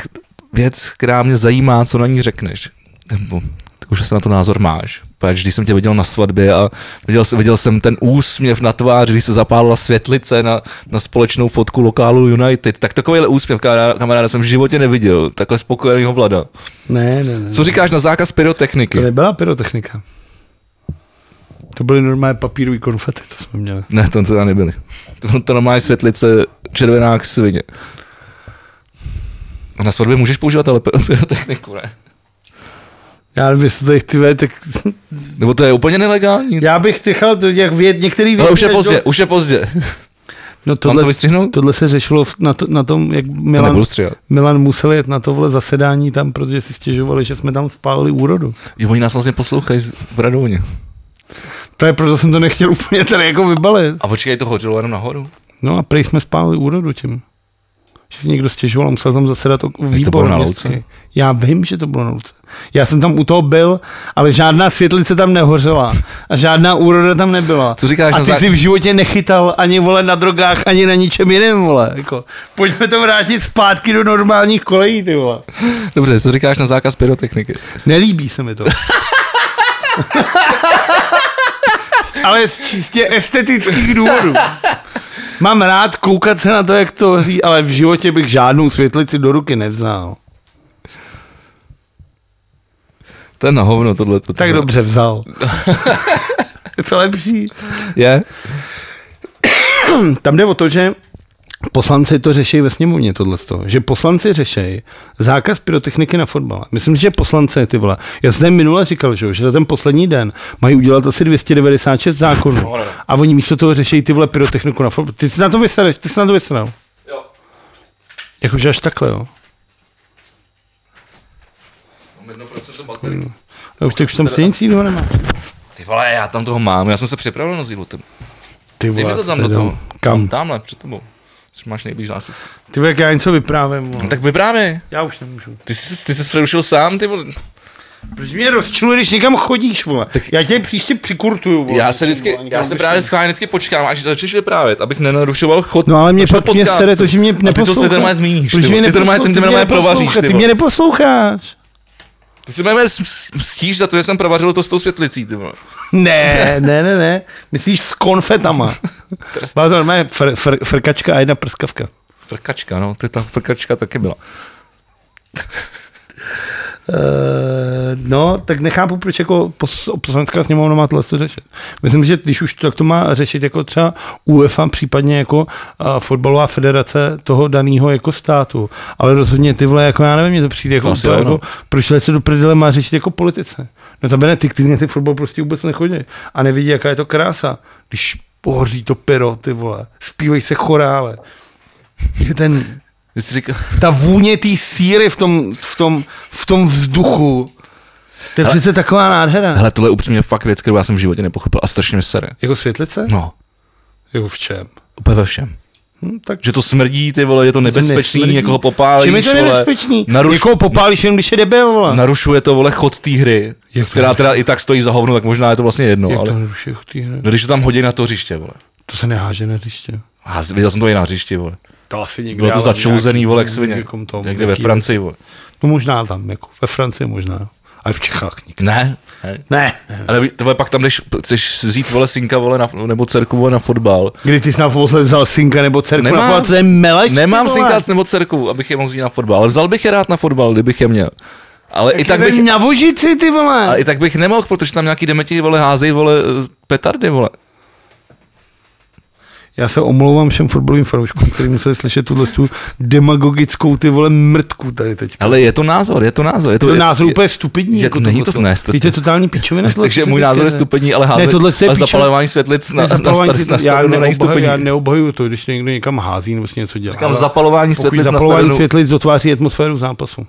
[SPEAKER 2] věc, která mě zajímá, co na ní řekneš. Nebo ty už se na to názor máš. Protože když jsem tě viděl na svatbě a viděl, jsem- viděl jsem ten úsměv na tváři, když se zapálila světlice na, na společnou fotku lokálu United, tak takovýhle úsměv, kamaráde, kamaráde, jsem v životě neviděl. Takhle spokojeného vlada.
[SPEAKER 3] Ne, ne, ne.
[SPEAKER 2] Co říkáš na zákaz pyrotechniky?
[SPEAKER 3] To nebyla pyrotechnika. To byly normálně papírový konfety, to jsme měli.
[SPEAKER 2] Ne, to teda nebyly. To, to normálně světlice červená k svině. A na svatbě můžeš používat ale py- pyrotechniku, ne?
[SPEAKER 3] Já nevím, jestli to je chci vědět, tak
[SPEAKER 2] Nebo to je úplně nelegální?
[SPEAKER 3] já bych chtěl to jak vědět některý věci.
[SPEAKER 2] Ale už je
[SPEAKER 3] až
[SPEAKER 2] pozdě,
[SPEAKER 3] Do...
[SPEAKER 2] už je pozdě.
[SPEAKER 3] No
[SPEAKER 2] Mám
[SPEAKER 3] tohle,
[SPEAKER 2] to vystřihnout?
[SPEAKER 3] tohle se řešilo v- na, to, na tom, jak
[SPEAKER 2] To
[SPEAKER 3] Milan,
[SPEAKER 2] nebudu stříhat.
[SPEAKER 3] Milan musel jet na tohle zasedání tam, protože si stěžovali, že jsme tam spálili úrodu.
[SPEAKER 2] Jo, oni nás vlastně poslouchají z- v Radouně.
[SPEAKER 3] To je proto jsem to nechtěl [laughs] úplně tady jako vybalit.
[SPEAKER 2] A počkej, to hořilo jenom nahoru.
[SPEAKER 3] No a prej jsme spálili úrodu tím. Že si někdo stěžoval a musel tam zasedat ok- výbor.
[SPEAKER 2] bylo na
[SPEAKER 3] městský.
[SPEAKER 2] Louce?
[SPEAKER 3] Já vím, že to bylo na Louce. Já jsem tam u toho byl, ale žádná světlice tam nehořela a žádná úroda tam nebyla.
[SPEAKER 2] Co říkáš
[SPEAKER 3] a
[SPEAKER 2] na
[SPEAKER 3] ty
[SPEAKER 2] zá...
[SPEAKER 3] si v životě nechytal ani vole na drogách, ani na ničem jiném, vole. Jako, pojďme to vrátit zpátky do normálních kolejí, ty vole.
[SPEAKER 2] Dobře, co říkáš na zákaz pyrotechniky?
[SPEAKER 3] Nelíbí se mi to. [laughs] Ale z čistě estetických důvodů. Mám rád koukat se na to, jak to hoří, ale v životě bych žádnou světlici do ruky nevzal.
[SPEAKER 2] To je na hovno tohle. To,
[SPEAKER 3] Tak dobře vzal. [laughs] Je to lepší.
[SPEAKER 2] Je?
[SPEAKER 3] Tam jde o to, že poslanci to řeší ve sněmovně tohle že poslanci řeší zákaz pyrotechniky na fotbale. Myslím, že poslanci ty vole. Já jsem tady minule říkal, že, jo, že za ten poslední den mají udělat asi 296
[SPEAKER 2] No,
[SPEAKER 3] zákonů a oni místo toho řeší ty vole pyrotechniku na fotbale. Ty jsi na to vysadeš, ty jsi na to vysadal.
[SPEAKER 2] Jo.
[SPEAKER 3] Jakože až takhle, jo.
[SPEAKER 2] Mám 1% baterii.
[SPEAKER 3] A už, tak už tam stejně cílu nemá.
[SPEAKER 2] Ty vole, já tam toho mám, já jsem se připravil na zílu. Ty,
[SPEAKER 3] Ty
[SPEAKER 2] dej mi to tam do
[SPEAKER 3] teda.
[SPEAKER 2] toho.
[SPEAKER 3] Kam?
[SPEAKER 2] Tamhle, před tebou. Což máš nejblíž zásad.
[SPEAKER 3] Ty vole, jak já něco vyprávím, vole.
[SPEAKER 2] No, tak vyprávě.
[SPEAKER 3] Já už nemůžu.
[SPEAKER 2] Ty jsi, ty jsi přerušil sám, ty vole.
[SPEAKER 3] Proč mě rozčiluje, když někam chodíš, vole? Tak... Já tě příště přikurtuju, vole.
[SPEAKER 2] Já se vždycky,
[SPEAKER 3] Vole, někam
[SPEAKER 2] já se
[SPEAKER 3] běž
[SPEAKER 2] právě
[SPEAKER 3] tam.
[SPEAKER 2] schválně vždycky počkám, až začneš vyprávět, abych nenarušoval chod
[SPEAKER 3] No ale mě
[SPEAKER 2] našeho
[SPEAKER 3] pak mě
[SPEAKER 2] podcastu.
[SPEAKER 3] sere to, že mě
[SPEAKER 2] A ty to
[SPEAKER 3] neposloucháš.
[SPEAKER 2] tady normálně zmíníš, ty,
[SPEAKER 3] Proč mě
[SPEAKER 2] vole. ty to normálně, ty,
[SPEAKER 3] neposloucháš?
[SPEAKER 2] ty normálně provaříš,
[SPEAKER 3] neposloucháš,
[SPEAKER 2] ty,
[SPEAKER 3] ty mě
[SPEAKER 2] vole.
[SPEAKER 3] neposloucháš.
[SPEAKER 2] Ty si mě s- mstíš za to, že jsem provařil to s tou světlicí, ty vole.
[SPEAKER 3] [laughs] Ne, ne, ne, ne. Myslíš s [laughs] konfetama. Byla to normálně fr, fr, frkačka a jedna prskavka.
[SPEAKER 2] Frkačka, no, ty ta frkačka taky byla.
[SPEAKER 3] Uh, no, tak nechápu, proč jako pos- poslanecká sněmovna má tohle co řešit. Myslím, že když už to, tak to má řešit jako třeba UEFA, případně jako uh, fotbalová federace toho daného jako státu. Ale rozhodně ty vole, jako já nevím, mě to přijde jako,
[SPEAKER 2] To asi
[SPEAKER 3] úplně
[SPEAKER 2] ano.
[SPEAKER 3] jako proč tohle se do prdele má řešit jako politice. No tam ne, ty, ty na ty fotbal prostě vůbec nechodí a nevidí, jaká je to krása. Když pohoří to pero, ty vole, zpívají se chorále. Je ten
[SPEAKER 2] Ty jsi říkal,
[SPEAKER 3] ta vůně té síry v tom, v tom, v tom vzduchu. To je
[SPEAKER 2] Hele-
[SPEAKER 3] přece taková nádhera.
[SPEAKER 2] hele, tohle je upřímně fakt věc, kterou já jsem v životě nepochopil a strašně mě sere.
[SPEAKER 3] Jako světlice?
[SPEAKER 2] No,
[SPEAKER 3] Jako v čem?
[SPEAKER 2] úplně ve všem.
[SPEAKER 3] Hm, tak
[SPEAKER 2] Že to smrdí, ty vole, je to nebezpečný,
[SPEAKER 3] nesmrdí.
[SPEAKER 2] někoho popálíš,
[SPEAKER 3] Čím je to
[SPEAKER 2] vole.
[SPEAKER 3] nebezpečný?
[SPEAKER 2] Naruš-
[SPEAKER 3] Naruš... Někoho popálíš jenom, když je debil, vole.
[SPEAKER 2] Narušuje to, vole, chod té hry,
[SPEAKER 3] Jak to
[SPEAKER 2] která teda i tak stojí za hovno, tak možná je to vlastně jedno,
[SPEAKER 3] Jak
[SPEAKER 2] ale...
[SPEAKER 3] to narušuje ty hry?
[SPEAKER 2] No, když to tam hodí na to hřiště, vole.
[SPEAKER 3] To se neháže na hřiště.
[SPEAKER 2] A z- viděl jsem to i na hřišti, vole.
[SPEAKER 3] To asi někde.
[SPEAKER 2] Bylo to začouzený, vole, jak svině. Někde ve Francii, vole.
[SPEAKER 3] No možná tam, jako ve Francii možná. Ale v Čechách nikdy.
[SPEAKER 2] Ne, ne.
[SPEAKER 3] Ne.
[SPEAKER 2] Ale ví- ty vole, pak tam jdeš, chceš vzít, vole, synka, vole, na, nebo dcerku, vole, na fotbal.
[SPEAKER 3] Kdy ty jsi na posled vzal synka nebo dcerku
[SPEAKER 2] Nemám.
[SPEAKER 3] na fotbal, to je meleš,
[SPEAKER 2] Nemám
[SPEAKER 3] ty vole.
[SPEAKER 2] synka nebo dcerku, abych je mohl vzít na fotbal, ale vzal bych je rád na fotbal, kdybych je měl. Ale i tak,
[SPEAKER 3] Vem
[SPEAKER 2] bych,
[SPEAKER 3] Na vožici, ty vole.
[SPEAKER 2] ale i tak bych nemohl, protože tam nějaký demeti vole házejí vole petardy vole.
[SPEAKER 3] Já se omlouvám všem fotbalovým fanouškům, kteří museli slyšet tuhle tu demagogickou ty vole mrtku tady teď.
[SPEAKER 2] Ale je to názor, je to názor. Je to,
[SPEAKER 3] To je
[SPEAKER 2] je,
[SPEAKER 3] názor
[SPEAKER 2] je,
[SPEAKER 3] úplně stupidní.
[SPEAKER 2] je-
[SPEAKER 3] jako
[SPEAKER 2] není to-
[SPEAKER 3] tohleto.
[SPEAKER 2] ne, to-
[SPEAKER 3] Teď je totální pičovina.
[SPEAKER 2] [laughs]
[SPEAKER 3] tohle,
[SPEAKER 2] takže
[SPEAKER 3] co
[SPEAKER 2] můj
[SPEAKER 3] se
[SPEAKER 2] názor je
[SPEAKER 3] děje.
[SPEAKER 2] stupidní, ale
[SPEAKER 3] Ne,
[SPEAKER 2] házet,
[SPEAKER 3] tohle je
[SPEAKER 2] ale
[SPEAKER 3] pičo-
[SPEAKER 2] zapalování světlic na, na, na,
[SPEAKER 3] Zapalování
[SPEAKER 2] star- na
[SPEAKER 3] světla- já,
[SPEAKER 2] stranu není
[SPEAKER 3] neobhajuji,
[SPEAKER 2] stupidní.
[SPEAKER 3] já neobhajuji to, když někdo někam hází nebo si něco dělá.
[SPEAKER 2] Říkám,
[SPEAKER 3] ale
[SPEAKER 2] zapalování
[SPEAKER 3] pokud
[SPEAKER 2] světlic na
[SPEAKER 3] zapalování
[SPEAKER 2] stranu.
[SPEAKER 3] světlic dotváří atmosféru zápasu.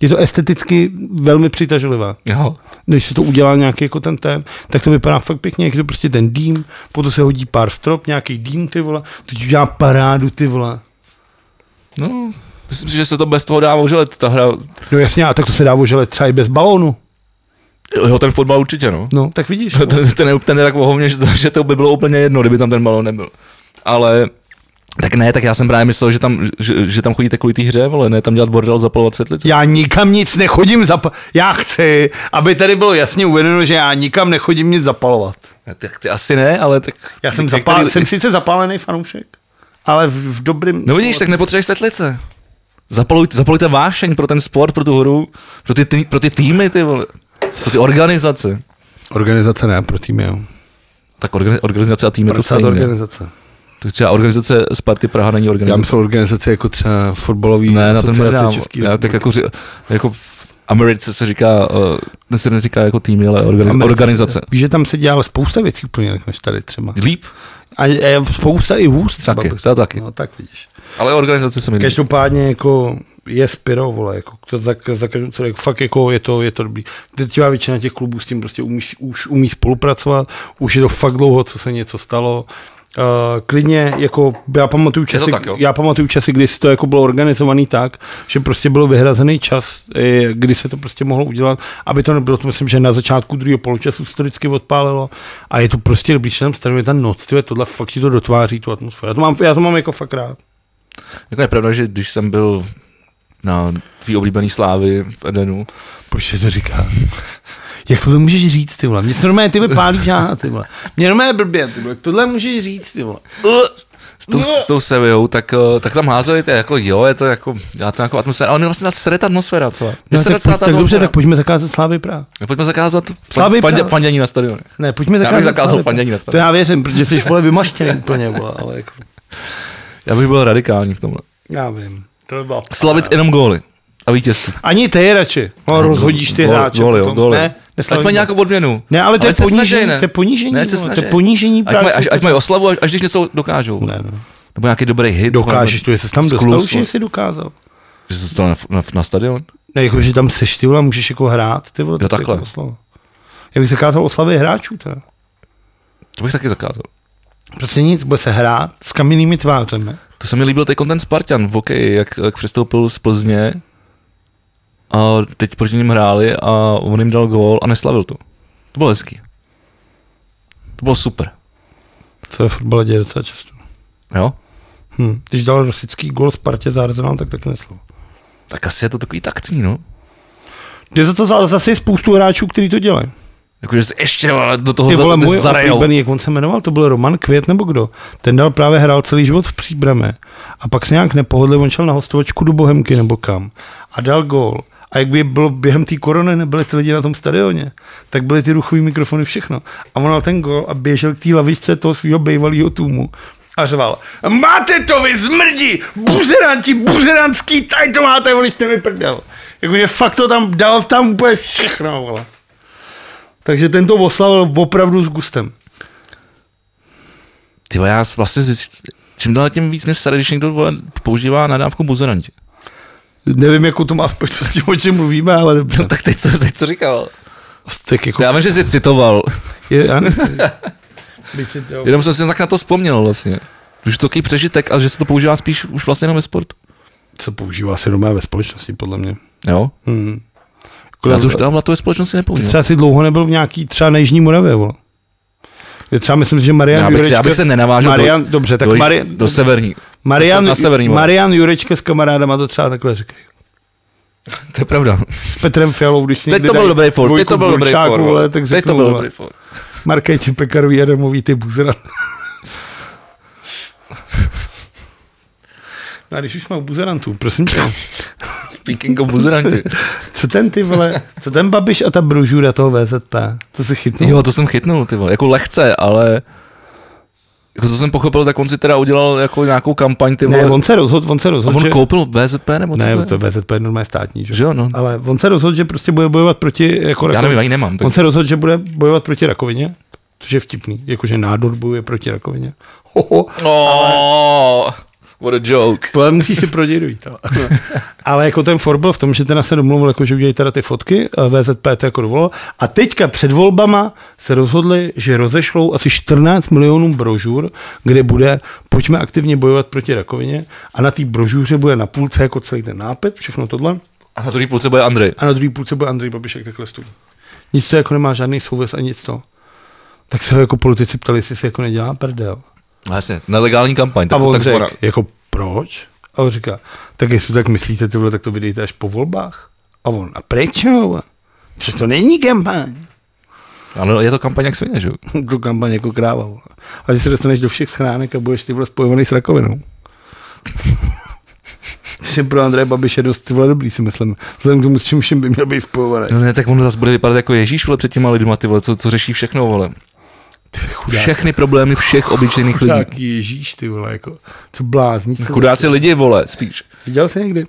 [SPEAKER 3] Je to esteticky velmi přitažlivé.
[SPEAKER 2] Jo.
[SPEAKER 3] když se to udělá nějaký jako ten ten, tak to vypadá fakt pěkně, jak je to prostě ten dým, potom se hodí pár strop, nějaký dým, ty vole, to ti udělá parádu, ty vole.
[SPEAKER 2] No, myslím si, že se to bez toho dá oželet, ta hra.
[SPEAKER 3] No jasně, a tak to se dá oželet třeba i bez balónu.
[SPEAKER 2] Jo, ten fotbal určitě, no. [laughs]
[SPEAKER 3] No, tak [laughs] vidíš.
[SPEAKER 2] To-
[SPEAKER 3] vole.
[SPEAKER 2] ten, ten, je- ten je tak ohovně, že to, že to by bylo úplně jedno, kdyby tam ten balon nebyl. Ale tak ne, tak já jsem právě myslel, že tam, že, že tam chodíte kvůli té hře, ale ne tam dělat bordel, zapalovat světlice.
[SPEAKER 3] Já nikam nic nechodím zapalovat. Já chci, aby tady bylo jasně uvedeno, že já nikam nechodím nic zapalovat.
[SPEAKER 2] Já. Tak ty asi ne, ale tak...
[SPEAKER 3] Já jsem,
[SPEAKER 2] některý-
[SPEAKER 3] zapál, jsem sice zapálený fanoušek, ale v, v dobrým...
[SPEAKER 2] No vidíš, tak nepotřebuješ světlice. Zapalujte, zapalujte vášeň pro ten sport, pro tu hru, pro ty, ty, pro ty týmy, ty vole, pro ty organizace.
[SPEAKER 3] Organizace ne, pro tým jo.
[SPEAKER 2] Tak organi- organizace a týmy to stejné.
[SPEAKER 3] organizace.
[SPEAKER 2] Tak Tak třeba organizace Sparty Praha není
[SPEAKER 3] Já
[SPEAKER 2] organizace.
[SPEAKER 3] myslel organizace jako třeba fotbalový
[SPEAKER 2] ne, na ten
[SPEAKER 3] asociace
[SPEAKER 2] nedám.
[SPEAKER 3] český.
[SPEAKER 2] Já, tak jako, ři- jako v Americe se říká, uh, dnes se neříká jako týmy, ale organiz,
[SPEAKER 3] Americe.
[SPEAKER 2] organizace.
[SPEAKER 3] Víš, že tam se dělá spousta věcí úplně jinak než tady třeba.
[SPEAKER 2] Líp?
[SPEAKER 3] A, a spousta i hůř třeba.
[SPEAKER 2] Taky,
[SPEAKER 3] bych-
[SPEAKER 2] ta taky.
[SPEAKER 3] No tak vidíš.
[SPEAKER 2] Ale organizace se mi líbí.
[SPEAKER 3] Každopádně jako je Spiro, vole, jako to za, za každou cenu, jako fakt jako je to, je to dobrý. Teď většina těch klubů s tím prostě umí, už umí spolupracovat, už je to fakt dlouho, co se něco stalo. Uh, klidně, jako já pamatuju časy,
[SPEAKER 2] tak, jo?
[SPEAKER 3] já pamatuju časy, kdy to jako bylo organizovaný tak, že prostě byl vyhrazený čas, eh, kdy se to prostě mohlo udělat, aby to nebylo, to myslím, že na začátku druhého poločasu se to vždycky odpálilo a je to prostě dobrý, že tam stanuje ta noc, tyhle, tohle fakt ti to dotváří tu atmosféru. Já to mám, já to mám jako fakt rád.
[SPEAKER 2] Jako je pravda, že když jsem byl na tvý oblíbený slávy v Edenu,
[SPEAKER 3] Proč se to říká? Jak to, to můžeš říct, ty vole? Mě se normálně ty vole pálí žáha, ty vole. Mě normálně blbě, ty vole. Tohle můžeš říct, ty vole.
[SPEAKER 2] s tou, s tou Sevillou, tak, eh, tak tam házeli, ty, jako jo, je to jako, já to jako atmosféra, ale on je vlastně ta sere ta atmosféra, co? No,
[SPEAKER 3] No,
[SPEAKER 2] sere
[SPEAKER 3] tak,
[SPEAKER 2] celá
[SPEAKER 3] pojď,
[SPEAKER 2] ta
[SPEAKER 3] tak dobře,
[SPEAKER 2] atmosféra.
[SPEAKER 3] tak pojďme zakázat Slávy Praha.
[SPEAKER 2] No, Pojďme zakázat
[SPEAKER 3] Slávy
[SPEAKER 2] pan,
[SPEAKER 3] Praha.
[SPEAKER 2] pan, pandění na stadionu.
[SPEAKER 3] Ne, pojďme
[SPEAKER 2] Já
[SPEAKER 3] zakázat
[SPEAKER 2] bych zakázal
[SPEAKER 3] Slávy Praha.
[SPEAKER 2] pandění na
[SPEAKER 3] To
[SPEAKER 2] stadionu.
[SPEAKER 3] já věřím, protože jsi vole vymaštěný úplně, vole, ale jako,
[SPEAKER 2] Já bych byl radikální v tomhle.
[SPEAKER 3] já vím. To by bylo.
[SPEAKER 2] Slavit jenom góly a vítězství.
[SPEAKER 3] Ani ty radši. No, rozhodíš ty
[SPEAKER 2] Gól-
[SPEAKER 3] hráče.
[SPEAKER 2] Góly, jo,
[SPEAKER 3] potom.
[SPEAKER 2] góly.
[SPEAKER 3] Ne,
[SPEAKER 2] Ať
[SPEAKER 3] neslavím.
[SPEAKER 2] mají nějakou odměnu.
[SPEAKER 3] ne, ale to je
[SPEAKER 2] ať se snažej,
[SPEAKER 3] ponížení,
[SPEAKER 2] ne?
[SPEAKER 3] to je ponížení,
[SPEAKER 2] Ne, se
[SPEAKER 3] vole, to je
[SPEAKER 2] snažej.
[SPEAKER 3] ponížení
[SPEAKER 2] Ať mají, až,
[SPEAKER 3] práce.
[SPEAKER 2] ať mají oslavu, až, až když něco dokážou.
[SPEAKER 3] Ne, no.
[SPEAKER 2] Nebo nějaký dobrý hit.
[SPEAKER 3] Dokážeš to,
[SPEAKER 2] to,
[SPEAKER 3] že jsi tam
[SPEAKER 2] z
[SPEAKER 3] dostal,
[SPEAKER 2] klusu.
[SPEAKER 3] už jsi dokázal.
[SPEAKER 2] že se dostal na, na, na stadion.
[SPEAKER 3] Ne, jako, že tam seš ty vole, můžeš jako hrát, ty vole.
[SPEAKER 2] Jo,
[SPEAKER 3] tak to je
[SPEAKER 2] takhle.
[SPEAKER 3] jako oslava. Já bych zakázal oslavy hráčů teda.
[SPEAKER 2] To bych taky zakázal.
[SPEAKER 3] Prostě nic, bude se hrát s kamennými tvářemi.
[SPEAKER 2] To se mi líbil teď ten Spartan v hokeji, jak, jak přestoupil z Plzně a teď proti ním hráli a on jim dal gól a neslavil to. To bylo hezký. To bylo super.
[SPEAKER 3] To je v fotbale děje docela často.
[SPEAKER 2] Jo?
[SPEAKER 3] Hm. Když dal rosický gol Spartě za Arsenal, tak taky neslo.
[SPEAKER 2] Tak asi je to takový taktní, no.
[SPEAKER 3] Je za to za- zase je spoustu hráčů, kteří to dělají.
[SPEAKER 2] Jakože se ještě vole, do toho
[SPEAKER 3] Ty vole, můj
[SPEAKER 2] zarejou.
[SPEAKER 3] oblíbený, jak on se jmenoval, to byl Roman Květ nebo kdo. Ten dal právě hrál celý život v Příbrame a pak se nějak nepohodl, on šel na hostovačku do Bohemky nebo kam a dal gól. A jak by bylo během té korony, nebyly ty lidi na tom stadioně, tak byly ty ruchové mikrofony, všechno. A on dal ten gól a běžel k té lavičce toho svého bývalého týmu a řval. Máte to vy zmrdi, buzeranti, buzeranský, tady to máte, vole, jste mi prdel. Jakože fakt to tam dal tam úplně všechno, vole. Takže tento oslavil opravdu s gustem.
[SPEAKER 2] Ty vole, já s- vlastně zjist, čím dál tím víc mě sere, když někdo vole, používá nadávku buzeranti.
[SPEAKER 3] Nevím, jakou to má spojitost s tím, [laughs] o čem mluvíme, ale dobře.
[SPEAKER 2] No tak teď co, teď co říkal?
[SPEAKER 3] Tak jako,
[SPEAKER 2] Já vím, že jsi citoval,
[SPEAKER 3] je, an, Vždyť si to-
[SPEAKER 2] jenom jsem si tak na to vzpomněl vlastně. Už je to takový přežitek, ale že se to používá spíš už vlastně jenom ve sportu.
[SPEAKER 3] co používá se doma ve společnosti, podle mě.
[SPEAKER 2] Jo?
[SPEAKER 3] Hmm.
[SPEAKER 2] Já to už tam na to ve společnosti nepoužívám.
[SPEAKER 3] třeba si dlouho nebyl v nějaký, třeba na Jižní Moravě, vole. Je třeba myslím, že Marian
[SPEAKER 2] Já bych,
[SPEAKER 3] Jurečka,
[SPEAKER 2] já bych se nenavážel
[SPEAKER 3] Marian, dobře, tak
[SPEAKER 2] do,
[SPEAKER 3] Mari,
[SPEAKER 2] do, do severní.
[SPEAKER 3] Marian,
[SPEAKER 2] na severní Mari...
[SPEAKER 3] Marian Jurečka s kamarádama to třeba takhle říkají.
[SPEAKER 2] To je pravda.
[SPEAKER 3] S Petrem Fialou, když si
[SPEAKER 2] Teď
[SPEAKER 3] někdy
[SPEAKER 2] to byl
[SPEAKER 3] dají
[SPEAKER 2] dobrý for, teď
[SPEAKER 3] dvojku
[SPEAKER 2] to byl dobrý
[SPEAKER 3] Burčáku,
[SPEAKER 2] for. vole.
[SPEAKER 3] vole, tak
[SPEAKER 2] Teď to byl dobrý for.
[SPEAKER 3] Markéti Pekarový Adamový
[SPEAKER 2] [laughs]
[SPEAKER 3] ty buzera. No a když už jsme u buzerantů, prosím tě,
[SPEAKER 2] Speaking of buzeranky.
[SPEAKER 3] co ten
[SPEAKER 2] [laughs]
[SPEAKER 3] ty vole, co ten Babiš a ta brožura toho VZP, to se chytnul.
[SPEAKER 2] Jo, to jsem chytnul, ty vole. Jako lehce, ale... Jako to jsem pochopil, tak on si teda udělal jako nějakou kampaň, ty vole.
[SPEAKER 3] ne, on se rozhodl, on se
[SPEAKER 2] a
[SPEAKER 3] rozhodl,
[SPEAKER 2] on
[SPEAKER 3] že...
[SPEAKER 2] koupil VZP nebo co
[SPEAKER 3] Ne,
[SPEAKER 2] to
[SPEAKER 3] to
[SPEAKER 2] je?
[SPEAKER 3] VZP je normálně státní, že?
[SPEAKER 2] Že jo, no.
[SPEAKER 3] Ale on se rozhodl, že prostě bude bojovat proti... Jako
[SPEAKER 2] Já
[SPEAKER 3] rakovině.
[SPEAKER 2] nevím, já ji nemám. Tak...
[SPEAKER 3] On se rozhodl, že bude bojovat proti rakovině, což je vtipný, jakože nádor bojuje proti rakovině. Hoho,
[SPEAKER 2] Oh, No, what a joke.
[SPEAKER 3] To ale musíš si prodělit. ale- [laughs] ale jako ten for byl v tom, že teda se domluvil, jako že udělají teda ty fotky, a VZP to jako dovolilo. A teďka před volbama se rozhodli, že rozešlou asi 14 milionů brožur, kde bude pojďme aktivně bojovat proti rakovině a na té brožuře bude na půlce jako celý ten nápad, všechno tohle
[SPEAKER 2] A na druhý půlce bude Andrej.
[SPEAKER 3] a na druhé půlce bude Andrej Babišek takhle stojí. Nic to jako nemá žádný souvis a nic to. Tak se ho jako politici ptali, jestli se jako nedělá prdel.
[SPEAKER 2] No jasně, nelegální kampaň.
[SPEAKER 3] A
[SPEAKER 2] Tak,
[SPEAKER 3] on
[SPEAKER 2] tak
[SPEAKER 3] řekl,
[SPEAKER 2] zvona.
[SPEAKER 3] jako proč? A on říká, tak jestli tak myslíte, ty vole, tak to vydejte až po volbách. A on, a proč? jo? Protože to není kampaň. [laughs]
[SPEAKER 2] Ano, je to kampaň jak svině, že jo?
[SPEAKER 3] to kampaň jako kráva. Vole. A ty se dostaneš do všech schránek a budeš ty vole spojovaný s rakovinou. [laughs] Což je pro Andreje Babiše dost ty vole dobrý, si myslím. Vzhledem k tomu, s čím všem by měl být spojovaný.
[SPEAKER 2] No ne, tak on zase bude vypadat jako Ježíš vole, před těma lidma, ty vole, co, co řeší všechno, vole.
[SPEAKER 3] Ty vole, chudák.
[SPEAKER 2] Všechny problémy všech obyčejných lidí.
[SPEAKER 3] chudák Ježíš, ty vole, jako, co blázní. co-
[SPEAKER 2] Chudáci lidi, vole, spíš.
[SPEAKER 3] Viděl jsi někdy?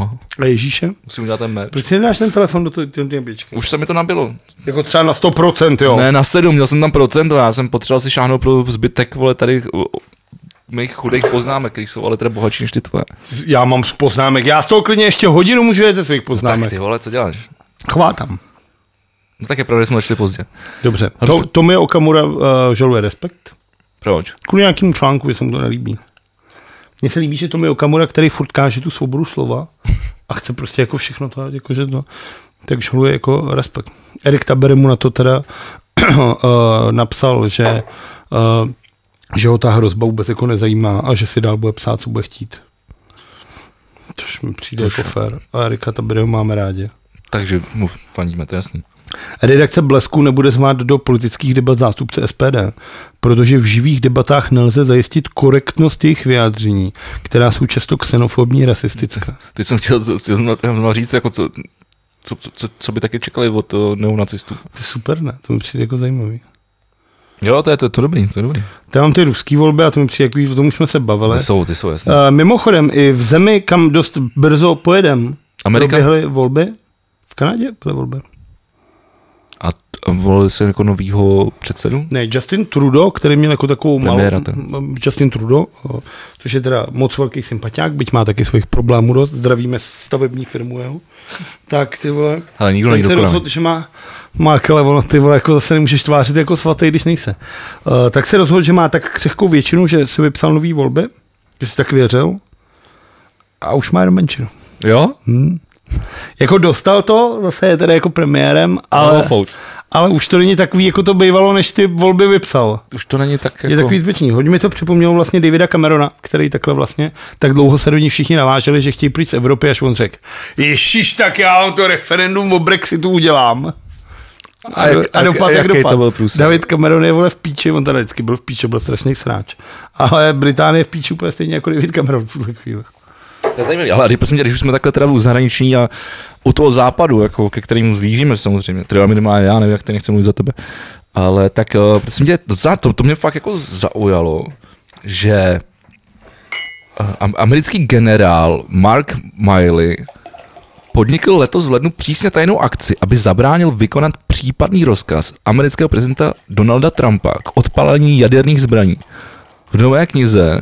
[SPEAKER 2] No,
[SPEAKER 3] A Ježíše?
[SPEAKER 2] musím udělat ten merch.
[SPEAKER 3] Proč si nedáš ten telefon do té jaběčky?
[SPEAKER 2] Už se mi to nabilo.
[SPEAKER 3] Jako třeba na 100%, jo.
[SPEAKER 2] No. Ne, na sedm, měl jsem tam procento, já jsem potřeboval si šáhnout pro zbytek, vole, tady u- u- mých chudých poznámek, který jsou ale teda bohatší než ty tvoje.
[SPEAKER 3] Já mám z poznámek. Já z toho klidně ještě hodinu můžu jít ze svých
[SPEAKER 2] No Tak
[SPEAKER 3] poznámek.
[SPEAKER 2] ty vole, co děláš?
[SPEAKER 3] Chvátám.
[SPEAKER 2] No tak je pravda, že jsme začali pozdě.
[SPEAKER 3] Dobře.
[SPEAKER 2] Ale
[SPEAKER 3] To,
[SPEAKER 2] jsi-
[SPEAKER 3] to mi Okamura uh, žaluje respekt.
[SPEAKER 2] Proč?
[SPEAKER 3] Kvůli nějakému článku, že se mu to nelíbí. Mně se líbí, že to mi Okamura, který furt káže tu svobodu slova a chce prostě jako všechno to, jako že to, tak žaluje jako respekt. Erik Tabere mu na to teda eh, napsal, že, eh, že ho ta hrozba vůbec jako nezajímá a že si dál bude psát, co bude chtít. Což mi přijde
[SPEAKER 2] Což-
[SPEAKER 3] jako fér. A Erika Tabereho máme rádi.
[SPEAKER 2] Takže mu fandíme, to je jasný.
[SPEAKER 3] Redakce Blesku nebude zvát do politických debat zástupce SPD, protože v živých debatách nelze zajistit korektnost jejich vyjádření, která jsou často xenofobní, rasistická.
[SPEAKER 2] Teď jsem chtěl, chtěl jsem na- na říct, jako co, co, co- co, co by taky čekali od eh, neonacistů.
[SPEAKER 3] To je super, ne? To mi přijde jako zajímavý.
[SPEAKER 2] Jo, to je to, to je dobrý, to je dobrý.
[SPEAKER 3] Tam mám ty ruský volby a to mi přijde, jako, o tom už jsme se bavili.
[SPEAKER 2] Ty jsou, ty jsou, jasný.
[SPEAKER 3] Uh, mimochodem, i v zemi, kam dost brzo pojedem,
[SPEAKER 2] Amerika
[SPEAKER 3] proběhly volby. V Kanadě byly volby.
[SPEAKER 2] a t- a volili se jako novýho předsedu?
[SPEAKER 3] Ne, Justin Trudeau, který měl jako takovou malou...
[SPEAKER 2] Premiéra to.
[SPEAKER 3] m- Justin Trudeau, o, což je teda moc velký sympatiák, byť má taky svých problémů dost, zdravíme stavební firmu jeho. Tak ty vole,
[SPEAKER 2] Ale nikdo
[SPEAKER 3] ten
[SPEAKER 2] není
[SPEAKER 3] se
[SPEAKER 2] dokonalý.
[SPEAKER 3] rozhodl, že má, má kele, ono ty vole, jako zase nemůžeš tvářit jako svatý, když nejse. Uh, tak se rozhodl, že má tak křehkou většinu, že si vypsal nový volby, že si tak věřil a už má jenom menšinu.
[SPEAKER 2] Jo?
[SPEAKER 3] Hmm. Jako dostal to, zase je teda jako premiérem,
[SPEAKER 2] Ale...
[SPEAKER 3] ale... Ale už to není takový, jako to bývalo, než ty volby vypsal.
[SPEAKER 2] Už to není tak jako...
[SPEAKER 3] Je takový zbytečný. Hodně mi to připomnělo vlastně Davida Camerona, který takhle vlastně tak dlouho se do ní všichni naváželi, že chtějí pryč z Evropy, až on řekl, ježiš, tak já vám to referendum o Brexitu udělám. A,
[SPEAKER 2] jak-
[SPEAKER 3] do- a,
[SPEAKER 2] jak-
[SPEAKER 3] dopad, jak
[SPEAKER 2] jaký
[SPEAKER 3] dopad.
[SPEAKER 2] to byl průser?
[SPEAKER 3] David Cameron je vole v píči, on tady vždycky byl v píči, byl strašný sráč. Ale Británie je v píči úplně stejně jako David Cameron v tuhle chvíli.
[SPEAKER 2] To je zajímavé, ale když, prosím tě, když už jsme takhle teda u zahraniční a u toho západu, jako, ke kterému zlížíme samozřejmě, teda minimálně já nevím, jak ten nechci mluvit za tebe, ale tak eh, prosím tě, docela to, to mě fakt jako zaujalo, že eh, am- americký generál Mark Miley podnikl letos v lednu přísně tajnou akci, aby zabránil vykonat případný rozkaz amerického prezidenta Donalda Trumpa k odpalení jaderných zbraní. V nové knize,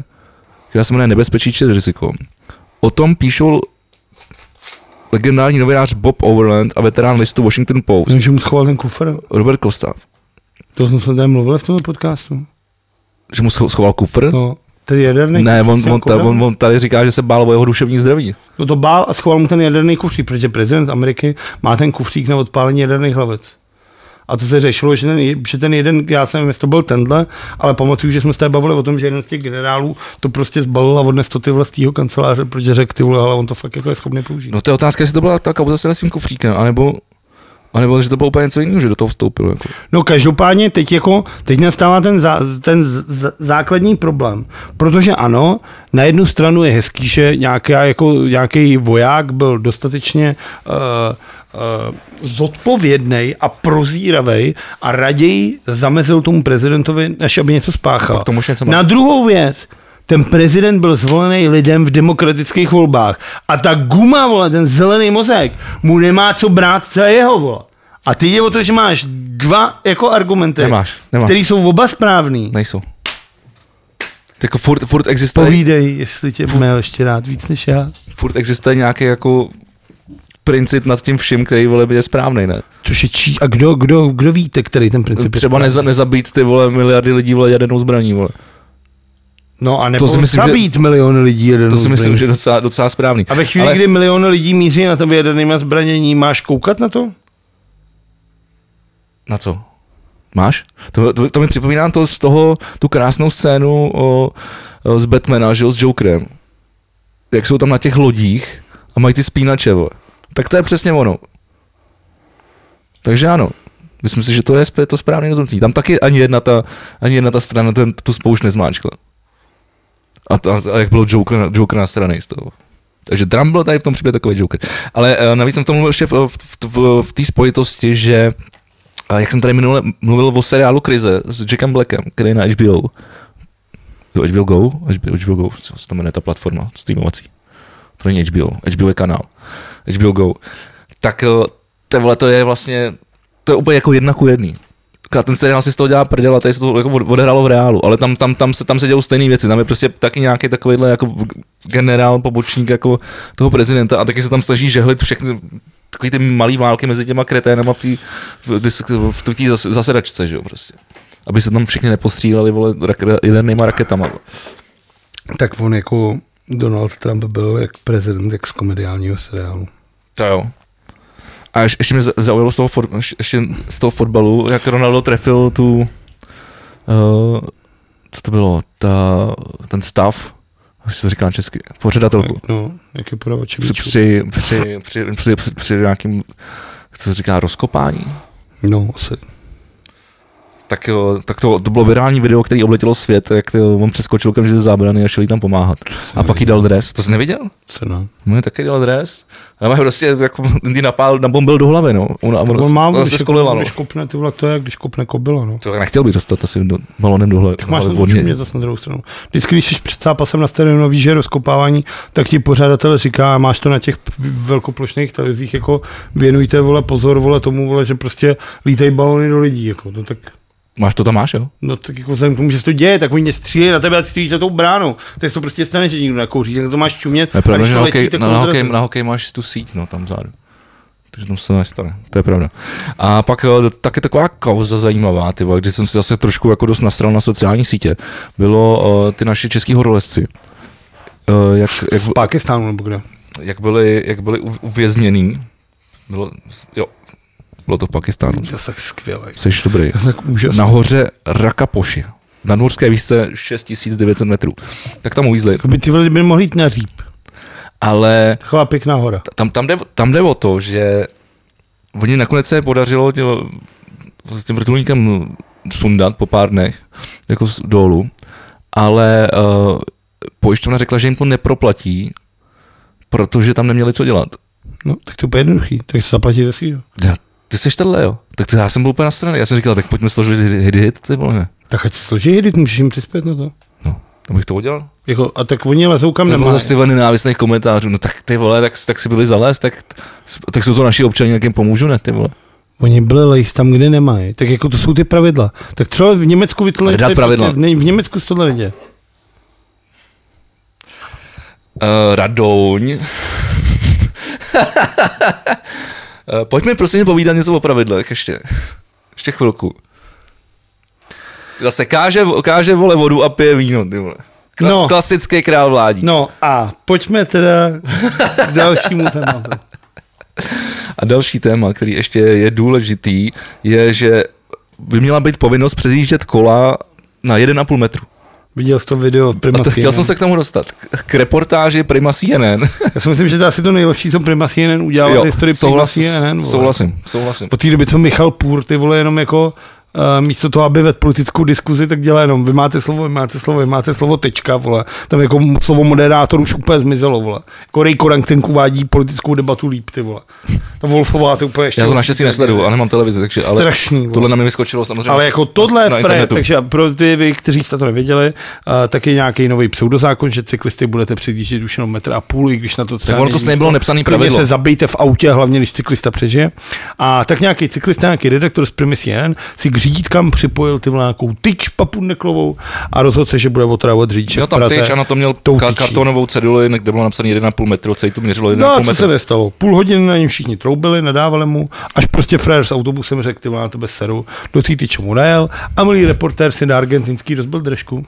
[SPEAKER 2] která se jmenuje Nebezpečí či riziko, O tom píšou legendární novinář Bob Overland a veterán listu Washington Post,
[SPEAKER 3] Že mu schoval ten kufr,
[SPEAKER 2] Robert Kostav,
[SPEAKER 3] to jsme se tady mluvili v tomhle podcastu.
[SPEAKER 2] že mu scho- schoval kufr.
[SPEAKER 3] No, jako- tedy jaderný
[SPEAKER 2] Ne,
[SPEAKER 3] kufr,
[SPEAKER 2] on,
[SPEAKER 3] ten
[SPEAKER 2] on, ta,
[SPEAKER 3] koran.
[SPEAKER 2] on, on tady říká, že se bál o jeho duševní zdraví.
[SPEAKER 3] No to bál a schoval mu ten jaderný kufřík, protože prezident Ameriky má ten kufřík na odpálení jaderných hlavec. A to se řešilo, že ten, že ten jeden, já jsem nevím, jestli to byl tenhle, ale pamatuju, že jsme se tady bavili o tom, že jeden z těch generálů to prostě zbalil a odnesl to ty vole z tého kanceláře, protože řekl ty vole, ale on to fakt jako je schopný použít. No.
[SPEAKER 2] No to je otázka, jestli to byla ta kauza se s tím kufříkem, anebo, anebo že to bylo úplně něco jiného, že do toho vstoupil. Jako.
[SPEAKER 3] no každopádně teď jako, teď nastává ten, zá, ten z, z, základní problém, protože ano, na jednu stranu je hezký, že nějaká, jako, nějaký voják byl dostatečně uh, eh, zodpovědný a prozíravý a raději zamezil tomu prezidentovi, než aby něco spáchal.
[SPEAKER 2] Pak tomu už něco má.
[SPEAKER 3] Na druhou věc, ten prezident byl zvolený lidem v demokratických volbách a ta guma, vole, ten zelený mozek, mu nemá co brát, co je jeho, vole. A ty je o to, že máš dva jako argumenty,
[SPEAKER 2] Nemáš, nemáš.
[SPEAKER 3] které jsou oba správný.
[SPEAKER 2] Nejsou. Tak jako furt, furt, existuje,
[SPEAKER 3] Povídej, jestli tě měl ještě rád víc než já.
[SPEAKER 2] furt existuje nějaký jako princip nad tím vším, který vole by je správný, ne?
[SPEAKER 3] Což je čí, a kdo, kdo, kdo víte, který ten princip je
[SPEAKER 2] Třeba
[SPEAKER 3] správný?
[SPEAKER 2] neza, nezabít ty vole miliardy lidí vole jadernou zbraní, vole.
[SPEAKER 3] No a nebo
[SPEAKER 2] to si myslím, že-
[SPEAKER 3] zabít miliony lidí jeden
[SPEAKER 2] To si myslím, že je docela, docela správný.
[SPEAKER 3] A ve chvíli,
[SPEAKER 2] Ale
[SPEAKER 3] ale... kdy miliony lidí míří na tebe jadernýma zbranění, máš koukat na to?
[SPEAKER 2] Na co? Máš? To, to, to mi připomíná to z toho, tu krásnou scénu o, o, z Batmana, že jo, s Jokerem. Jak jsou tam na těch lodích a mají ty spínače, vole. Tak to je přesně ono. Takže ano. Myslím si, že to je sp- to správně rozhodnutí. Tam taky ani jedna ta, ani jedna ta strana ten, tu spoušť nezmáčkla. A, to, a jak bylo Joker, na- Joker na straně z toho. Takže Trump byl tady v tom případě takový Joker. Ale eh, navíc jsem v tom mluvil ještě v, v, v, v, v té spojitosti, že A jak jsem tady minule mluvil o seriálu Krize s Jackem Blackem, který je na HBO. Jo, HBO Go? HBO, HBO Go, co se to jmenuje ta platforma streamovací. To není HBO, HBO je kanál. HBO Go. Tak eh, to vole, to je vlastně, to je úplně jako jedna ku jedný. A ten seriál si z toho dělá prdel a tady se to jako od- odehrálo v reálu, ale tam, tam, tam, se, tam se dělou stejné věci, tam je prostě taky nějaký takovýhle jako generál, pobočník jako toho prezidenta a taky se tam snaží žehlit všechny takový ty malý války mezi těma kreténama v té v, dis- v, té zas- zasedačce, že jo, prostě. Aby se tam všichni nepostříleli, vole, rak- jedernýma raketama. Vole.
[SPEAKER 3] Tak on jako Donald Trump byl jak prezident, jak z komediálního seriálu.
[SPEAKER 2] To jo. A ješ- ještě mě za- zaujalo z toho, fot, ješ- ještě z toho fotbalu, jak Ronaldo trefil tu, uh, co to bylo, ta, ten stav, jak se to říká česky, pořadatelku.
[SPEAKER 3] No, jak je podava
[SPEAKER 2] Při,
[SPEAKER 3] čebičů.
[SPEAKER 2] při, při, při, při, při, při nějakým, co se říká, rozkopání.
[SPEAKER 3] No, asi.
[SPEAKER 2] Tak, jo, tak to, to bylo virální video, který obletělo svět, jak to, on přeskočil okamžitě ze zábrany a šel jí tam pomáhat. A pak jí dal dres. To jsi neviděl?
[SPEAKER 3] Cena.
[SPEAKER 2] Můj taky dal dres. A má prostě jako kdy napál, nabombil do hlavy, no. Ona, ona,
[SPEAKER 3] On má, jako
[SPEAKER 2] ona
[SPEAKER 3] když,
[SPEAKER 2] se skolila, no.
[SPEAKER 3] když kopne, ty vole, to je, jak když kopne kobila, no.
[SPEAKER 2] To nechtěl bych dostat asi do, balonem do hlavy.
[SPEAKER 3] Tak máš
[SPEAKER 2] ale
[SPEAKER 3] to mě zase na druhou stranu. Vždycky, když jsi před zápasem na stadionu, víš, že je rozkopávání, tak ti pořadatel říká, máš to na těch p- velkoplošných televizích, jako věnujte, vole, pozor, vole, tomu, vole, že prostě lítají balony do lidí, jako, to tak,
[SPEAKER 2] máš to tam, máš, jo?
[SPEAKER 3] no tak jako vzhledem k tomu, že se to děje, tak oni tě střílejí na tebe a ty stojíš za tou bránou. Tak se to prostě stane, že nikdo nekouří, tak to máš čumět.
[SPEAKER 2] Ne,
[SPEAKER 3] a
[SPEAKER 2] No pravda,
[SPEAKER 3] když
[SPEAKER 2] že
[SPEAKER 3] to
[SPEAKER 2] na
[SPEAKER 3] letí,
[SPEAKER 2] hokej,
[SPEAKER 3] tak
[SPEAKER 2] na, na,
[SPEAKER 3] to
[SPEAKER 2] hokej,
[SPEAKER 3] odrazí.
[SPEAKER 2] na hokej máš tu síť, no, tam vzadu. Takže tam se to nestane, to je pravda. A pak eh, taky taková kauza zajímavá, ty vole, kdy jsem se zase trošku jako dost nasral na sociální sítě, bylo eh, ty naši český horolezci. Eh, jak, jak,
[SPEAKER 3] V Pakistánu
[SPEAKER 2] [laughs]
[SPEAKER 3] nebo kde?
[SPEAKER 2] jak, byli, jak byli uv- uvězněný, bylo, jo, bylo to v Pakistánu.
[SPEAKER 3] Já tak skvěle.
[SPEAKER 2] Jsi dobrý.
[SPEAKER 3] Tak úžasný.
[SPEAKER 2] Nahoře Rakapoši. Na nadmořské výšce 6900 metrů. Tak tam uvízli.
[SPEAKER 3] By ty vole by mohli jít na říp.
[SPEAKER 2] Ale
[SPEAKER 3] Taková pěkná hora.
[SPEAKER 2] tam, tam, jde, tam jde o to, že oni nakonec se podařilo tě, s tím vrtulníkem sundat po pár dnech, jako z dolů, ale uh, pojišťovna řekla, že jim to neproplatí, protože tam neměli co dělat.
[SPEAKER 3] No, tak to je úplně jednoduchý. Tak se zaplatí ze svýho.
[SPEAKER 2] Já, ty seš tenhle, jo? Tak to já jsem byl úplně na straně. Já jsem říkal, tak pojďme složit hit, hit ty vole.
[SPEAKER 3] Tak ať si složí hit, můžeš jim přispět na to.
[SPEAKER 2] No, abych to udělal.
[SPEAKER 3] Jako, a tak oni lezou kam
[SPEAKER 2] Nebo
[SPEAKER 3] nemá.
[SPEAKER 2] zase ty vole nenávistných komentářů, no tak ty vole, tak, tak si byli zalézt, tak, tak jsou to naši občani, jak jim pomůžu, ne ty vole.
[SPEAKER 3] Oni byli lejs tam, kde nemají. Tak jako to jsou ty pravidla. Tak třeba v Německu by tohle...
[SPEAKER 2] Hledat
[SPEAKER 3] se-
[SPEAKER 2] pravidla.
[SPEAKER 3] V, Ně- v Německu se tohle neděje.
[SPEAKER 2] Uh, Radouň. Eh, Eh, Pojďme prosím povídat něco o pravidlech ještě. Ještě chvilku. Zase káže, káže vole vodu a pije víno, ty vole. Klas,
[SPEAKER 3] No.
[SPEAKER 2] no. Klasický král vládí. No.
[SPEAKER 3] No a pojďme teda
[SPEAKER 2] [laughs]
[SPEAKER 3] k dalšímu tématu.
[SPEAKER 2] A další téma, který ještě je důležitý, je, že by měla být povinnost předjíždět kola na 1,5 metru.
[SPEAKER 3] Viděl jsi to video Prima
[SPEAKER 2] A to, chtěl
[SPEAKER 3] CNN.
[SPEAKER 2] jsem se k tomu dostat. K- K reportáži Prima CNN.
[SPEAKER 3] Já si myslím, že to je asi to nejlepší, co Prima CNN udělal v historii
[SPEAKER 2] [laughs]
[SPEAKER 3] Prima
[SPEAKER 2] souhlas,
[SPEAKER 3] CNN. vole.
[SPEAKER 2] souhlasím, souhlasím.
[SPEAKER 3] Po té době, co Michal Půr, ty vole, jenom jako uh, místo toho, aby vedl politickou diskuzi, tak dělá jenom vy máte slovo, vy máte slovo, vy máte slovo, tečka, vole. Tam jako slovo moderátor už úplně zmizelo, vole. Jako Ray Korank uvádí politickou debatu líp, ty vole. Ta Wolfová, ty úplně ještě...
[SPEAKER 2] Já to naštěstí nesleduju a nemám televizi, takže ale
[SPEAKER 3] Strašný, vole.
[SPEAKER 2] tohle na mě vyskočilo samozřejmě.
[SPEAKER 3] Ale jako tohle je
[SPEAKER 2] na
[SPEAKER 3] frér,
[SPEAKER 2] internetu.
[SPEAKER 3] takže pro ty vy, kteří jste to nevěděli, uh, tak je nějaký nový pseudozákon, že cyklisty budete předjíždět už jenom metr a půl, i když na to třeba
[SPEAKER 2] ono to
[SPEAKER 3] není
[SPEAKER 2] nebylo
[SPEAKER 3] místo.
[SPEAKER 2] nepsaný
[SPEAKER 3] Klidně
[SPEAKER 2] pravidlo.
[SPEAKER 3] se zabijte v autě, hlavně když cyklista přežije. A tak nějaký cyklista, nějaký redaktor z Primis CNN si k řídítkám připojil ty vole nějakou tyč papundeklovou a rozhodl se, že bude otravovat řidiče
[SPEAKER 2] Jo,
[SPEAKER 3] v
[SPEAKER 2] tam
[SPEAKER 3] Praze.
[SPEAKER 2] tyč, ano, to měl
[SPEAKER 3] tou
[SPEAKER 2] ka-
[SPEAKER 3] tyčí.
[SPEAKER 2] kartonovou ceduli, kde bylo napsané 1,5 metru, celý to měřilo
[SPEAKER 3] No
[SPEAKER 2] 1,5
[SPEAKER 3] a
[SPEAKER 2] no,
[SPEAKER 3] co se
[SPEAKER 2] metru.
[SPEAKER 3] nestalo? Půl hodiny na něm všichni troubili, nadávali mu, až prostě frér s autobusem řekl, ty vole, na tebe seru, do té tyče mu najel a milý reportér si na argentinský rozbil držku.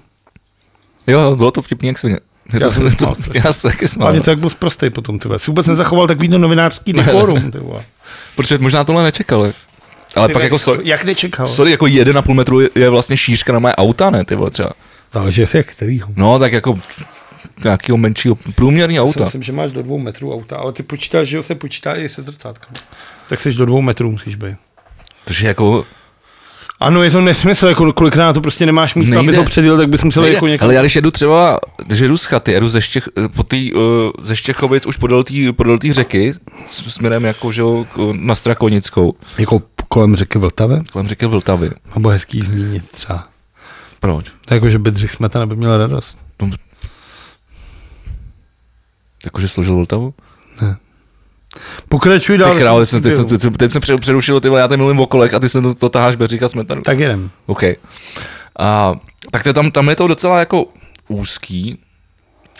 [SPEAKER 2] Jo, bylo to vtipný, jak svině. Je
[SPEAKER 3] Já
[SPEAKER 2] to-
[SPEAKER 3] jsem
[SPEAKER 2] je to-
[SPEAKER 3] smál.
[SPEAKER 2] Já se taky smál.
[SPEAKER 3] Hlavně
[SPEAKER 2] no.
[SPEAKER 3] to jak byl prostý potom, ty vole. Si vůbec nezachoval takový ten novinářský [laughs] dekorum, ty vole.
[SPEAKER 2] Protože možná tohle nečekali. Ale pak jako, sorry,
[SPEAKER 3] Jak nečekal?
[SPEAKER 2] sorry, jako 1,5 metru je- je vlastně šířka na moje auta, ne, ty vole třeba.
[SPEAKER 3] Záleží jak kterýho.
[SPEAKER 2] No, tak jako nějakého menšího, průměrný
[SPEAKER 3] Já si
[SPEAKER 2] auta.
[SPEAKER 3] myslím, že máš do dvou metrů auta, ale ty počítáš, že jo, se počítá i se zrcátkem. Tak jsi do dvou metrů musíš být.
[SPEAKER 2] Takže jako
[SPEAKER 3] Ano, je to nesmysl, jako kolikrát to prostě nemáš místo, aby
[SPEAKER 2] Nejde.
[SPEAKER 3] to předjel, tak bys musel
[SPEAKER 2] Nejde,
[SPEAKER 3] jako někam.
[SPEAKER 2] Ale já když jedu třeba, když jedu z chaty, jedu ze, Štěch, po tý, uh, ze Štěchovic už podél té podél tý řeky, s- směrem jako, že jo, k- na Strakonickou,
[SPEAKER 3] Jako kolem řeky Vltavy?
[SPEAKER 2] Kolem řeky Vltavy.
[SPEAKER 3] Nebo hezký zmínit třeba.
[SPEAKER 2] Proč?
[SPEAKER 3] To je jako, že Bedřich Smetana by měl radost.
[SPEAKER 2] Jakože složil Vltavu?
[SPEAKER 3] Pokračuj dál.
[SPEAKER 2] Ty krále, teď, jsem- teď, jsem- teď, jsem- teď jsem pře- přerušil, ty vole, já tady mluvím o kolech a ty se to, to taháš Beříka Smetanu.
[SPEAKER 3] Tak jedem.
[SPEAKER 2] OK. A, tak to je tam, tam je to docela jako úzký.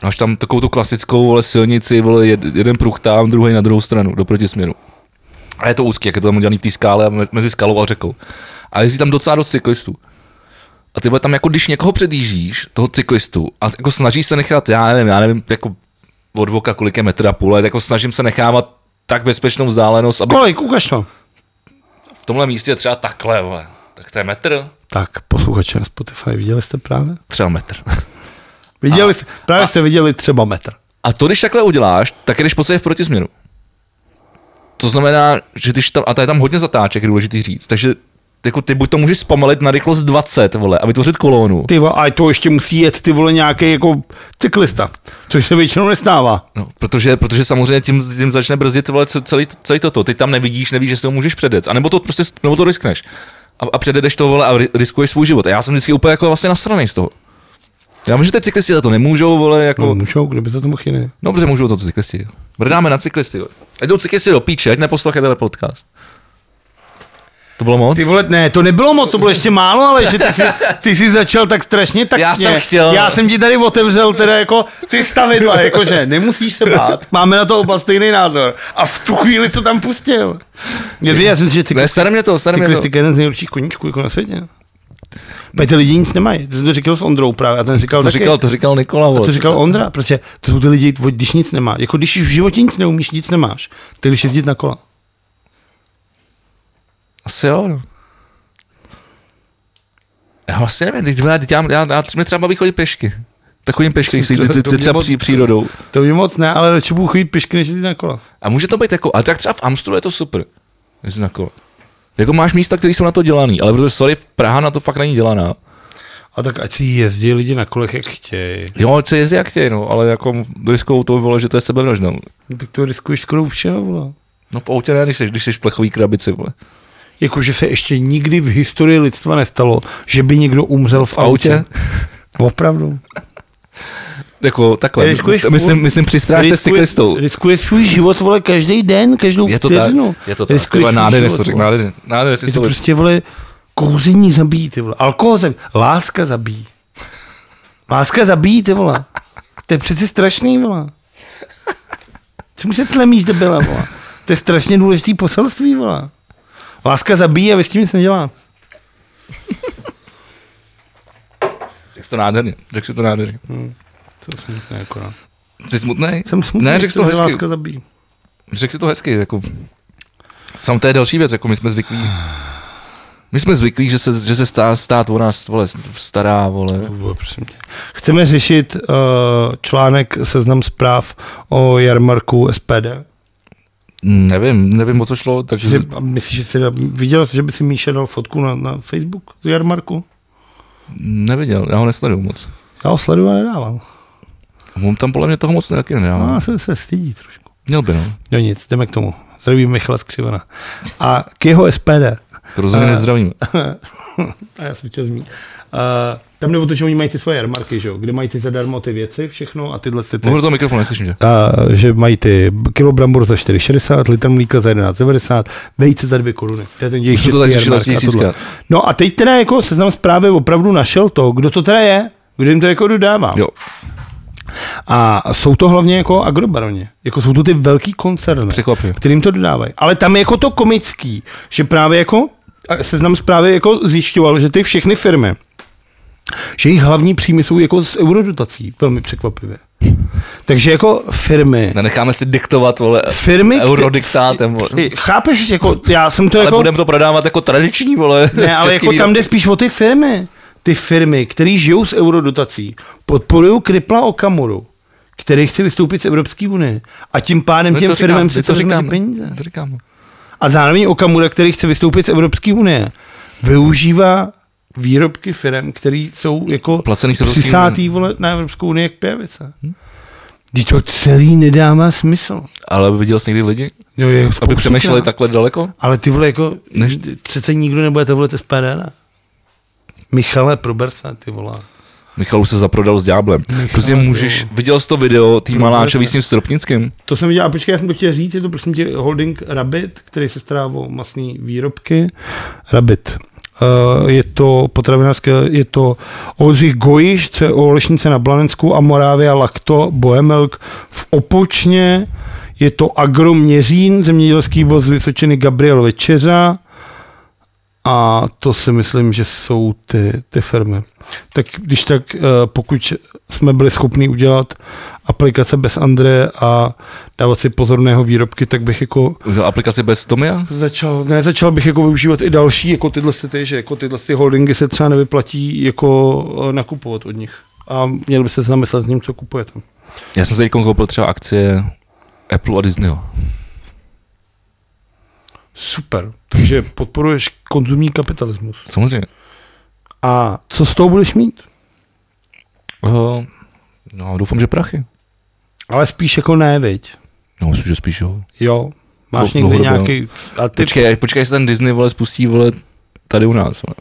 [SPEAKER 2] Až tam takovou tu klasickou vole, silnici, vole, jed- jeden pruh tam, druhý na druhou stranu, do protisměru. A je to úzký, jak je to tam udělaný v té skále a me- mezi skalou a řekou. A jezdí tam docela dost cyklistů. A ty vole, tam jako když někoho předjíždíš, toho cyklistu, a jako snažíš se nechat, já nevím, já nevím, jako od voka kolik je metra půl, ale jako snažím se nechávat tak bezpečnou vzdálenost, aby
[SPEAKER 3] Kolik, ukaž to.
[SPEAKER 2] v tomhle místě je třeba takhle, vole. tak to je metr,
[SPEAKER 3] Tak, posluchače na Spotify, viděli jste právě?
[SPEAKER 2] třeba metr.
[SPEAKER 3] Viděli, jste- právě jste viděli třeba metr.
[SPEAKER 2] A to, když takhle uděláš, tak jdeš v podstatě v protisměru. To znamená, že když tam, a to je tam hodně zatáček, je důležitý říct, takže jako ty buď to můžeš zpomalit na rychlost 20, vole, a vytvořit kolónu.
[SPEAKER 3] Ty vole, a to ještě musí jet ty vole nějaký jako cyklista, což se většinou nestává.
[SPEAKER 2] No, protože, protože samozřejmě tím, tím začne brzdit vole, ce- celý, celý toto. Ty tam nevidíš, nevíš, že se ho můžeš předjet. A nebo to prostě, nebo to riskneš. A, a předjedeš to vole a ri- riskuješ svůj život. A já jsem vždycky úplně jako vlastně nasranej z toho. Já vím, že ty cyklisti za to nemůžou, vole, jako...
[SPEAKER 3] No, můžou, kdo by za to mohl jiný.
[SPEAKER 2] No, protože můžou to co cyklisti. Brdáme na cyklisty. vole. Ať jdou cyklisti do píče, ať neposlouchají tenhle podcast. To bylo moc?
[SPEAKER 3] Ty vole, ne, to nebylo moc, to bylo ještě málo, ale že ty jsi, ty jsi začal tak strašně tak
[SPEAKER 2] Já jsem chtěl-
[SPEAKER 3] Já jsem ti tady otevřel teda jako ty stavidla, jakože nemusíš se bát, máme na to oba stejný názor. A v tu chvíli to tam pustil. Já, já jsem si, že
[SPEAKER 2] Ne, sere mě to, sere mě to.
[SPEAKER 3] cyklistika je jeden z nejlepších koníčků jako na světě. Protože ty lidi nic nemají. Ty jsi to říkal s Ondrou právě a ten říkal
[SPEAKER 2] To
[SPEAKER 3] taky.
[SPEAKER 2] říkal, to říkal Nikola, vole.
[SPEAKER 3] To říkal Ondra, protože to jsou ty lidi, když nic nemá. Jako když v životě nic neumíš, nic nemáš, ty jdeš jezdit na kola.
[SPEAKER 2] Asi jo, no. Já vlastně nevím, teď, vole, teď já, já, já, mě třeba baví chodit pěšky. Takovým pěšky, když si
[SPEAKER 3] To-
[SPEAKER 2] ty, ty,
[SPEAKER 3] to
[SPEAKER 2] ty
[SPEAKER 3] mě
[SPEAKER 2] třeba
[SPEAKER 3] moc-
[SPEAKER 2] pří, přírodou.
[SPEAKER 3] To by moc ne, ale radši budu chodit pěšky, než jezdit na kola.
[SPEAKER 2] A může to být jako, ale tak třeba v Amstru je to super. Jestli na kole. Jako máš místa, které jsou na to dělaný, ale protože, sorry, Praha na to fakt není dělaná.
[SPEAKER 3] A tak ať si jezdí lidi na kolech, jak chtějí.
[SPEAKER 2] Jo, ať se jezdí jak chtějí, no, ale jako riskou to by bylo, že to je sebevražda. no.
[SPEAKER 3] No, tak to riskuješ skoro u všeho, vole.
[SPEAKER 2] No v autě ne, když jsi, když jsi v plechový krabici, vole.
[SPEAKER 3] Jakože Jako, se ještě nikdy v historii lidstva nestalo, že by někdo umřel v,
[SPEAKER 2] V autě?
[SPEAKER 3] Opravdu.
[SPEAKER 2] Jako takhle,
[SPEAKER 3] Riskuješ
[SPEAKER 2] myslím, myslím,
[SPEAKER 3] svůj-
[SPEAKER 2] myslím při strážce s cyklistou.
[SPEAKER 3] riskuješ svůj život, vole, každý den, každou
[SPEAKER 2] Je to tak,
[SPEAKER 3] vteřinu.
[SPEAKER 2] je to tak,
[SPEAKER 3] Riskuješ
[SPEAKER 2] Tyhle,
[SPEAKER 3] svůj
[SPEAKER 2] nádherně
[SPEAKER 3] život,
[SPEAKER 2] jsi to řekl,
[SPEAKER 3] vole.
[SPEAKER 2] nádherně, nádherně jsi
[SPEAKER 3] Je
[SPEAKER 2] to
[SPEAKER 3] to
[SPEAKER 2] řekl.
[SPEAKER 3] prostě, vole, kouření zabíjí, ty vole. Alkohol zabíjí. Láska zabíjí. Láska zabíjí, ty vole. To je přeci strašný, vole. Co mu se tlemíš, debila, vole? To je strašně důležitý poselství, vole. Láska zabíjí a vy s tím nic nedělá.
[SPEAKER 2] Řekl jsi to nádherně, řekl jsi to nádherně.
[SPEAKER 3] Hmm. To je smutné, akorát.
[SPEAKER 2] Jsi smutný?
[SPEAKER 3] Jsem smutný,
[SPEAKER 2] Ne, řekl jsi to
[SPEAKER 3] že
[SPEAKER 2] hezky.
[SPEAKER 3] Láska zabíjí.
[SPEAKER 2] Řekl jsi to hezky, jako... Sam to je další věc, jako my jsme zvyklí. My jsme zvyklí, že se, že se stá, stát o nás, vole, stará, vole.
[SPEAKER 3] Vole, prosím tě. Chceme řešit uh, článek Seznam zpráv o jarmarku SPD.
[SPEAKER 2] Nevím, nevím, o co šlo, takže...
[SPEAKER 3] Že, a myslíš, že jsi, viděl jsi, že by si Míša dal fotku na, na Facebook z jarmarku?
[SPEAKER 2] Neviděl, já ho nesleduju moc.
[SPEAKER 3] Já ho sleduju a nedával.
[SPEAKER 2] On tam podle mě toho moc taky
[SPEAKER 3] No,
[SPEAKER 2] nedává.
[SPEAKER 3] já se, se stydí trošku.
[SPEAKER 2] Měl by, no.
[SPEAKER 3] No nic, jdeme k tomu. Zdravím Michala Skřivana. A k jeho SPD.
[SPEAKER 2] To rozhodně
[SPEAKER 3] Eh.
[SPEAKER 2] nezdravíme.
[SPEAKER 3] A já jsem chtěl zmínit. Uh, tam nebo to, že oni mají ty svoje jarmarky, že jo? Kde mají ty zadarmo ty věci, všechno a tyhle ty... ty
[SPEAKER 2] Mluv do toho mikrofonu, neslyším tě.
[SPEAKER 3] a, že mají ty kilo brambor za 4,60, litr mlíka za 11,90, vejce za 2 koruny. To je ten jejich
[SPEAKER 2] Už to tady
[SPEAKER 3] český jarmark
[SPEAKER 2] slyšel
[SPEAKER 3] a
[SPEAKER 2] asi
[SPEAKER 3] tohle.
[SPEAKER 2] tisíckrát.
[SPEAKER 3] No a teď teda jako seznam zprávy opravdu našel to, kdo to teda je, kdo jim to jako dodává.
[SPEAKER 2] Jo,
[SPEAKER 3] A jsou to hlavně jako agrobaroni. Jako jsou to ty velký koncerny,
[SPEAKER 2] Překvapivě.
[SPEAKER 3] kterým to dodávají. Ale tam je jako to komický, že právě jako a seznam zprávy jako zjišťoval, že ty všechny firmy, že jejich hlavní příjmy jsou jako z eurodotací, velmi překvapivě. Takže jako firmy,
[SPEAKER 2] nenecháme si diktovat, vole,
[SPEAKER 3] firmy,
[SPEAKER 2] eurodiktátem, vole.
[SPEAKER 3] kte- chápeš, jako já jsem to
[SPEAKER 2] Ale
[SPEAKER 3] jako...
[SPEAKER 2] budeme to prodávat jako tradiční, vole.
[SPEAKER 3] Ne, ale
[SPEAKER 2] český
[SPEAKER 3] jako tam
[SPEAKER 2] výrobky.
[SPEAKER 3] jde spíš o ty firmy. Ty firmy, které žijou z eurodotací, podporují Kripla Okamuru, který chce vystoupit z Evropské unie. A tím pádem
[SPEAKER 2] No,
[SPEAKER 3] těm
[SPEAKER 2] to říkám,
[SPEAKER 3] firmám
[SPEAKER 2] to
[SPEAKER 3] se to
[SPEAKER 2] říkám,
[SPEAKER 3] peníze.
[SPEAKER 2] To říkám.
[SPEAKER 3] A zároveň Okamura, který chce vystoupit z Evropské unie, využívá výrobky firm, které jsou jako
[SPEAKER 2] Placený z Evropské Hm?
[SPEAKER 3] prostě přisátý vole na Evropskou unii jak pijavice. Když to celý nedává smysl.
[SPEAKER 2] Ale viděl jsi někdy lidi,
[SPEAKER 3] Jo, je
[SPEAKER 2] aby
[SPEAKER 3] spoustu
[SPEAKER 2] přemýšleli
[SPEAKER 3] krát.
[SPEAKER 2] takhle daleko?
[SPEAKER 3] Ale ty vole, jako,
[SPEAKER 2] Než-
[SPEAKER 3] Než... přece nikdo nebudete volit SPD, ne? Michale, prober se, ty volá.
[SPEAKER 2] Michal už se zaprodal s ďáblem. Prostě
[SPEAKER 3] jo.
[SPEAKER 2] můžeš, viděl jsi to video tý Maláčový s tím Stropnickým?
[SPEAKER 3] To jsem viděl, a počkej, já jsem to chtěl říct, je to prosím tě holding Rabbit, který se stará o masní výrobky. Rabbit. Eh, Je to potravinářské, je to Oldřich Gojiš, co je o Lešnice na Blanensku a Morávia Lakto Bohemelk v Opočně. Je to Agro Měřín, zemědělský voz z Vysočiny Gabriel Večeřa. A to si myslím, že jsou ty, ty firmy. Tak když tak, eh, pokud jsme byli schopni udělat aplikace bez Andreje a dávat si pozor na jeho výrobky, tak bych jako
[SPEAKER 2] Udělal aplikaci bez Tomia?
[SPEAKER 3] začal, ne, začal bych jako využívat i další, jako tyhle si ty, že jako tyhle si holdingy se třeba nevyplatí jako eh, nakupovat od nich. A měl by se zamyslet s ním, co kupujete.
[SPEAKER 2] Já jsem se teď koupil třeba akcie Apple a Disneyho.
[SPEAKER 3] Super. Takže podporuješ konzumní kapitalismus.
[SPEAKER 2] Samozřejmě.
[SPEAKER 3] A co z toho budeš mít?
[SPEAKER 2] Uh, no, doufám, že prachy.
[SPEAKER 3] Ale spíš jako ne, viď?
[SPEAKER 2] No, myslím, že spíš jo.
[SPEAKER 3] Jo. Máš
[SPEAKER 2] Dlou-
[SPEAKER 3] někde
[SPEAKER 2] dlouhodobě,
[SPEAKER 3] nějaký... A ty
[SPEAKER 2] Počkej, počkej, se ten Disney vole spustí vole tady u nás. Vole.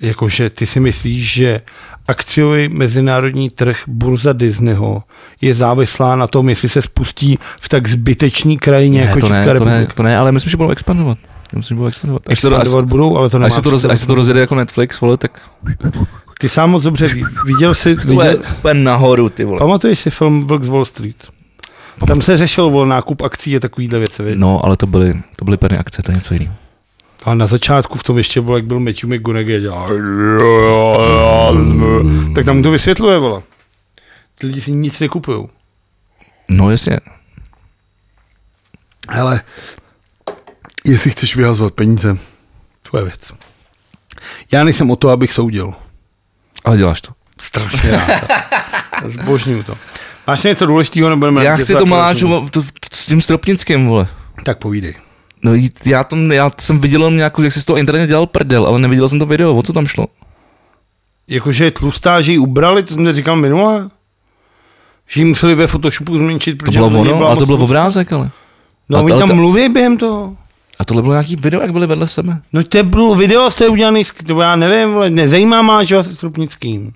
[SPEAKER 3] Jakože ty si myslíš, že akciový mezinárodní trh burza Disneyho je závislá na tom, jestli se spustí v tak zbytečný krajině jako
[SPEAKER 2] to
[SPEAKER 3] Česká
[SPEAKER 2] ne, to
[SPEAKER 3] republika.
[SPEAKER 2] ne, to ne, ale myslím, že budou expandovat. Já myslím, že budou expandovat. Až, se to, až,
[SPEAKER 3] Expandovat budou, ale to nemá
[SPEAKER 2] až, se to, roz,
[SPEAKER 3] smysl.
[SPEAKER 2] až se to rozjede jako Netflix, vole, tak
[SPEAKER 3] Ty sám moc dobře ví-
[SPEAKER 2] [laughs]
[SPEAKER 3] viděl jsi,
[SPEAKER 2] bude,
[SPEAKER 3] viděl,
[SPEAKER 2] bude nahoru, ty vole.
[SPEAKER 3] pamatuješ si film Vlk z Wall Street? Tam se řešil vol nákup akcí a takovýhle věci. No.
[SPEAKER 2] No, ale to byly, to byly perny akce, to je něco jiného.
[SPEAKER 3] A na začátku v tom ještě byl, jak byl Matthew McGonaghy a
[SPEAKER 2] [laughs]
[SPEAKER 3] dělal. Tak tam mu to vysvětluje, vole. Ty lidi si nic nekupují.
[SPEAKER 2] No, jasně.
[SPEAKER 1] Hele, jestli chceš vyhazovat peníze,
[SPEAKER 3] Tvoje věc. Já nejsem o to, abych soudil.
[SPEAKER 2] Ale děláš to.
[SPEAKER 3] Strašně rád. Zbožňuju to. Máš něco důležitého, nebo
[SPEAKER 2] Já
[SPEAKER 3] budeme dělat
[SPEAKER 2] chci to
[SPEAKER 3] tak
[SPEAKER 2] maláču to, to, s tím Stropnickým, vole.
[SPEAKER 3] rozum? Tak povídej.
[SPEAKER 2] No, jít- já, tam, já jsem viděl jenom nějakou, jak jsi z toho internet dělal prdel, ale neviděl jsem to video, o co tam šlo.
[SPEAKER 3] Jakože je tlustá, že ji ubrali, to jsem neříkal minule. Že ji museli ve Photoshopu zmenšit,
[SPEAKER 2] To
[SPEAKER 3] protože
[SPEAKER 2] bylo
[SPEAKER 3] na ní
[SPEAKER 2] ono,
[SPEAKER 3] byla
[SPEAKER 2] ale to
[SPEAKER 3] moc
[SPEAKER 2] byl
[SPEAKER 3] tlustá.
[SPEAKER 2] obrázek, ale.
[SPEAKER 3] No,
[SPEAKER 2] a
[SPEAKER 3] oni
[SPEAKER 2] ta-
[SPEAKER 3] tam
[SPEAKER 2] ta-
[SPEAKER 3] mluví během toho.
[SPEAKER 2] A tohle bylo nějaký video, jak byli vedle sebe.
[SPEAKER 3] No to bylo video, jste udělaný, sk- nebo já nevím, vole, nezajímá má, že se Strupnickým.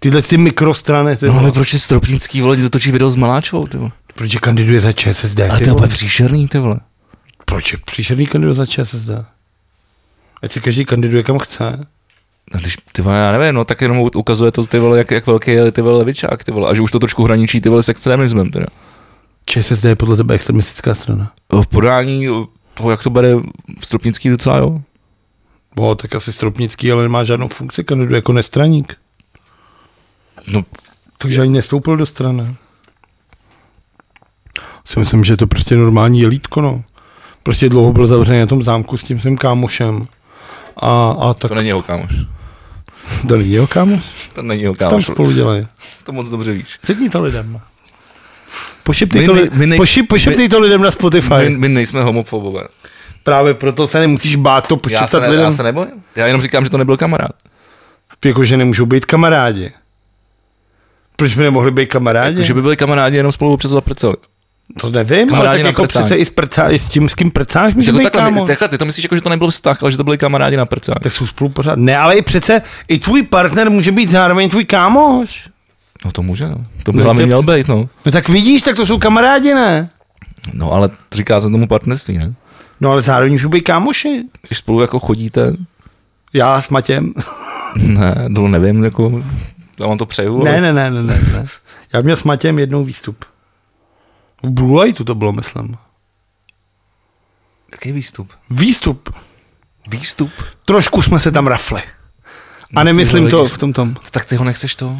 [SPEAKER 3] Tyhle ty mikrostrany, ty
[SPEAKER 2] No, ale
[SPEAKER 3] vole.
[SPEAKER 2] proč je Stropnický, vole, dotočí video s Maláčovou, ty vole.
[SPEAKER 3] Proč je kandiduje za ČSSD?
[SPEAKER 2] Ale
[SPEAKER 3] ty
[SPEAKER 2] to je
[SPEAKER 3] vole?
[SPEAKER 2] úplně příšerný, ty vole.
[SPEAKER 3] Proč je příšerný kandiduje za ČSSD? Ať si každý kandiduje kam chce.
[SPEAKER 2] No, když, ty vole, já nevím, no, tak jenom u- ukazuje to, ty vole, jak, jak velký je, ty vole, levičák, ty vole, a že už to trošku hraničí, ty vole, s extremismem, teda.
[SPEAKER 3] ČSSD je podle tebe extremistická strana.
[SPEAKER 2] V podání toho, jak to bere Stropnický docela, jo.
[SPEAKER 3] O, tak asi Stropnický, ale nemá žádnou funkci, kandiduje jako nestraník.
[SPEAKER 2] No,
[SPEAKER 3] Takže ani nestoupil do strany. Si myslím, že je to prostě normální jelítko, no. Prostě dlouho byl zavřený na tom zámku s tím svým kámošem. A, a tak
[SPEAKER 2] to není jeho kámoš.
[SPEAKER 3] to není jeho kámoš?
[SPEAKER 2] To není jeho
[SPEAKER 3] Co tam
[SPEAKER 2] kámoš.
[SPEAKER 3] spolu dělají?
[SPEAKER 2] To moc dobře víš.
[SPEAKER 3] Řekni to lidem. Pošeptej
[SPEAKER 2] My
[SPEAKER 3] to,
[SPEAKER 2] ne-
[SPEAKER 3] li-
[SPEAKER 2] my nej-
[SPEAKER 3] poši- pošeptej to lidem na
[SPEAKER 2] My,
[SPEAKER 3] Spotify.
[SPEAKER 2] my nejsme homofobové.
[SPEAKER 3] Právě proto se nemusíš bát to
[SPEAKER 2] Já se,
[SPEAKER 3] pošeptat
[SPEAKER 2] ne, já
[SPEAKER 3] lidem.
[SPEAKER 2] se nebojím. Já jenom říkám, že to nebyl kamarád.
[SPEAKER 3] Jako, že nemůžou být kamarádi. Proč by nemohli být kamarádi?
[SPEAKER 2] Jako, že by byli kamarádi jenom spolu přes zaprceli.
[SPEAKER 3] To nevím, ale
[SPEAKER 2] Kamarádi
[SPEAKER 3] tak
[SPEAKER 2] na
[SPEAKER 3] jako
[SPEAKER 2] prcání.
[SPEAKER 3] přece i, s prca, i s tím, s kým prcáš, může
[SPEAKER 2] Jako
[SPEAKER 3] být
[SPEAKER 2] takhle,
[SPEAKER 3] kámo.
[SPEAKER 2] my- takhle, ty to myslíš, jako, že to nebyl vztah, ale že to byli kamarádi na prcách.
[SPEAKER 3] Tak jsou spolu pořád. Ne, ale i přece i tvůj partner může být zároveň tvůj kámoš.
[SPEAKER 2] No to může, no. To by
[SPEAKER 3] No,
[SPEAKER 2] hlavně
[SPEAKER 3] to-
[SPEAKER 2] měl být, no.
[SPEAKER 3] No tak vidíš, tak to jsou kamarádi, ne?
[SPEAKER 2] No ale říká se tomu partnerství, ne?
[SPEAKER 3] No ale zároveň můžou být kámoši.
[SPEAKER 2] Když spolu jako chodíte,
[SPEAKER 3] Já s Matěm.
[SPEAKER 2] ne, to nevím, jako, já vám to přeju. ale-
[SPEAKER 3] Ne, ne, ne, ne, ne, ne. Já měl s Matějem jednou výstup. V Blue Lightu to bylo, myslím.
[SPEAKER 2] Jaký výstup?
[SPEAKER 3] Výstup.
[SPEAKER 2] Výstup?
[SPEAKER 3] Trošku jsme se tam rafli.
[SPEAKER 2] No,
[SPEAKER 3] A
[SPEAKER 2] ty
[SPEAKER 3] nemyslím to
[SPEAKER 2] vole,
[SPEAKER 3] v tom tom.
[SPEAKER 2] No, Tak ty ho nechceš to?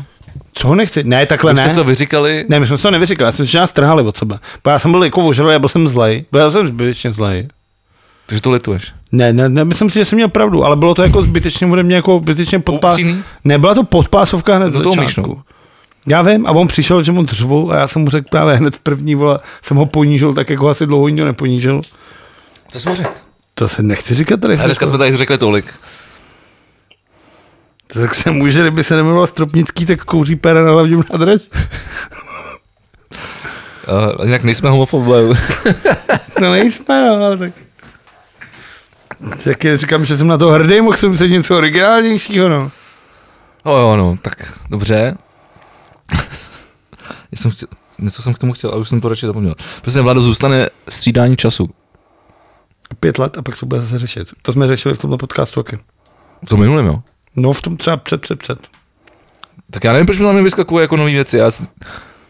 [SPEAKER 3] Co ho nechci? Ne, takhle
[SPEAKER 2] Už
[SPEAKER 3] ne.
[SPEAKER 2] jste to vyříkali?
[SPEAKER 3] Ne, my jsme se to nevyříkali, já jsem se strhali od sebe. Bo já jsem byl jako ožralý, já byl jsem zlej. Byl jsem zbytečně zlej.
[SPEAKER 2] Takže to lituješ.
[SPEAKER 3] Ne, ne, ne, myslím si, že jsem měl pravdu, ale bylo to jako zbytečně ode mě jako zbytečně podpás.
[SPEAKER 2] Upřímný?
[SPEAKER 3] Nebyla to podpásovka hned
[SPEAKER 2] No
[SPEAKER 3] no
[SPEAKER 2] to
[SPEAKER 3] to
[SPEAKER 2] umíš,
[SPEAKER 3] začátku. Já vím, a on přišel, že mu dřvu a já jsem mu řekl právě hned první, vole, jsem ho ponížil, tak jako asi dlouho nikdo neponížil.
[SPEAKER 2] Co jsi mu řekl?
[SPEAKER 3] To se nechci říkat tady. jako-
[SPEAKER 2] A dneska jsme tady řekli tolik.
[SPEAKER 3] Tak se může, kdyby se nemenoval Stropnický, tak kouří pera na hlavním nádraž.
[SPEAKER 2] Uh, jinak nejsme homofobové.
[SPEAKER 3] No nejsme, no, ale tak... Tak je, říkám, že jsem na to hrdý, mohl jsem se něco originálnějšího, no.
[SPEAKER 2] No jo, no, tak dobře. [laughs] Já jsem chtěl, něco jsem k tomu chtěl, ale už jsem to radši zapomněl. Prostě Vlado zůstane střídání času.
[SPEAKER 3] Pět let a pak se bude zase řešit. To jsme řešili v tomhle podcastu taky.
[SPEAKER 2] V tom minulém, jo.
[SPEAKER 3] No v tom třeba před, před, před.
[SPEAKER 2] Tak já nevím, proč mi na mě vyskakuje jako nové věci. Já, si-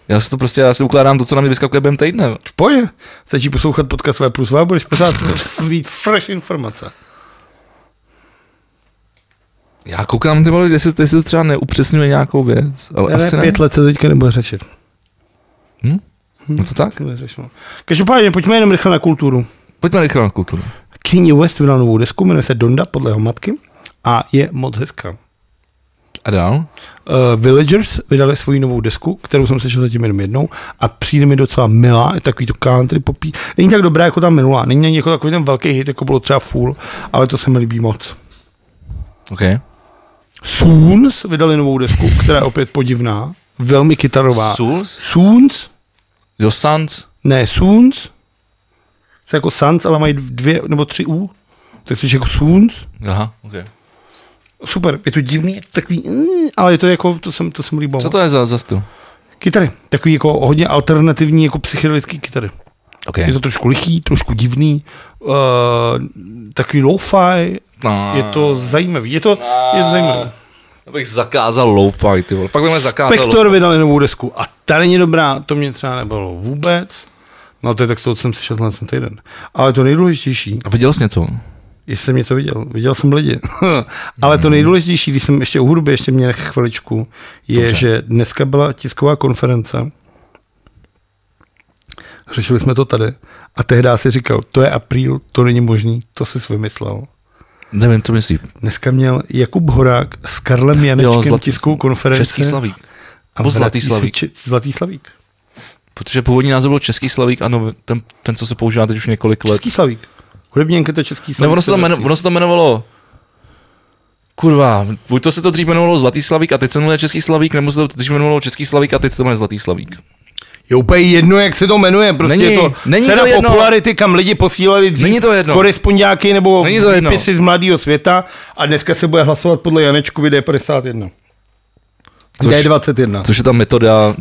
[SPEAKER 2] já si to prostě, já si ukládám to, co na mě vyskakuje během týdne.
[SPEAKER 3] V poje. Stačí poslouchat podcast V plus V, budeš pořád mít fresh informace.
[SPEAKER 2] Já koukám, ty vole, jestli, jestli to třeba neupřesňuje nějakou věc, ale
[SPEAKER 3] Ne,
[SPEAKER 2] asi ne.
[SPEAKER 3] ne, pět let se teďka nebude řešit.
[SPEAKER 2] No to tak?
[SPEAKER 3] To neřešilo. Každopádně, pojďme jenom rychle na kulturu.
[SPEAKER 2] Pojďme rychle na kulturu.
[SPEAKER 3] Kanye West vydal novou desku, jmenuje se Donda podle jeho matky a je moc hezká.
[SPEAKER 2] A dál?
[SPEAKER 3] Uh, Villagers vydali svoji novou desku, kterou jsem slyšel zatím jenom jednou a přijde mi docela milá, je takový to country popí. Není tak dobrá jako ta minulá, není ani jako takový ten velký hit, jako bylo třeba Fool, ale to se mi líbí moc.
[SPEAKER 2] OK.
[SPEAKER 3] Soons vydali novou desku, která je opět podivná, velmi kytarová.
[SPEAKER 2] Souls?
[SPEAKER 3] Soons?
[SPEAKER 2] Jo, Sans?
[SPEAKER 3] Ne, Soons. To je jako Sans, ale mají dvě nebo tři U. Tak jsi jako Soons.
[SPEAKER 2] Aha, OK.
[SPEAKER 3] Super, je to divný, je to takový, mm, ale je to jako, to jsem, to jsem líbilo.
[SPEAKER 2] Co to je za, za styl?
[SPEAKER 3] Kytary, takový jako hodně alternativní, jako psychedelický kytary.
[SPEAKER 2] OK.
[SPEAKER 3] Je to trošku lichý, trošku divný, uh, takový lo-fi,
[SPEAKER 2] No,
[SPEAKER 3] je to zajímavý, je to, je to zajímavý.
[SPEAKER 2] Já bych zakázal lo-fi, ty vole. Pak budeme zakázat
[SPEAKER 3] Spektor vydali novou desku a ta není dobrá, to mě třeba nebylo vůbec. No to je tak z toho, co jsem slyšel ten týden. Ale to nejdůležitější,
[SPEAKER 2] A viděl jsi něco?
[SPEAKER 3] Jestli jsem něco viděl, viděl jsem lidi. [laughs] Ale
[SPEAKER 2] Hmm.
[SPEAKER 3] to nejdůležitější, když jsem ještě u hudby, ještě mě nech chviličku, je,
[SPEAKER 2] Dobře.
[SPEAKER 3] že dneska byla tisková konference. Řešili jsme to tady. A tehdy si říkal, to je apríl, to není možný, to jsi vymyslel.
[SPEAKER 2] Nevím, co myslíš.
[SPEAKER 3] Dneska měl Jakub Horák s Karlem Janečkem tiskovou konferenci.
[SPEAKER 2] Český Slavík.
[SPEAKER 3] A
[SPEAKER 2] Nebo Zlatý
[SPEAKER 3] vrací se
[SPEAKER 2] Slavík.
[SPEAKER 3] Či, Zlatý Slavík.
[SPEAKER 2] Protože původní název byl Český Slavík, ano, ten, ten co se používá teď už několik let.
[SPEAKER 3] Český Slavík. Hudební anketa Český Slavík.
[SPEAKER 2] Nebo ono se, to jmenu, ono se to jmenovalo Kurva, buď to se to dřív jmenovalo Zlatý Slavík a teď se jmenuje Český Slavík, nebo se to dřív jmenovalo Český Slavík a teď se to jmenuje Zlatý Slavík.
[SPEAKER 3] Je úplně jedno, jak se to jmenuje. Prostě
[SPEAKER 2] Není-
[SPEAKER 3] je to
[SPEAKER 2] není
[SPEAKER 3] cena
[SPEAKER 2] to jedno.
[SPEAKER 3] popularity, kam lidi posílali dřív
[SPEAKER 2] Není to jedno.
[SPEAKER 3] korespondáky nebo
[SPEAKER 2] Není to jedno.
[SPEAKER 3] výpisy z mladého světa a dneska se bude hlasovat podle Janečkovi D51.
[SPEAKER 2] Což-
[SPEAKER 3] D21.
[SPEAKER 2] Což je ta metoda,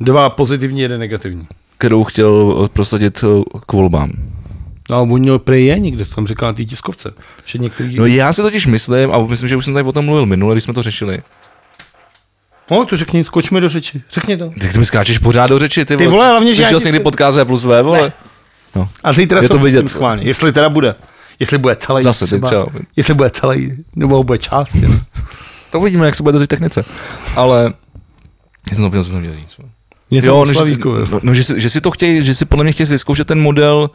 [SPEAKER 3] Dva pozitivní, jeden negativní.
[SPEAKER 2] kterou chtěl eh, prosadit eh, k volbám.
[SPEAKER 3] No a on měl prej je někde, to tam říkal na té tiskovce. Že některý...
[SPEAKER 2] No já si totiž myslím, a myslím, že už jsem tady o tom mluvil minule, když jsme to řešili.
[SPEAKER 3] no, to řekni, skočme do řeči. Řekni to.
[SPEAKER 2] Ty, ty mi skáčeš pořád do řeči, ty,
[SPEAKER 3] vole, hlavně, že
[SPEAKER 2] Slyšel
[SPEAKER 3] já
[SPEAKER 2] jsi
[SPEAKER 3] ti-
[SPEAKER 2] někdy podcast V plus V, vole? No.
[SPEAKER 3] A zítra
[SPEAKER 2] Je
[SPEAKER 3] jsou
[SPEAKER 2] to vidět.
[SPEAKER 3] s tím schválně, jestli teda bude. Jestli bude celý.
[SPEAKER 2] Zase, ty třeba.
[SPEAKER 3] Jestli bude celý, nebo bude část. jen.
[SPEAKER 2] To uvidíme, jak se bude držet technice. Ale... Já jsem to opět, co jsem měl říct. vole.
[SPEAKER 3] Něco
[SPEAKER 2] Jo,
[SPEAKER 3] o
[SPEAKER 2] no, že, si,
[SPEAKER 3] Slavíkovi.
[SPEAKER 2] no, no, že, si, že si to chtějí, že si podle mě chtějí vyzkoušet ten model,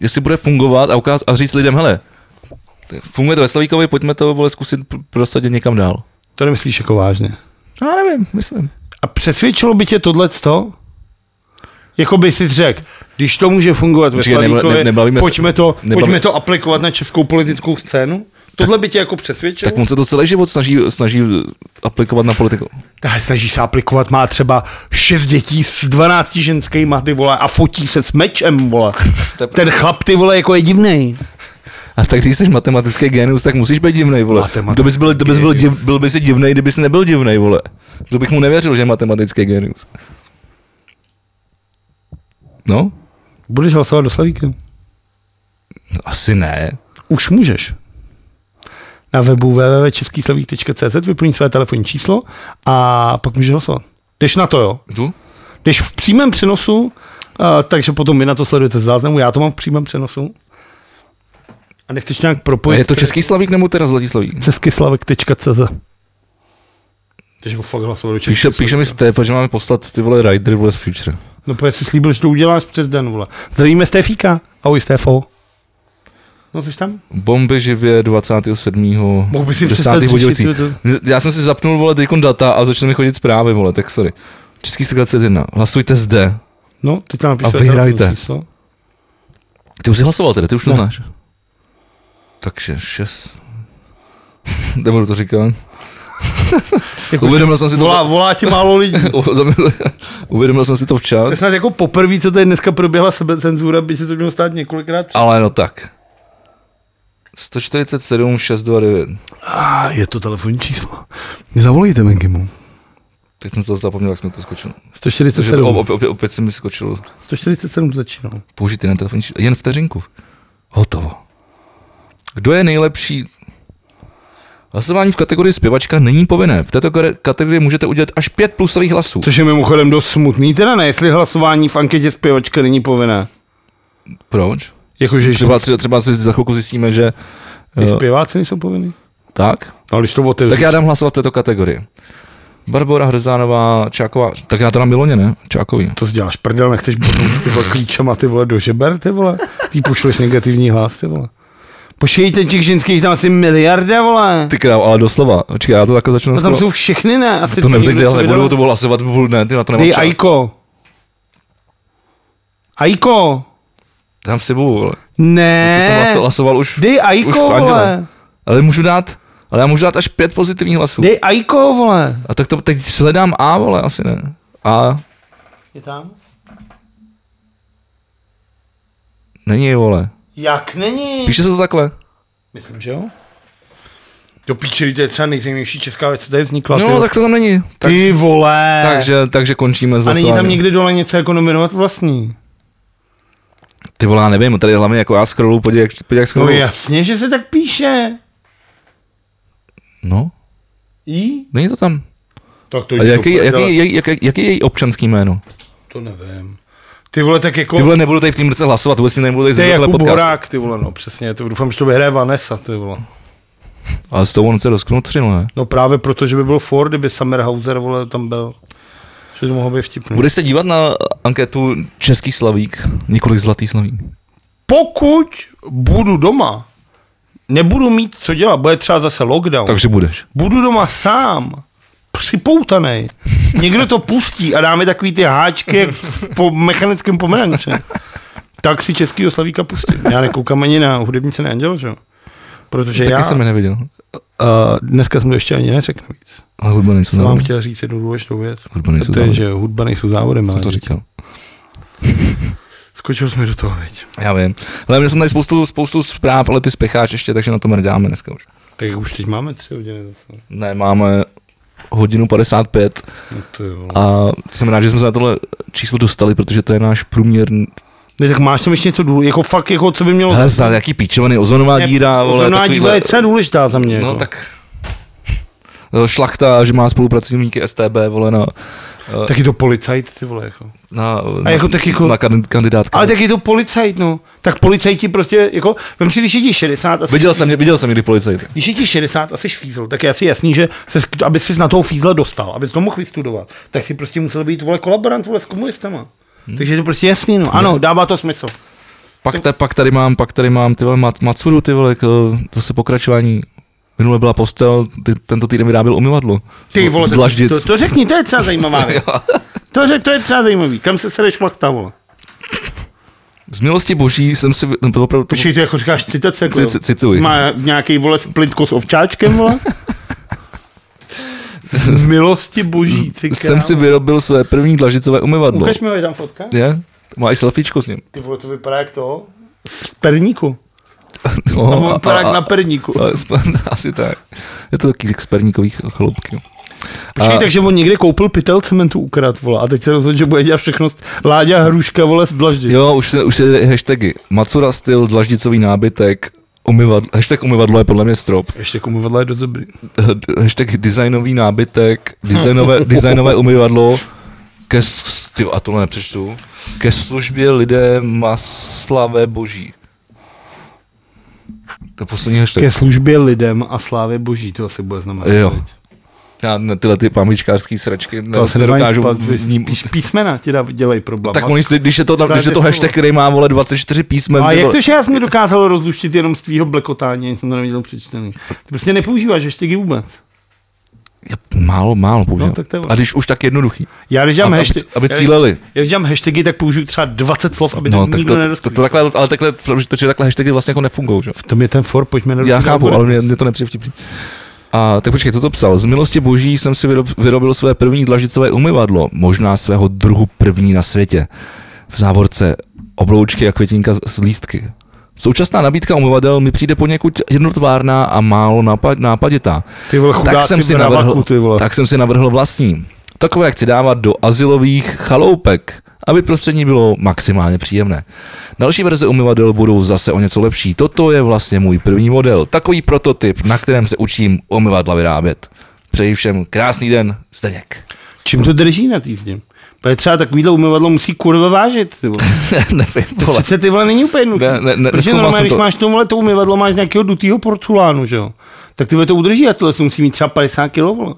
[SPEAKER 2] jestli bude fungovat a, ukáz, a říct lidem, hele, t- funguje to ve Slavíkovi, pojďme to vole zkusit pr- prosadit někam dál.
[SPEAKER 3] To nemyslíš jako vážně.
[SPEAKER 2] No, já nevím, myslím.
[SPEAKER 3] A přesvědčilo by tě tohleto? Jako by si řekl, když to může fungovat ve
[SPEAKER 2] Počkej, nebla-
[SPEAKER 3] Slavíkově,
[SPEAKER 2] ne- nebavíme se-
[SPEAKER 3] pojďme, to,
[SPEAKER 2] nebavi-
[SPEAKER 3] pojďme to aplikovat na českou politickou scénu? Tohle by tě jako přesvědčilo?
[SPEAKER 2] Tak on se to celý život snaží, snaží aplikovat na politiku.
[SPEAKER 3] Tak snaží se aplikovat, má třeba šest dětí s 12 ženskýma, ty vole, a fotí se s mečem, vole.
[SPEAKER 2] [laughs] To je
[SPEAKER 3] Ten chlap, ty vole, jako je divnej.
[SPEAKER 2] A tak když jsi matematický genius, tak musíš být divnej, vole.
[SPEAKER 3] Matematický
[SPEAKER 2] Kdo bys byl, kdo bys byl, div, byl by si divnej, kdyby jsi nebyl divnej, vole. To bych mu nevěřil, že je matematický genius. No,
[SPEAKER 3] Budeš hlasovat do Slavíky?
[SPEAKER 2] asi ne.
[SPEAKER 3] Už můžeš. Na webu www.českyslavík.cz vyplní své telefonní číslo a pak můžeš hlasovat. Jdeš na to, jo?
[SPEAKER 2] Tu?
[SPEAKER 3] Když v přímém přenosu, uh, takže potom vy na to sledujete z záznamu, já to mám v přímém přenosu. A nechceš nějak
[SPEAKER 2] A
[SPEAKER 3] propojit.
[SPEAKER 2] je to český slavík nebo teda zlatý slavík?
[SPEAKER 3] Českyslavek.cz Takže ho fakt hlasovat do
[SPEAKER 2] Píše,
[SPEAKER 3] Českého
[SPEAKER 2] píše mi Stef, že máme poslat ty vole ridery vole z Future.
[SPEAKER 3] No protože jsi slíbil, že to uděláš přes den, vole. Zdravíme Stefíka. Ahoj, Stefo. No, jsi tam?
[SPEAKER 2] Bomby živě 27.
[SPEAKER 3] Mohl bys si
[SPEAKER 2] 10.
[SPEAKER 3] přestat
[SPEAKER 2] v Budějovicích.
[SPEAKER 3] řešit
[SPEAKER 2] Já jsem si zapnul vole teďkon data a začaly mi chodit zprávy vole, tak sorry. Český sekret 1. Hlasujte zde.
[SPEAKER 3] No, teď tam napiš
[SPEAKER 2] A
[SPEAKER 3] své telefonní
[SPEAKER 2] vyhrajte.
[SPEAKER 3] číslo.
[SPEAKER 2] Ty už jsi hlasoval tedy, ty už to
[SPEAKER 3] Ne.
[SPEAKER 2] znáš. [laughs]
[SPEAKER 3] [laughs]
[SPEAKER 2] Takže šest. Nebudu to říkat.
[SPEAKER 3] Jako,
[SPEAKER 2] Uvědomil jsem si to.
[SPEAKER 3] volá, volá ti málo lidí.
[SPEAKER 2] [laughs] Uvědomil jsem si to
[SPEAKER 3] [laughs] To je
[SPEAKER 2] včas.
[SPEAKER 3] snad jako poprvé, co tady dneska proběhla sebecenzura, by se to mělo stát několikrát.
[SPEAKER 2] Ale no tak. 147 629.
[SPEAKER 3] A je to telefonní číslo. Zavolejte Mengimu.
[SPEAKER 2] Teď jsem to zapomněl, jak jsme to skočil. Takže
[SPEAKER 3] 147.
[SPEAKER 2] op- opět, opět jsem mi skočil
[SPEAKER 3] 147 začínal.
[SPEAKER 2] použít jeden telefonní číslo. Jen vteřinku. Hotovo. Kdo je nejlepší? Hlasování v kategorii zpěvačka není povinné. V této kore- kategorii můžete udělat až pět plusových hlasů.
[SPEAKER 3] Což je mimochodem dost smutný, teda ne, jestli hlasování v anketě zpěvačka není povinné. Jako,
[SPEAKER 2] Proč?
[SPEAKER 3] Jakože
[SPEAKER 2] Třeba, třeba, třeba si za chvilku zjistíme, že...
[SPEAKER 3] i
[SPEAKER 2] eh,
[SPEAKER 3] zpěváci nejsou povinní.
[SPEAKER 2] tak?
[SPEAKER 3] No, když to otevřeš.
[SPEAKER 2] Tak já dám hlasovat v této kategorii. Barbora Hrzánová, Čáková, tak já to dám Miloně, ne? Čákový.
[SPEAKER 3] To si děláš prdel, nechceš bodnout ty vole klíčema ty vole do žeber, ty vole. Ty pošleš negativní hlas, ty vole. Počkejte, těch ženských tam asi miliarda, vole.
[SPEAKER 2] Ty kráv, ale doslova. Počkej, já to takhle začnu.
[SPEAKER 3] No tam
[SPEAKER 2] skoro-
[SPEAKER 3] jsou všechny, ne? Asi
[SPEAKER 2] to
[SPEAKER 3] někdo
[SPEAKER 2] nevím,
[SPEAKER 3] co
[SPEAKER 2] dělat, nebudu
[SPEAKER 3] vydal.
[SPEAKER 2] to hlasovat, budu ne, ty na to nemám
[SPEAKER 3] Dej
[SPEAKER 2] čas.
[SPEAKER 3] Aiko. Aiko.
[SPEAKER 2] Dám Sibu, vole. To jsem
[SPEAKER 3] Ne.
[SPEAKER 2] hlaso- hlasoval už.
[SPEAKER 3] Dej
[SPEAKER 2] už
[SPEAKER 3] Aiko,
[SPEAKER 2] v Anděle.
[SPEAKER 3] vole.
[SPEAKER 2] Ale můžu dát, ale já můžu dát až pět pozitivních hlasů.
[SPEAKER 3] Dej Aiko, vole.
[SPEAKER 2] A tak to teď sledám A, vole, asi ne. A
[SPEAKER 3] Je tam?
[SPEAKER 2] není, vole.
[SPEAKER 3] Jak není?
[SPEAKER 2] Píše se to takhle.
[SPEAKER 3] Myslím, že jo. Do píče, to je třeba nejzajímavější česká věc, co tady vznikla. ty
[SPEAKER 2] No,
[SPEAKER 3] vole.
[SPEAKER 2] tak to tam není. Tak,
[SPEAKER 3] Ty vole.
[SPEAKER 2] takže, takže končíme s
[SPEAKER 3] a není tam
[SPEAKER 2] hlasováním.
[SPEAKER 3] někde dole něco jako nominovat vlastní?
[SPEAKER 2] Ty vole, já nevím, tady hlavně jako já scrollu, podívej, jak, podívej, jak
[SPEAKER 3] No
[SPEAKER 2] scrollu.
[SPEAKER 3] jasně, že se tak píše.
[SPEAKER 2] no,
[SPEAKER 3] I?
[SPEAKER 2] není to tam.
[SPEAKER 3] Tak to
[SPEAKER 2] A
[SPEAKER 3] jdi do
[SPEAKER 2] jaký,
[SPEAKER 3] prdele.
[SPEAKER 2] jaký, jaký, jaký, jaký je její občanský jméno?
[SPEAKER 3] To nevím. Ty vole, tak jako...
[SPEAKER 2] Ty vole, nebudu tady v tým roce hlasovat, vůbec nebudu tady
[SPEAKER 3] to je
[SPEAKER 2] zvednout
[SPEAKER 3] Jakub
[SPEAKER 2] podcast.
[SPEAKER 3] Horák, ty vole, no přesně, to doufám, že to vyhraje Vanessa, ty vole.
[SPEAKER 2] Ale s tou on se dosknu tři, no ne?
[SPEAKER 3] No právě proto, že by byl Ford, kdyby Summer Hauser, vole, tam byl. Že to mohlo být vtipný.
[SPEAKER 2] Budeš se dívat na anketu Český slavík, nikoli Zlatý slavík.
[SPEAKER 3] Pokud budu doma, nebudu mít co dělat, bude třeba zase lockdown.
[SPEAKER 2] Takže budeš.
[SPEAKER 3] budu doma sám, připoutaný. Někdo to pustí a dáme takový ty háčky jak po mechanickém pomeranče. Tak si českýho slavíka pustím. Já nekoukám ani na hudebnice na Anděl, že jo? Protože
[SPEAKER 2] Taky
[SPEAKER 3] já
[SPEAKER 2] jsem je neviděl.
[SPEAKER 3] uh, dneska jsem to ještě ani neřekl víc.
[SPEAKER 2] Ale hudba nejsou
[SPEAKER 3] Jsem vám
[SPEAKER 2] závody.
[SPEAKER 3] chtěl říct jednu důležitou věc.
[SPEAKER 2] No. Hudba
[SPEAKER 3] A
[SPEAKER 2] nejsou
[SPEAKER 3] to je,
[SPEAKER 2] závody.
[SPEAKER 3] že hudba nejsou závodem, ale
[SPEAKER 2] To říkal.
[SPEAKER 3] skočil jsme do toho, veď.
[SPEAKER 2] Já vím. Ale měl jsem tady spoustu, spoustu zpráv, ale ty spěcháš ještě, takže na tom nedáme dneska už.
[SPEAKER 3] Tak už teď máme tři hodiny zase.
[SPEAKER 2] Ne, máme hodinu 55
[SPEAKER 3] No to jo.
[SPEAKER 2] a jsem rád, že jsme se na tohle číslo dostali, protože to je náš průměrný
[SPEAKER 3] Ne, tak máš tam ještě něco důležitého, jako fakt, jako co by mělo...
[SPEAKER 2] Hele, za jaký píčovaný ozonová
[SPEAKER 3] Ne,
[SPEAKER 2] díra, vole,
[SPEAKER 3] Ozónová
[SPEAKER 2] takovýhle-
[SPEAKER 3] díla je třeba důležitá za mě.
[SPEAKER 2] No
[SPEAKER 3] jako.
[SPEAKER 2] tak... No, Šlachta, že má spolupracovníky STB, vole, na,
[SPEAKER 3] Taky to policajt, ty vole, jako.
[SPEAKER 2] na,
[SPEAKER 3] A
[SPEAKER 2] na,
[SPEAKER 3] jako tak jako-
[SPEAKER 2] na kandi- kandidátka.
[SPEAKER 3] Ale tak je to policajt, no. Tak policajti prostě, jako, vem si, když je ti 60 a jsi,
[SPEAKER 2] Viděl jsem, viděl jsem někdy policajty.
[SPEAKER 3] když je ti 60 a jsi fízl, tak je asi jasný, že se, aby jsi na toho fízla dostal, aby to mohl vystudovat, tak si prostě musel být, vole, kolaborant, vole, s komunistama. Hmm. Takže je to prostě jasný, no. Ano, dává to smysl.
[SPEAKER 2] Pak, ta, pak tady mám, pak tady mám, ty vole, Mat- Matsuru, ty vole, k- zase pokračování. Minule byla postel, ty, tento týden vyráběl umyvadlo.
[SPEAKER 3] Ty vole,
[SPEAKER 2] z
[SPEAKER 3] tak
[SPEAKER 2] Laždic.
[SPEAKER 3] to, to, řekni, to je třeba zajímavá věc. To, řek, to je třeba zajímavý. Kam se sedeš chlachta, vole?
[SPEAKER 2] Z milosti boží jsem si, no, to opravdu, to,
[SPEAKER 3] Počkej, to jako říkáš citace, jako,
[SPEAKER 2] c- c- cituji.
[SPEAKER 3] Má nějaký vole, splitko s ovčáčkem, vole? Z milosti boží, ty
[SPEAKER 2] jsem si vyrobil své první dlažicové umyvadlo.
[SPEAKER 3] Ukaž mi ho, je tam fotka?
[SPEAKER 2] Je? Má i selfiečko s ním.
[SPEAKER 3] Ty vole, to vypadá jak to? Z perníku.
[SPEAKER 2] No,
[SPEAKER 3] A on
[SPEAKER 2] a-
[SPEAKER 3] vypadá
[SPEAKER 2] a-
[SPEAKER 3] jak na
[SPEAKER 2] [laughs]
[SPEAKER 3] perníku.
[SPEAKER 2] Ale sp- Asi tak. Je to taky z perníkových chloupky.
[SPEAKER 3] Počkej, takže on někde koupil pytel cementu ukrad, vole, a teď se rozhodl, že bude dělat všechno s- Láďa Hruška, vole, z dlaždi.
[SPEAKER 2] Jo, už se, už se hashtagy. Macura styl, dlaždicový nábytek, umyvadlo, hashtag umyvadlo je podle mě strop.
[SPEAKER 3] Ještě komu vedla je dost dobrý.
[SPEAKER 2] Hashtag designový nábytek,
[SPEAKER 3] [laughs]
[SPEAKER 2] designové, designové umyvadlo, ke, s- ty, a tohle nepřečtu, ke službě lidé maslavé boží. To je poslední hashtag.
[SPEAKER 3] Ke službě lidem a slávě boží, to asi bude znamenat.
[SPEAKER 2] Jo.
[SPEAKER 3] teď.
[SPEAKER 2] Já ne, tyhle ty pamličkářský sračky ne,
[SPEAKER 3] To asi
[SPEAKER 2] nedokážu
[SPEAKER 3] nedokážu.
[SPEAKER 2] vním,
[SPEAKER 3] Píš, písmena ti dá, dělej problém.
[SPEAKER 2] No, Tak
[SPEAKER 3] A-
[SPEAKER 2] oni, si- když je to, tam, když je to
[SPEAKER 3] Právě
[SPEAKER 2] hashtag,
[SPEAKER 3] slovo.
[SPEAKER 2] který má vole 24 písmen,
[SPEAKER 3] a
[SPEAKER 2] ty
[SPEAKER 3] jak
[SPEAKER 2] vole-
[SPEAKER 3] to, že já jsem dokázal rozluštit jenom z tvýho blekotání, ani jsem to neviděl přečtený. Ty prostě nepoužíváš hashtagy vůbec.
[SPEAKER 2] Je- málo, málo používám.
[SPEAKER 3] No, tak to je ono.
[SPEAKER 2] a když už tak jednoduchý.
[SPEAKER 3] Já když
[SPEAKER 2] A,
[SPEAKER 3] dělám,
[SPEAKER 2] aby,
[SPEAKER 3] hashtag,
[SPEAKER 2] aby
[SPEAKER 3] já,
[SPEAKER 2] cíleli.
[SPEAKER 3] já, když dělám hashtagy, tak použiju třeba 20 slov, aby
[SPEAKER 2] No,
[SPEAKER 3] to
[SPEAKER 2] tak
[SPEAKER 3] nikdo
[SPEAKER 2] to, to,
[SPEAKER 3] nerozkročil.
[SPEAKER 2] to, takhle, ale takhle, protože takhle hashtagy vlastně jako nefungují, že?
[SPEAKER 3] To je ten for, pojďme na
[SPEAKER 2] Já
[SPEAKER 3] ruský
[SPEAKER 2] chápu,
[SPEAKER 3] algoritmus.
[SPEAKER 2] ale mě, mě to nepřivtipí. A tak počkej, co to psal? Z milosti boží jsem si vyrob- vyrobil své první dlažicové umyvadlo, možná svého druhu první na světě. V závorce obloučky a květinka z- z lístky. Současná nabídka umyvadel mi přijde poněkud jednotvárná a málo nápad- nápaditá.
[SPEAKER 3] Ty vole, chudá,
[SPEAKER 2] jsem si navrhl-
[SPEAKER 3] ty vole.
[SPEAKER 2] Tak jsem si navrhl vlastní. Takové chci dávat do asilových chaloupek, aby prostředí bylo maximálně příjemné. Další verze umyvadel budou zase o něco lepší. Toto je vlastně můj první model, takový prototyp, na kterém se učím umyvadla vyrábět. Přeji všem krásný den, Zdeněk. [laughs]
[SPEAKER 3] Čím to drží na týzdě? Protože třeba takovýhle umyvadlo musí kurva vážit,
[SPEAKER 2] [laughs]
[SPEAKER 3] ty vole.
[SPEAKER 2] Nevím,
[SPEAKER 3] To
[SPEAKER 2] vole.
[SPEAKER 3] přece ty vole není úplně jednoduché.
[SPEAKER 2] Ne, ne, ne,
[SPEAKER 3] Protože
[SPEAKER 2] nezkoumal
[SPEAKER 3] normálně,
[SPEAKER 2] jsem
[SPEAKER 3] když
[SPEAKER 2] to.
[SPEAKER 3] máš tomuhle to umyvadlo, máš nějakého dutýho porcelánu, že jo? Tak ty vole to udrží a tohle si musí mít třeba 50 kg, vole.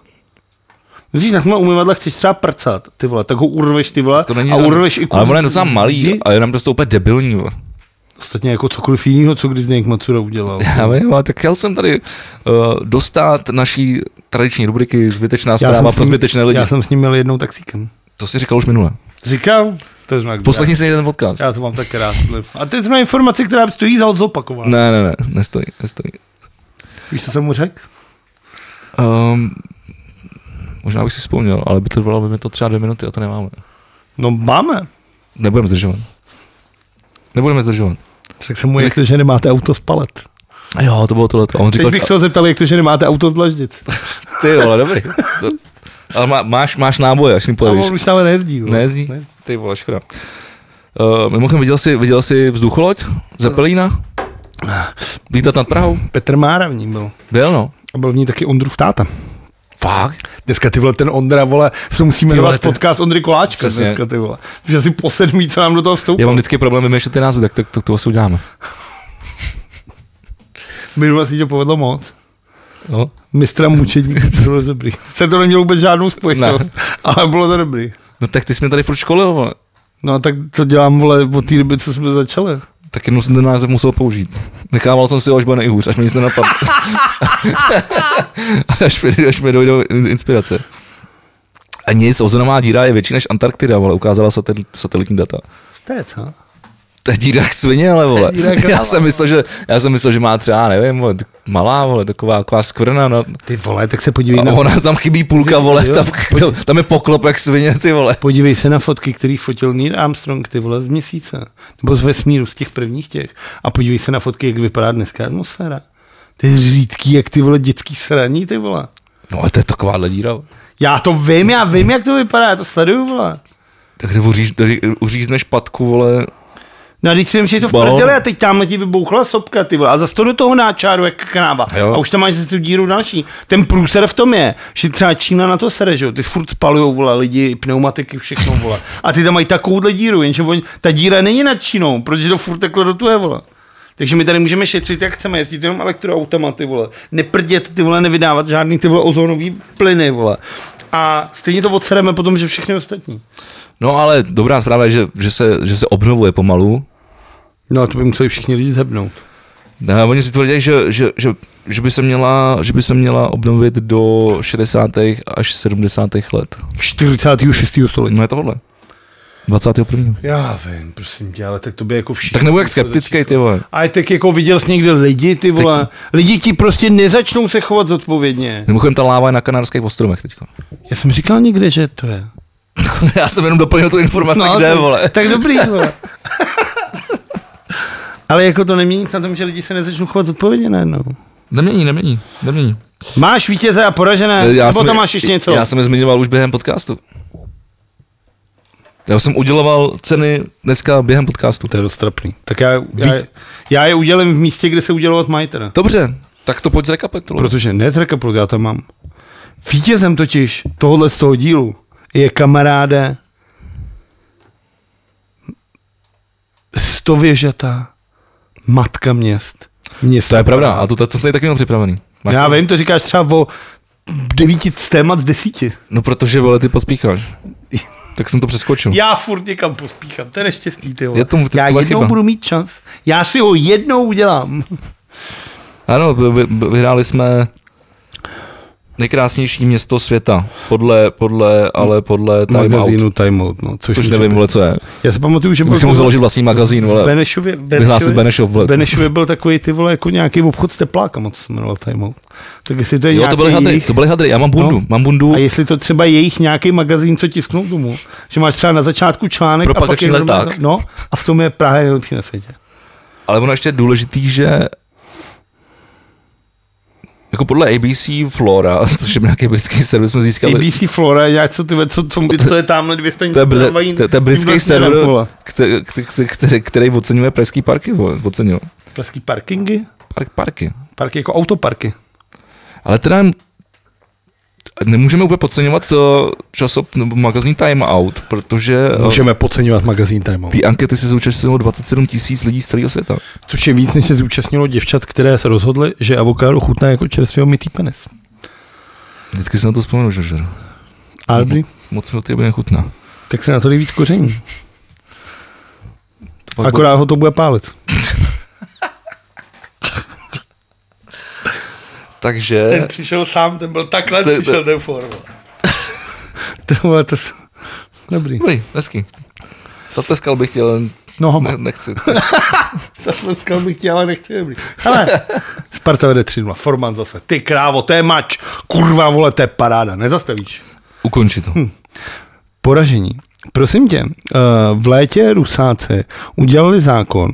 [SPEAKER 3] Když na tomhle umyvadle chceš třeba prcat, ty vole, tak ho urveš, ty vole,
[SPEAKER 2] To není
[SPEAKER 3] a
[SPEAKER 2] žádný-
[SPEAKER 3] urveš i kus
[SPEAKER 2] Ale ono je docela
[SPEAKER 3] zdi.
[SPEAKER 2] malý a je nám dost úplně debilní. vole. [laughs]
[SPEAKER 3] Ostatně jako cokoliv jiného, co když Zdeněk Macura udělal.
[SPEAKER 2] [laughs] Já vím, ale tak chtěl jsem tady uh, dostat naší tradiční rubriky Zbytečná zpráva
[SPEAKER 3] s
[SPEAKER 2] pro
[SPEAKER 3] ním-
[SPEAKER 2] zbytečné lidi.
[SPEAKER 3] Já jsem s ním měl jednou taxíkem.
[SPEAKER 2] To si říkal už minule.
[SPEAKER 3] Říkal? To znak.
[SPEAKER 2] Poslední se jeden podcast.
[SPEAKER 3] Já to mám tak rád. A teď jsme informaci, která stojí za zopakování.
[SPEAKER 2] Ne, ne, ne, nestojí, nestojí.
[SPEAKER 3] Víš, co jsem mu řekl?
[SPEAKER 2] Um, možná bych si vzpomněl, ale by to bylo by mi to třeba dvě minuty a to nemáme.
[SPEAKER 3] No máme.
[SPEAKER 2] Nebudeme zdržovat. Nebudeme zdržovat.
[SPEAKER 3] Řekl jsem mu, jak to, že nemáte auto z palet.
[SPEAKER 2] A jo, to bylo tohleto. A on
[SPEAKER 3] Teď
[SPEAKER 2] říkal,
[SPEAKER 3] bych
[SPEAKER 2] že-
[SPEAKER 3] se ho zeptal, jak to, že nemáte auto z dlaždic.
[SPEAKER 2] ty vole, dobrý. To, ale má, máš, máš náboje, až s ním
[SPEAKER 3] A
[SPEAKER 2] pojevíš.
[SPEAKER 3] on už tam nejezdí. vole.
[SPEAKER 2] Nejezdí? Ty vole, škoda. Uh, mimochodem, viděl jsi, viděl jsi vzducholoď ze Pelína? Lítat nad Prahou?
[SPEAKER 3] Petr Mára v ní byl.
[SPEAKER 2] Byl, no.
[SPEAKER 3] A byl v ní taky Ondrův táta.
[SPEAKER 2] Fakt?
[SPEAKER 3] Dneska ty vole, ten Ondra, vole, se musíme
[SPEAKER 2] Ty vole,
[SPEAKER 3] jmenovat
[SPEAKER 2] ten-
[SPEAKER 3] podcast Ondry Koláčka.
[SPEAKER 2] Přesně.
[SPEAKER 3] Dneska ty vole. Už asi po sedmí, co nám do toho vstoupí.
[SPEAKER 2] Já mám vždycky problém vymýšlet ty názvy, tak to, to, to si uděláme.
[SPEAKER 3] Minule si tě povedlo moc.
[SPEAKER 2] No.
[SPEAKER 3] Mistra mučedníka, to bylo [laughs] dobrý. Se to nemělo vůbec žádnou spojitost, ne. ale bylo to dobrý.
[SPEAKER 2] no tak ty jsi mě tady furt školil, vole.
[SPEAKER 3] No a tak to dělám, vole, od té doby, co jsme začali.
[SPEAKER 2] Tak jednou no, jsem ten název musel použít. Nechával jsem si ho, až bude nejhůř, až mi nic
[SPEAKER 3] [laughs]
[SPEAKER 2] nenapadlo. až, mi, až mi dojdou in- inspirace. A nic, ozonová díra je větší než Antarktida, vole, ukázala satel, satelitní data.
[SPEAKER 3] To je co?
[SPEAKER 2] To je díra jak svině, ale vole.
[SPEAKER 3] díra jak no.
[SPEAKER 2] Já
[SPEAKER 3] kráva,
[SPEAKER 2] jsem myslel, že, já jsem myslel, že má třeba, nevím, vole, tak malá, vole, taková, taková skvrna. No.
[SPEAKER 3] Ty vole, tak se podívej
[SPEAKER 2] A
[SPEAKER 3] na...
[SPEAKER 2] ona tam chybí půlka, vole,
[SPEAKER 3] Jo.
[SPEAKER 2] tam, tam je poklop jak svině, ty vole.
[SPEAKER 3] Podívej se na fotky, který fotil Neil Armstrong, ty vole, z měsíce. Nebo z vesmíru, z těch prvních těch. A podívej se na fotky, jak vypadá dneska atmosféra. Ty řídký, jak ty vole, dětský sraní, ty vole.
[SPEAKER 2] No ale to je takováhle díra. vole.
[SPEAKER 3] Já to vím, já vím, jak to vypadá, já to sleduju, vole.
[SPEAKER 2] Tak kde uříz, tady uřízneš patku, vole,
[SPEAKER 3] No a teď si vím, že je to v
[SPEAKER 2] Balón.
[SPEAKER 3] prdeli a teď tamhle ti vybouchla sopka, ty vole, a zase to do toho náčáru, jak kráva.
[SPEAKER 2] Jo.
[SPEAKER 3] A už tam máš zase tu díru další. Ten průser v tom je, že třeba Čína na to sere, že jo, ty furt spalujou, vole, lidi, pneumatiky, všechno, vole. A ty tam mají takovouhle díru, jenže on, ta díra není nad Čínou, protože to furt takhle rotuje, vole. Takže my tady můžeme šetřit, jak chceme, jezdit jenom elektroautama, ty vole. Neprdět, ty vole, nevydávat žádný ty vole ozonový plyny, vole. A stejně to odsereme potom, že všechny ostatní.
[SPEAKER 2] No ale dobrá zpráva je, že, že, se, že se obnovuje pomalu.
[SPEAKER 3] No a to by museli všichni lidi zhebnout.
[SPEAKER 2] Ne, oni si tvrdí, že, že, že, že, by se měla, že by se měla obnovit do 60. až 70. let.
[SPEAKER 3] 46. století.
[SPEAKER 2] No je tohle. 21.
[SPEAKER 3] Já vím, prosím tě, ale tak to by jako všichni.
[SPEAKER 2] Tak nebo jak skeptický ty vole.
[SPEAKER 3] Ale tak jako viděl jsi někde lidi, ty vole. Tak... Lidi ti prostě nezačnou se chovat zodpovědně.
[SPEAKER 2] Mimochodem ta láva je na kanárských ostrovech teďka. [laughs]
[SPEAKER 3] Já jsem říkal někde, že to je.
[SPEAKER 2] Já jsem jenom doplnil tu informaci, no, kde
[SPEAKER 3] tak,
[SPEAKER 2] vole. [laughs]
[SPEAKER 3] tak dobrý, vole. ale jako to nemění nic na tom, že lidi se nezačnou chovat zodpovědně najednou.
[SPEAKER 2] Nemění, nemění, nemění.
[SPEAKER 3] Máš vítěze a poražené, já Eh, nebo
[SPEAKER 2] jsem-
[SPEAKER 3] tam máš ještě něco?
[SPEAKER 2] Já jsem je zmiňoval už během podcastu. Já jsem uděloval ceny dneska během podcastu.
[SPEAKER 3] To je dost trapný. Tak já, já,
[SPEAKER 2] Víc-
[SPEAKER 3] já je udělím v místě, kde se udělovat mají teda.
[SPEAKER 2] Dobře, tak to pojď zrekapitulovat.
[SPEAKER 3] Protože ne z Rekaplut, já to mám. Vítězem totiž tohohle z toho dílu je kamaráde stověžatá matka měst. Města.
[SPEAKER 2] To je pravda, a to, to, to tady taky měl připravený. Máš
[SPEAKER 3] Já
[SPEAKER 2] pravdu.
[SPEAKER 3] vím, to říkáš třeba o devíti z témat z desíti.
[SPEAKER 2] No protože, vole, ty pospícháš. Tak jsem to přeskočil.
[SPEAKER 3] Já furt někam pospíchám, to je neštěstí, ty vole.
[SPEAKER 2] Je to- to je
[SPEAKER 3] Já jednou
[SPEAKER 2] tvoje chyba.
[SPEAKER 3] budu mít čas. Já si ho jednou udělám.
[SPEAKER 2] Ano, vy, vy, vyhráli jsme nejkrásnější město světa, podle, podle, ale podle Time Out.
[SPEAKER 3] magazínu Time Out, no, což,
[SPEAKER 2] Což nevím, vole, co je.
[SPEAKER 3] Já si pamatuju, že
[SPEAKER 2] Bych si
[SPEAKER 3] byl
[SPEAKER 2] mohl založit vlastní magazín,
[SPEAKER 3] v
[SPEAKER 2] vole.
[SPEAKER 3] Benešově,
[SPEAKER 2] Vyhlásit
[SPEAKER 3] Benešově,
[SPEAKER 2] Benešov, vole.
[SPEAKER 3] Benešově byl takový ty vole, jako nějaký obchod s tepláka, moc se jmenoval Time Out. Tak jestli to je
[SPEAKER 2] Jo,
[SPEAKER 3] nějaký
[SPEAKER 2] to byly hadry,
[SPEAKER 3] jejich-
[SPEAKER 2] to byly hadry, já mám bundu,
[SPEAKER 3] No.
[SPEAKER 2] mám bundu
[SPEAKER 3] A jestli to třeba jejich nějaký magazín, co tisknou domů, že máš třeba na začátku článek a pak
[SPEAKER 2] Propagační
[SPEAKER 3] je normál-
[SPEAKER 2] leták.
[SPEAKER 3] no, a v tom je Praha nejlepší na světě.
[SPEAKER 2] Ale ono ještě je důležitý, že jako podle ABC Flora, [laughs] což je nějaký britský servis, jsme získali,
[SPEAKER 3] ABC Flora, já co ty ve- co, co, co je tamhle dvě stanice
[SPEAKER 2] to je br-
[SPEAKER 3] tramvají vlastně
[SPEAKER 2] to je- to je britský
[SPEAKER 3] tímhle směrem,
[SPEAKER 2] server.
[SPEAKER 3] vole.
[SPEAKER 2] který, který, který, který oceňuje pražský parky, vole, ocenil.
[SPEAKER 3] Pražský parkingy?
[SPEAKER 2] Park, parky.
[SPEAKER 3] Parky jako autoparky.
[SPEAKER 2] Mhm. Ale teda nemůžeme úplně podceňovat to časop, nebo magazín Time Out, protože eh,
[SPEAKER 3] podceňovat magazín Time Out.
[SPEAKER 2] ty ankety se zúčastnilo 27 tisíc lidí z celého světa.
[SPEAKER 3] Což je víc, než se zúčastnilo děvčat, které se rozhodly, že avokádo chutná jako čerstvě mytý penis.
[SPEAKER 2] Vždycky se na to vzpomenu, že žeru.
[SPEAKER 3] Ale
[SPEAKER 2] Mhm. Moc mi to tebe nechutná.
[SPEAKER 3] tak se na to dej víc koření.
[SPEAKER 2] To pak
[SPEAKER 3] Akorát ho to bude pálit.
[SPEAKER 2] bude- Takže,
[SPEAKER 3] přišel sám, ten byl takhle,
[SPEAKER 2] To je- přišel
[SPEAKER 3] ten forma. [laughs] to bylo to... Dobrý.
[SPEAKER 2] dobrý, hezký. Zatleskal bych tě, ale
[SPEAKER 3] No, homo.
[SPEAKER 2] ne, nechci. [laughs]
[SPEAKER 3] Zatleskal bych tě, ale nechci dobrý. Hele, Sparta vede 3 Forman zase. Ty krávo, to je mač. Kurva, vole, to je paráda. Nezastavíš.
[SPEAKER 2] Ukonči to.
[SPEAKER 3] Hm. Poražení. Prosím tě, eh, v létě Rusáci udělali zákon,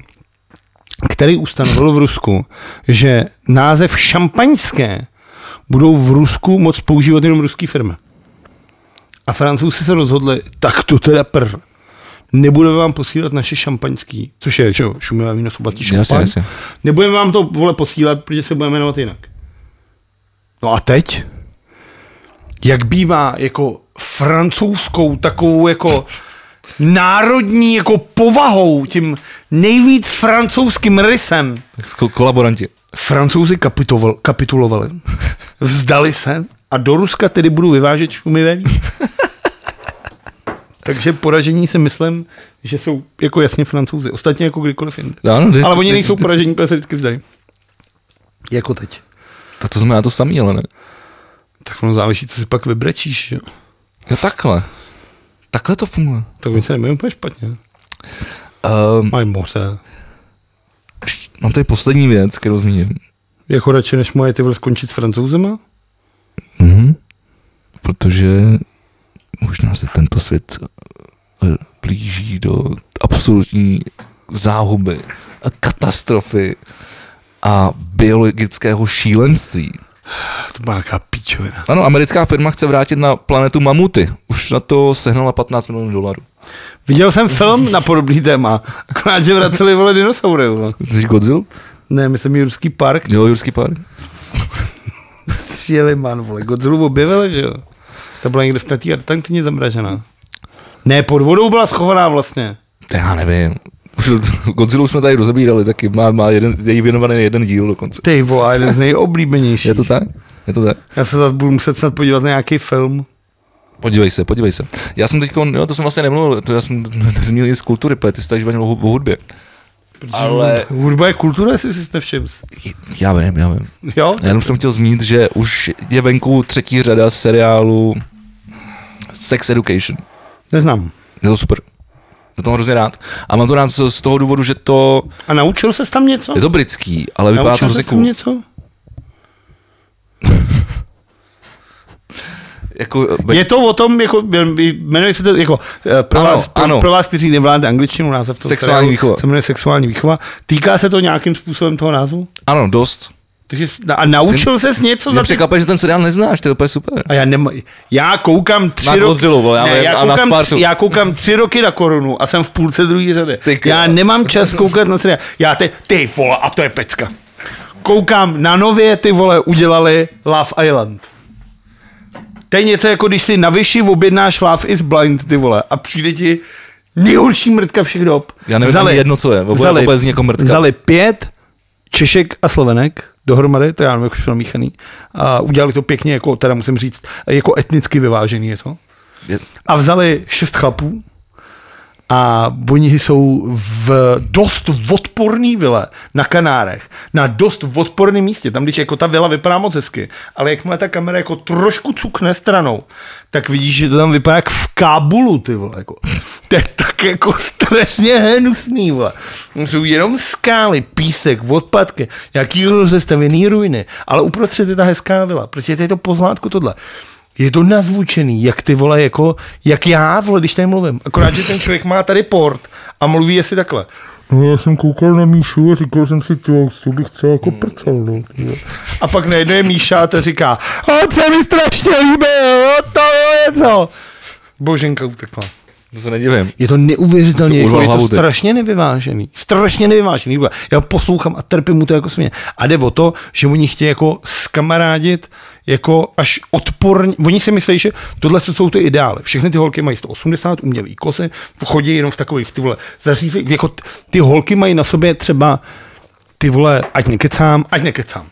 [SPEAKER 3] který ustanovil v Rusku, že název šampaňské budou v Rusku moc používat jenom ruský firmy. A francouzi se rozhodli, tak to teda pr. Nebudeme vám posílat naše šampaňský, což je že, jo, šumivé víno z oblasti
[SPEAKER 2] Jasně,
[SPEAKER 3] šampaň.
[SPEAKER 2] jasně.
[SPEAKER 3] Nebudeme vám to vole posílat, protože se budeme jmenovat jinak. No a teď? Jak bývá jako francouzskou takovou jako národní jako povahou, tím nejvíc francouzským rysem.
[SPEAKER 2] Tak s ko- kolaboranti.
[SPEAKER 3] Francouzi kapitoval, kapitulovali, [laughs] vzdali se a do Ruska tedy budou vyvážet šumivé víno. [laughs] Takže poražení si myslím, že jsou jako jasně francouzi. Ostatně jako kdykoliv jinde.
[SPEAKER 2] Ano, vždycky-
[SPEAKER 3] Ale oni nejsou
[SPEAKER 2] vždycky-
[SPEAKER 3] poražení, protože se vždycky vzdají. Jako teď.
[SPEAKER 2] Tak to znamená to samý, ale ne.
[SPEAKER 3] Tak ono záleží, co si pak vybrečíš, že?
[SPEAKER 2] Jo, takhle. Takhle to funguje.
[SPEAKER 3] Tak my se nemůžeme úplně špatně.
[SPEAKER 2] Um,
[SPEAKER 3] Mají moře.
[SPEAKER 2] mám tady poslední věc, kterou zmíním.
[SPEAKER 3] Jako radši, než moje ty vole skončit s francouzema?
[SPEAKER 2] Mhm. Protože možná se tento svět eh, blíží do absolutní záhuby a katastrofy a biologického šílenství.
[SPEAKER 3] To má nějaká píčovina.
[SPEAKER 2] Ano, americká firma chce vrátit na planetu mamuty. Už na to sehnala 15 milionů dolarů.
[SPEAKER 3] Viděl jsem film na podobný téma. Akorát, že vraceli vole dinosaury. Vole.
[SPEAKER 2] Jsi Godzilla?
[SPEAKER 3] Ne, myslím Jurský park.
[SPEAKER 2] Jo, Jurský park?
[SPEAKER 3] Přijeli man, vole. Godzilla objevili, že jo? Ta byla někde v té té Argentině zamražená. Ne, pod vodou byla schovaná vlastně.
[SPEAKER 2] To já nevím. Už Godzilla jsme tady rozebírali taky. Má, má jeden, je jí věnovaný jeden díl dokonce.
[SPEAKER 3] Ty vole, jeden z nejoblíbenějších.
[SPEAKER 2] Je to tak? Je to tak?
[SPEAKER 3] Já se zase budu muset snad podívat na nějaký film.
[SPEAKER 2] Podívej se, podívej se. Já jsem teď, jo, to jsem vlastně nemluvil, to já jsem [laughs] zmínil i z kultury, protože ty jsi tady žvanil o hu- o hudbě. Ale
[SPEAKER 3] Hudba je kultura, jestli si jste všiml.
[SPEAKER 2] já vím, já vím.
[SPEAKER 3] Jo?
[SPEAKER 2] Já jenom jsem chtěl zmínit, že už je venku třetí řada seriálu Sex Education.
[SPEAKER 3] Neznám.
[SPEAKER 2] Je to super. Já to mám hrozně rád. A mám to rád z z toho důvodu, že to,
[SPEAKER 3] A naučil se tam něco?
[SPEAKER 2] je to britský, ale vypadá to
[SPEAKER 3] naučil
[SPEAKER 2] hrozně
[SPEAKER 3] se tam
[SPEAKER 2] cool.
[SPEAKER 3] něco?
[SPEAKER 2] Jako,
[SPEAKER 3] Je to o tom, jako, jmenuje se to, jako, eh, pro,
[SPEAKER 2] Ano,
[SPEAKER 3] vás, pro,
[SPEAKER 2] ano.
[SPEAKER 3] pro vás, kteří nevládne angličtinu, název toho
[SPEAKER 2] Sexuální
[SPEAKER 3] seriálu
[SPEAKER 2] výchova.
[SPEAKER 3] se jmenuje Sexuální výchova. Týká se to nějakým způsobem toho názvu?
[SPEAKER 2] ano, dost.
[SPEAKER 3] Takže, s- a naučil ses něco
[SPEAKER 2] Mě
[SPEAKER 3] za No, ty...
[SPEAKER 2] překvapuje, že ten seriál neznáš, to je úplně super.
[SPEAKER 3] A já, nema, já koukám tři
[SPEAKER 2] Na
[SPEAKER 3] roky...
[SPEAKER 2] Godzilla, vole, já vím,
[SPEAKER 3] já,
[SPEAKER 2] a na
[SPEAKER 3] koukám,
[SPEAKER 2] Spartu.
[SPEAKER 3] tři- já koukám tři roky na korunu a jsem v půlce druhé řady.
[SPEAKER 2] Ty krá-
[SPEAKER 3] já nemám čas koukat na seriál. Já teď, ty vole, a to je pecka. Koukám na nově, ty vole, udělali Love Island. To je něco jako když si na vyši objednáš Love is Blind, ty vole, a přijde ti nejhorší mrtka všech dob.
[SPEAKER 2] Já nevím ani jedno, co je. Oboje- oboje zní jako mrtka.
[SPEAKER 3] Vzali pět Češek a Slovenek dohromady, to já nevím, jak už to namíchaný, a udělali to pěkně, jako, teda musím říct, jako etnicky vyvážený je to.
[SPEAKER 2] Je-
[SPEAKER 3] A vzali šest chlapů a oni jsou v dost odporný vile na Kanárech, na dost odporném místě, tam když jako ta vila vypadá moc hezky, ale jakmile ta kamera jako trošku cukne stranou, tak vidíš, že to tam vypadá jak v Kábulu, ty vole, jako. [laughs] To je tak jako strašně hnusný, vole. Tam Jsou jenom skály, písek, odpadky, nějaký rozestavěný ruiny, ale uprostřed je ta hezká vila, protože to je to pozlátku tohle. Je to nazvučený, jak ty vole, jako, jak já, vole, když tady mluvím. Akorát, že ten člověk má tady port a mluví asi takhle.
[SPEAKER 1] No já jsem koukal na Míšu a říkal jsem si, ty co bych třeba jako prcal, no. ty jo.
[SPEAKER 3] A pak najednou je Míša a to říká, a co mi strašně líbí, jo, to je co. Boženka utekla.
[SPEAKER 2] To se nedivím.
[SPEAKER 3] Je to neuvěřitelně,
[SPEAKER 2] Jsi to
[SPEAKER 3] jako,
[SPEAKER 2] urval
[SPEAKER 3] je
[SPEAKER 2] hlavu,
[SPEAKER 3] to
[SPEAKER 2] ty.
[SPEAKER 3] strašně nevyvážený. Strašně nevyvážený. vole. Já poslouchám a trpím mu to jako směn. A jde o to, že oni chtějí jako skamarádit jako až odporně. Oni si myslí, že tohle jsou ty ideály. Všechny ty holky mají 180, umělý kosy, chodí jenom v takových ty vole zařízení. Jako t- ty holky mají na sobě třeba ty vole, ať nekecám, ať nekecám.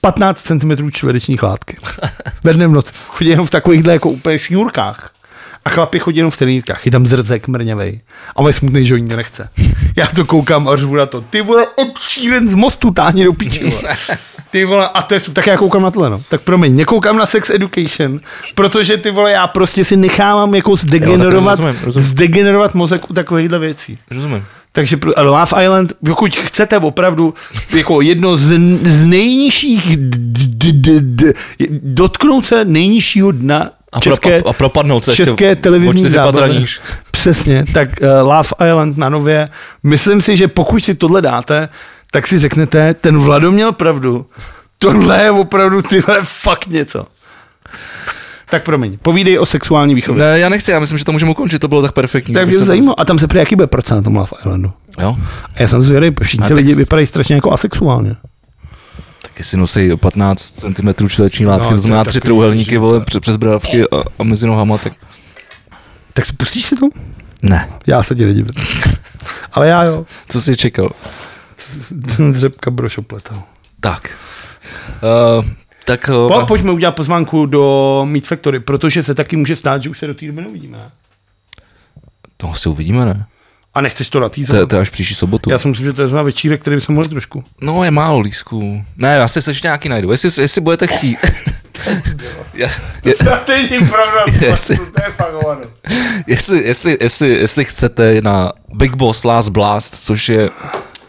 [SPEAKER 3] 15 cm čtverečních látky. [laughs] Ve dne v noci. Chodí jenom v takovýchhle jako úplně šňůrkách. A chlapi chodí jenom v trenýrkách. Je tam zrzek mrňavej. A on je smutný, že ho nikdo nechce. Já to koukám a řvu na to. Ty vole, obšíven z mostu táhně do píči, vole. Ty vole, a to je, su- tak já koukám na tohle, no. Tak promiň, nekoukám na Sex Education, protože ty vole, já prostě si nechávám jako zdegenerovat,
[SPEAKER 2] rozumím, rozumím.
[SPEAKER 3] zdegenerovat mozek u takovýchhle věcí.
[SPEAKER 2] Rozumím.
[SPEAKER 3] Takže pro- a Love Island, pokud chcete opravdu jako jedno z, z nejnižších d, d, d, d, dotknout se nejnižšího dna
[SPEAKER 2] A,
[SPEAKER 3] české,
[SPEAKER 2] pro, a propadnout se ještě
[SPEAKER 3] české
[SPEAKER 2] o
[SPEAKER 3] televizní
[SPEAKER 2] čtyři patra
[SPEAKER 3] zábavy.
[SPEAKER 2] níž.
[SPEAKER 3] Přesně, tak uh, Love Island na nově. Myslím si, že pokud si tohle dáte, tak si řeknete, ten Vlado měl pravdu. Tohle je opravdu tyhle fakt něco. Tak promiň, povídej o sexuální výchově.
[SPEAKER 2] Ne, já nechci, já myslím, že to můžeme ukončit, to bylo tak perfektní.
[SPEAKER 3] tak
[SPEAKER 2] Abych
[SPEAKER 3] mě
[SPEAKER 2] se-
[SPEAKER 3] zajímalo, a tam se prý jaký bude procent na tom Love Islandu?
[SPEAKER 2] Jo,
[SPEAKER 3] A já jsem zvědavý, protože všichni
[SPEAKER 2] A
[SPEAKER 3] ty
[SPEAKER 2] tak
[SPEAKER 3] lidi
[SPEAKER 2] s-
[SPEAKER 3] vypadají strašně jako asexuálně.
[SPEAKER 2] tak jestli nosí 15 cm čtvereční látky, no,
[SPEAKER 3] No, to
[SPEAKER 2] to
[SPEAKER 3] je
[SPEAKER 2] znamená tři
[SPEAKER 3] takový
[SPEAKER 2] trouhelníky, vole, pře- přes bradavky a, a mezi nohama, tak
[SPEAKER 3] Tak si pustíš si to?
[SPEAKER 2] ne.
[SPEAKER 3] Já se ti nedivím. [laughs] Ale já jo. [laughs]
[SPEAKER 2] Co jsi čekal?
[SPEAKER 3] Řepka brošopletal.
[SPEAKER 2] Tak. Uh, tak uh,
[SPEAKER 3] Po, pojďme udělat pozvánku do Meat Factory, protože se taky může stát, že už se do té doby neuvidíme. ne?
[SPEAKER 2] toho si no, uvidíme, ne?
[SPEAKER 3] A nechceš to
[SPEAKER 2] To, je-
[SPEAKER 3] natýzovat?
[SPEAKER 2] to je až příští sobotu.
[SPEAKER 3] Já si myslím, že to je zrovna večírek, který bychom mohli trošku.
[SPEAKER 2] No, je málo lísků. Ne, já si ještě nějaký najdu. Jestli, jestli budete chtít. Já- je-
[SPEAKER 3] Strategní pravda,
[SPEAKER 2] [laughs] Jestli- jestli, jestli, jestli, jestli chcete na Big Boss Last Blast, což je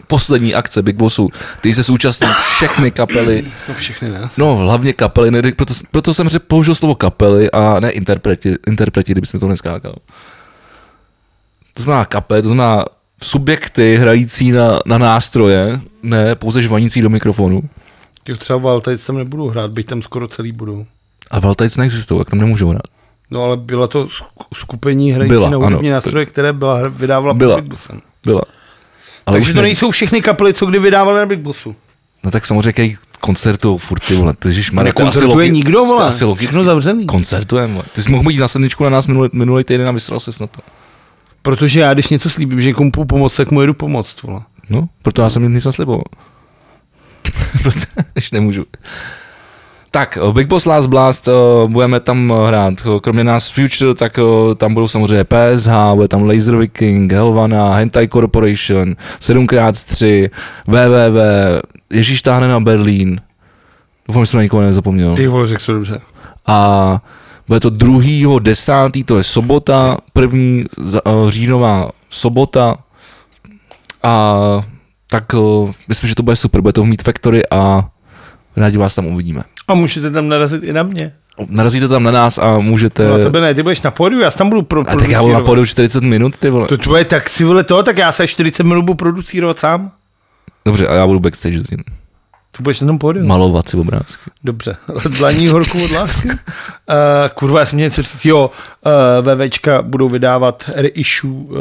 [SPEAKER 2] poslední akce Big Bossu, který se zúčastní všechny kapely,
[SPEAKER 3] No všechny ne.
[SPEAKER 2] no hlavně kapely, ne, proto, proto jsem řek, použil slovo kapely a ne interpreti, interpreti kdyby jsme to neskákal. To znamená kapely, to znamená subjekty hrající na, na nástroje, ne pouze žvanící do mikrofonu.
[SPEAKER 3] Jo, třeba Valtajc tam nebudu hrát, byť tam skoro celý budou.
[SPEAKER 2] A Valtajc neexistují, jak tam nemůžou hrát.
[SPEAKER 3] No ale byla to sk- skupení hrající
[SPEAKER 2] Byla,
[SPEAKER 3] na
[SPEAKER 2] ano.
[SPEAKER 3] úrovni nástroje, které byla, hra- vydávala
[SPEAKER 2] Byla.
[SPEAKER 3] pod Big Bossem.
[SPEAKER 2] Byla. Ale
[SPEAKER 3] Takže
[SPEAKER 2] už
[SPEAKER 3] to
[SPEAKER 2] ne-
[SPEAKER 3] nejsou všechny kapely, co kdy vydávali na Big Bossu.
[SPEAKER 2] No tak samozřejmě který koncertu furt ty vole, ty žiž, Mare, to je asi
[SPEAKER 3] Nekoncertuje
[SPEAKER 2] logi-
[SPEAKER 3] nikdo,
[SPEAKER 2] To
[SPEAKER 3] vole.
[SPEAKER 2] je asi logicky.
[SPEAKER 3] Všechno zavřený.
[SPEAKER 2] Koncertujeme, vole. Ty jsi mohl být na sedničku na nás minulý, minulý týden a vysral ses na to.
[SPEAKER 3] Protože já, když něco slíbím, že někomu půjdu pomoct, tak mu jedu pomoct, vole.
[SPEAKER 2] No, proto já jsem nic nesliboval. [laughs] proto ještě nemůžu. Tak, eh, Big Boss Last Blast, eh, budeme tam eh, hrát. Eh, Kromě nás Future, tak eh, tam budou samozřejmě PSH, bude tam Laser Viking, Helvana, Hentai Corporation, 7x3, WWW, Ježíš táhne na Berlín. Doufám, že jsem na nikoho nezapomněl.
[SPEAKER 3] Ty vole, řekl to dobře.
[SPEAKER 2] a bude to 2. 10. to je sobota, první za- eh, říjnová sobota a tak eh, myslím, že to bude super, bude to v Meet Factory a rádi vás tam uvidíme.
[SPEAKER 3] A můžete tam narazit i na mě.
[SPEAKER 2] Narazíte tam na nás a můžete...
[SPEAKER 3] No, na tebe ne, ty budeš na pódiu, já se tam budu pro
[SPEAKER 2] a tak já budu na pódiu 40 minut, ty vole.
[SPEAKER 3] To tvoje taxi, vole, to, tak já se 40 minut budu producírovat sám.
[SPEAKER 2] Dobře, a já budu backstage s ním.
[SPEAKER 3] Ty budeš na tom pódiu.
[SPEAKER 2] Malovat si obrázky.
[SPEAKER 3] Dobře, dlaní horkou od lásky. Uh, kurva, já jsem měl něco říct. Jo, uh, VVčka budou vydávat reissue uh,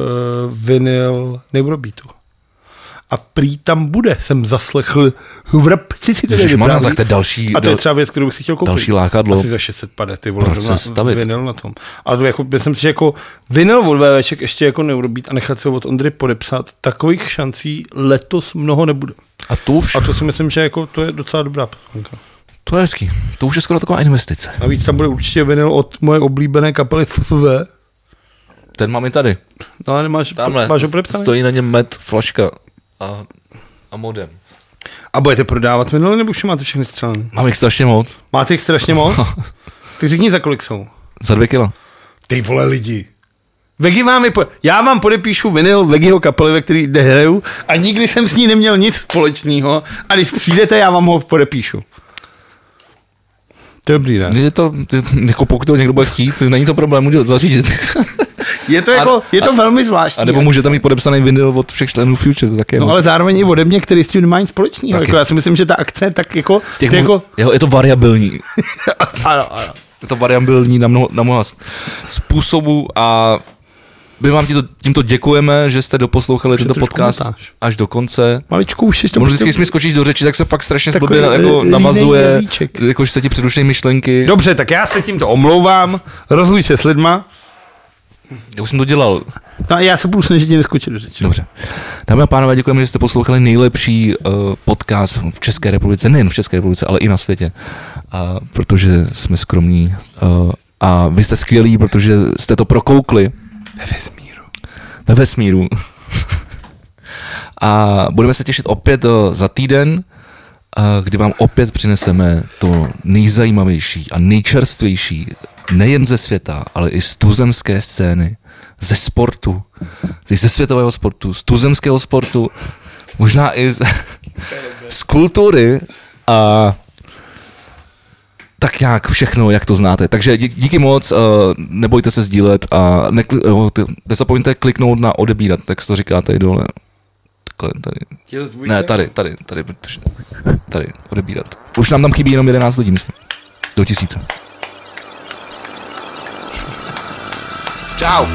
[SPEAKER 3] vinyl Neurobeatu. A prý tam bude, jsem zaslechl. Vrapci si to
[SPEAKER 2] Ježišmarja, tak
[SPEAKER 3] nevypráví.
[SPEAKER 2] to je další,
[SPEAKER 3] A to je
[SPEAKER 2] dal,
[SPEAKER 3] třeba věc, kterou bych si chtěl koupit.
[SPEAKER 2] další lákadlo.
[SPEAKER 3] Asi za 600 pade, ty vole,
[SPEAKER 2] No. Proč se
[SPEAKER 3] zrovna
[SPEAKER 2] stavit?
[SPEAKER 3] vinyl na tom. A to jako, myslím si, že jako vinyl od VVček ještě jako neurobít a nechat se od Ondry podepsat, takových šancí letos mnoho nebude.
[SPEAKER 2] A to už,
[SPEAKER 3] A to si myslím, že jako to je docela dobrá poznámka.
[SPEAKER 2] to je hezký. To už je skoro taková investice.
[SPEAKER 3] Navíc tam bude určitě vinyl od moje oblíbené kapely FV.
[SPEAKER 2] Ten mám i tady.
[SPEAKER 3] No, ale nemáš,
[SPEAKER 2] Tamhle.
[SPEAKER 3] máš ho podepsaný?
[SPEAKER 2] Stojí na něm med, flaška a, a modem.
[SPEAKER 3] A budete prodávat vinily, nebo už je máte všechny střelené?
[SPEAKER 2] Mám jich strašně moc.
[SPEAKER 3] Máte jich
[SPEAKER 2] [laughs]
[SPEAKER 3] strašně moc? tak řekni, za kolik jsou.
[SPEAKER 2] Za dvě kila.
[SPEAKER 3] Ty vole lidi. Vegi vám je po... Já vám podepíšu vinyl Vegiho kapely, ve který jde hraju a nikdy jsem s ní neměl nic společného a když přijdete, já vám ho podepíšu. To je Dobrý, ne?
[SPEAKER 2] Je to, je- jako pokud to někdo bude chtít, není to problém, můžu [laughs] zařídit.
[SPEAKER 3] Je to, jako, je to velmi zvláštní.
[SPEAKER 2] A nebo můžete mít podepsaný vinyl od všech členů Future, to taky je
[SPEAKER 3] No
[SPEAKER 2] možný.
[SPEAKER 3] ale zároveň i ode mě, který s tím nemá nic společného.
[SPEAKER 2] Taky.
[SPEAKER 3] Jako, já si myslím, že ta akce je tak jako...
[SPEAKER 2] Těch
[SPEAKER 3] Těch jako
[SPEAKER 2] mo- jo, je to variabilní.
[SPEAKER 3] ano, ano.
[SPEAKER 2] Je to variabilní na, mnoho, na mnoha způsobů a my vám tímto, tímto děkujeme, že jste doposlouchali tento
[SPEAKER 3] trošku
[SPEAKER 2] podcast
[SPEAKER 3] motáš.
[SPEAKER 2] až do konce.
[SPEAKER 3] Maličku už ještě...
[SPEAKER 2] To Možná vždycky, když mi skočíš do řeči, tak se fakt strašně
[SPEAKER 3] Takový
[SPEAKER 2] blbě jako
[SPEAKER 3] línej
[SPEAKER 2] namazuje,
[SPEAKER 3] jazyček.
[SPEAKER 2] jako, že se ti přerušejí myšlenky.
[SPEAKER 3] Dobře, tak já se tímto omlouvám, rozluč se s lidma.
[SPEAKER 2] Já už jsem to dělal.
[SPEAKER 3] No a já se budu snažit ti neskočit do řeči.
[SPEAKER 2] Dobře. Dámy a pánové, děkujeme, že jste poslouchali nejlepší uh, podcast v České republice, nejen v České republice, ale i na světě, a protože jsme skromní. Uh, a vy jste skvělí, protože jste to prokoukli ve vesmíru. a budeme se těšit opět uh, za týden, uh, kdy vám opět přineseme to nejzajímavější a nejčerstvější, nejen ze světa, ale i z tuzemské scény, ze sportu, i ze světového sportu, z tuzemského sportu, možná i z, z kultury a tak nějak všechno, jak to znáte. Takže dí- díky moc, eh, nebojte se sdílet a nekli, eh, ty- nezapomeňte kliknout na odebírat, tak se to říká tady dole. Takhle, tady. Ne, tady, tady, tady, protože- tady, odebírat. Už nám tam chybí jenom 11 lidí, myslím. Do tisíce. Ciao.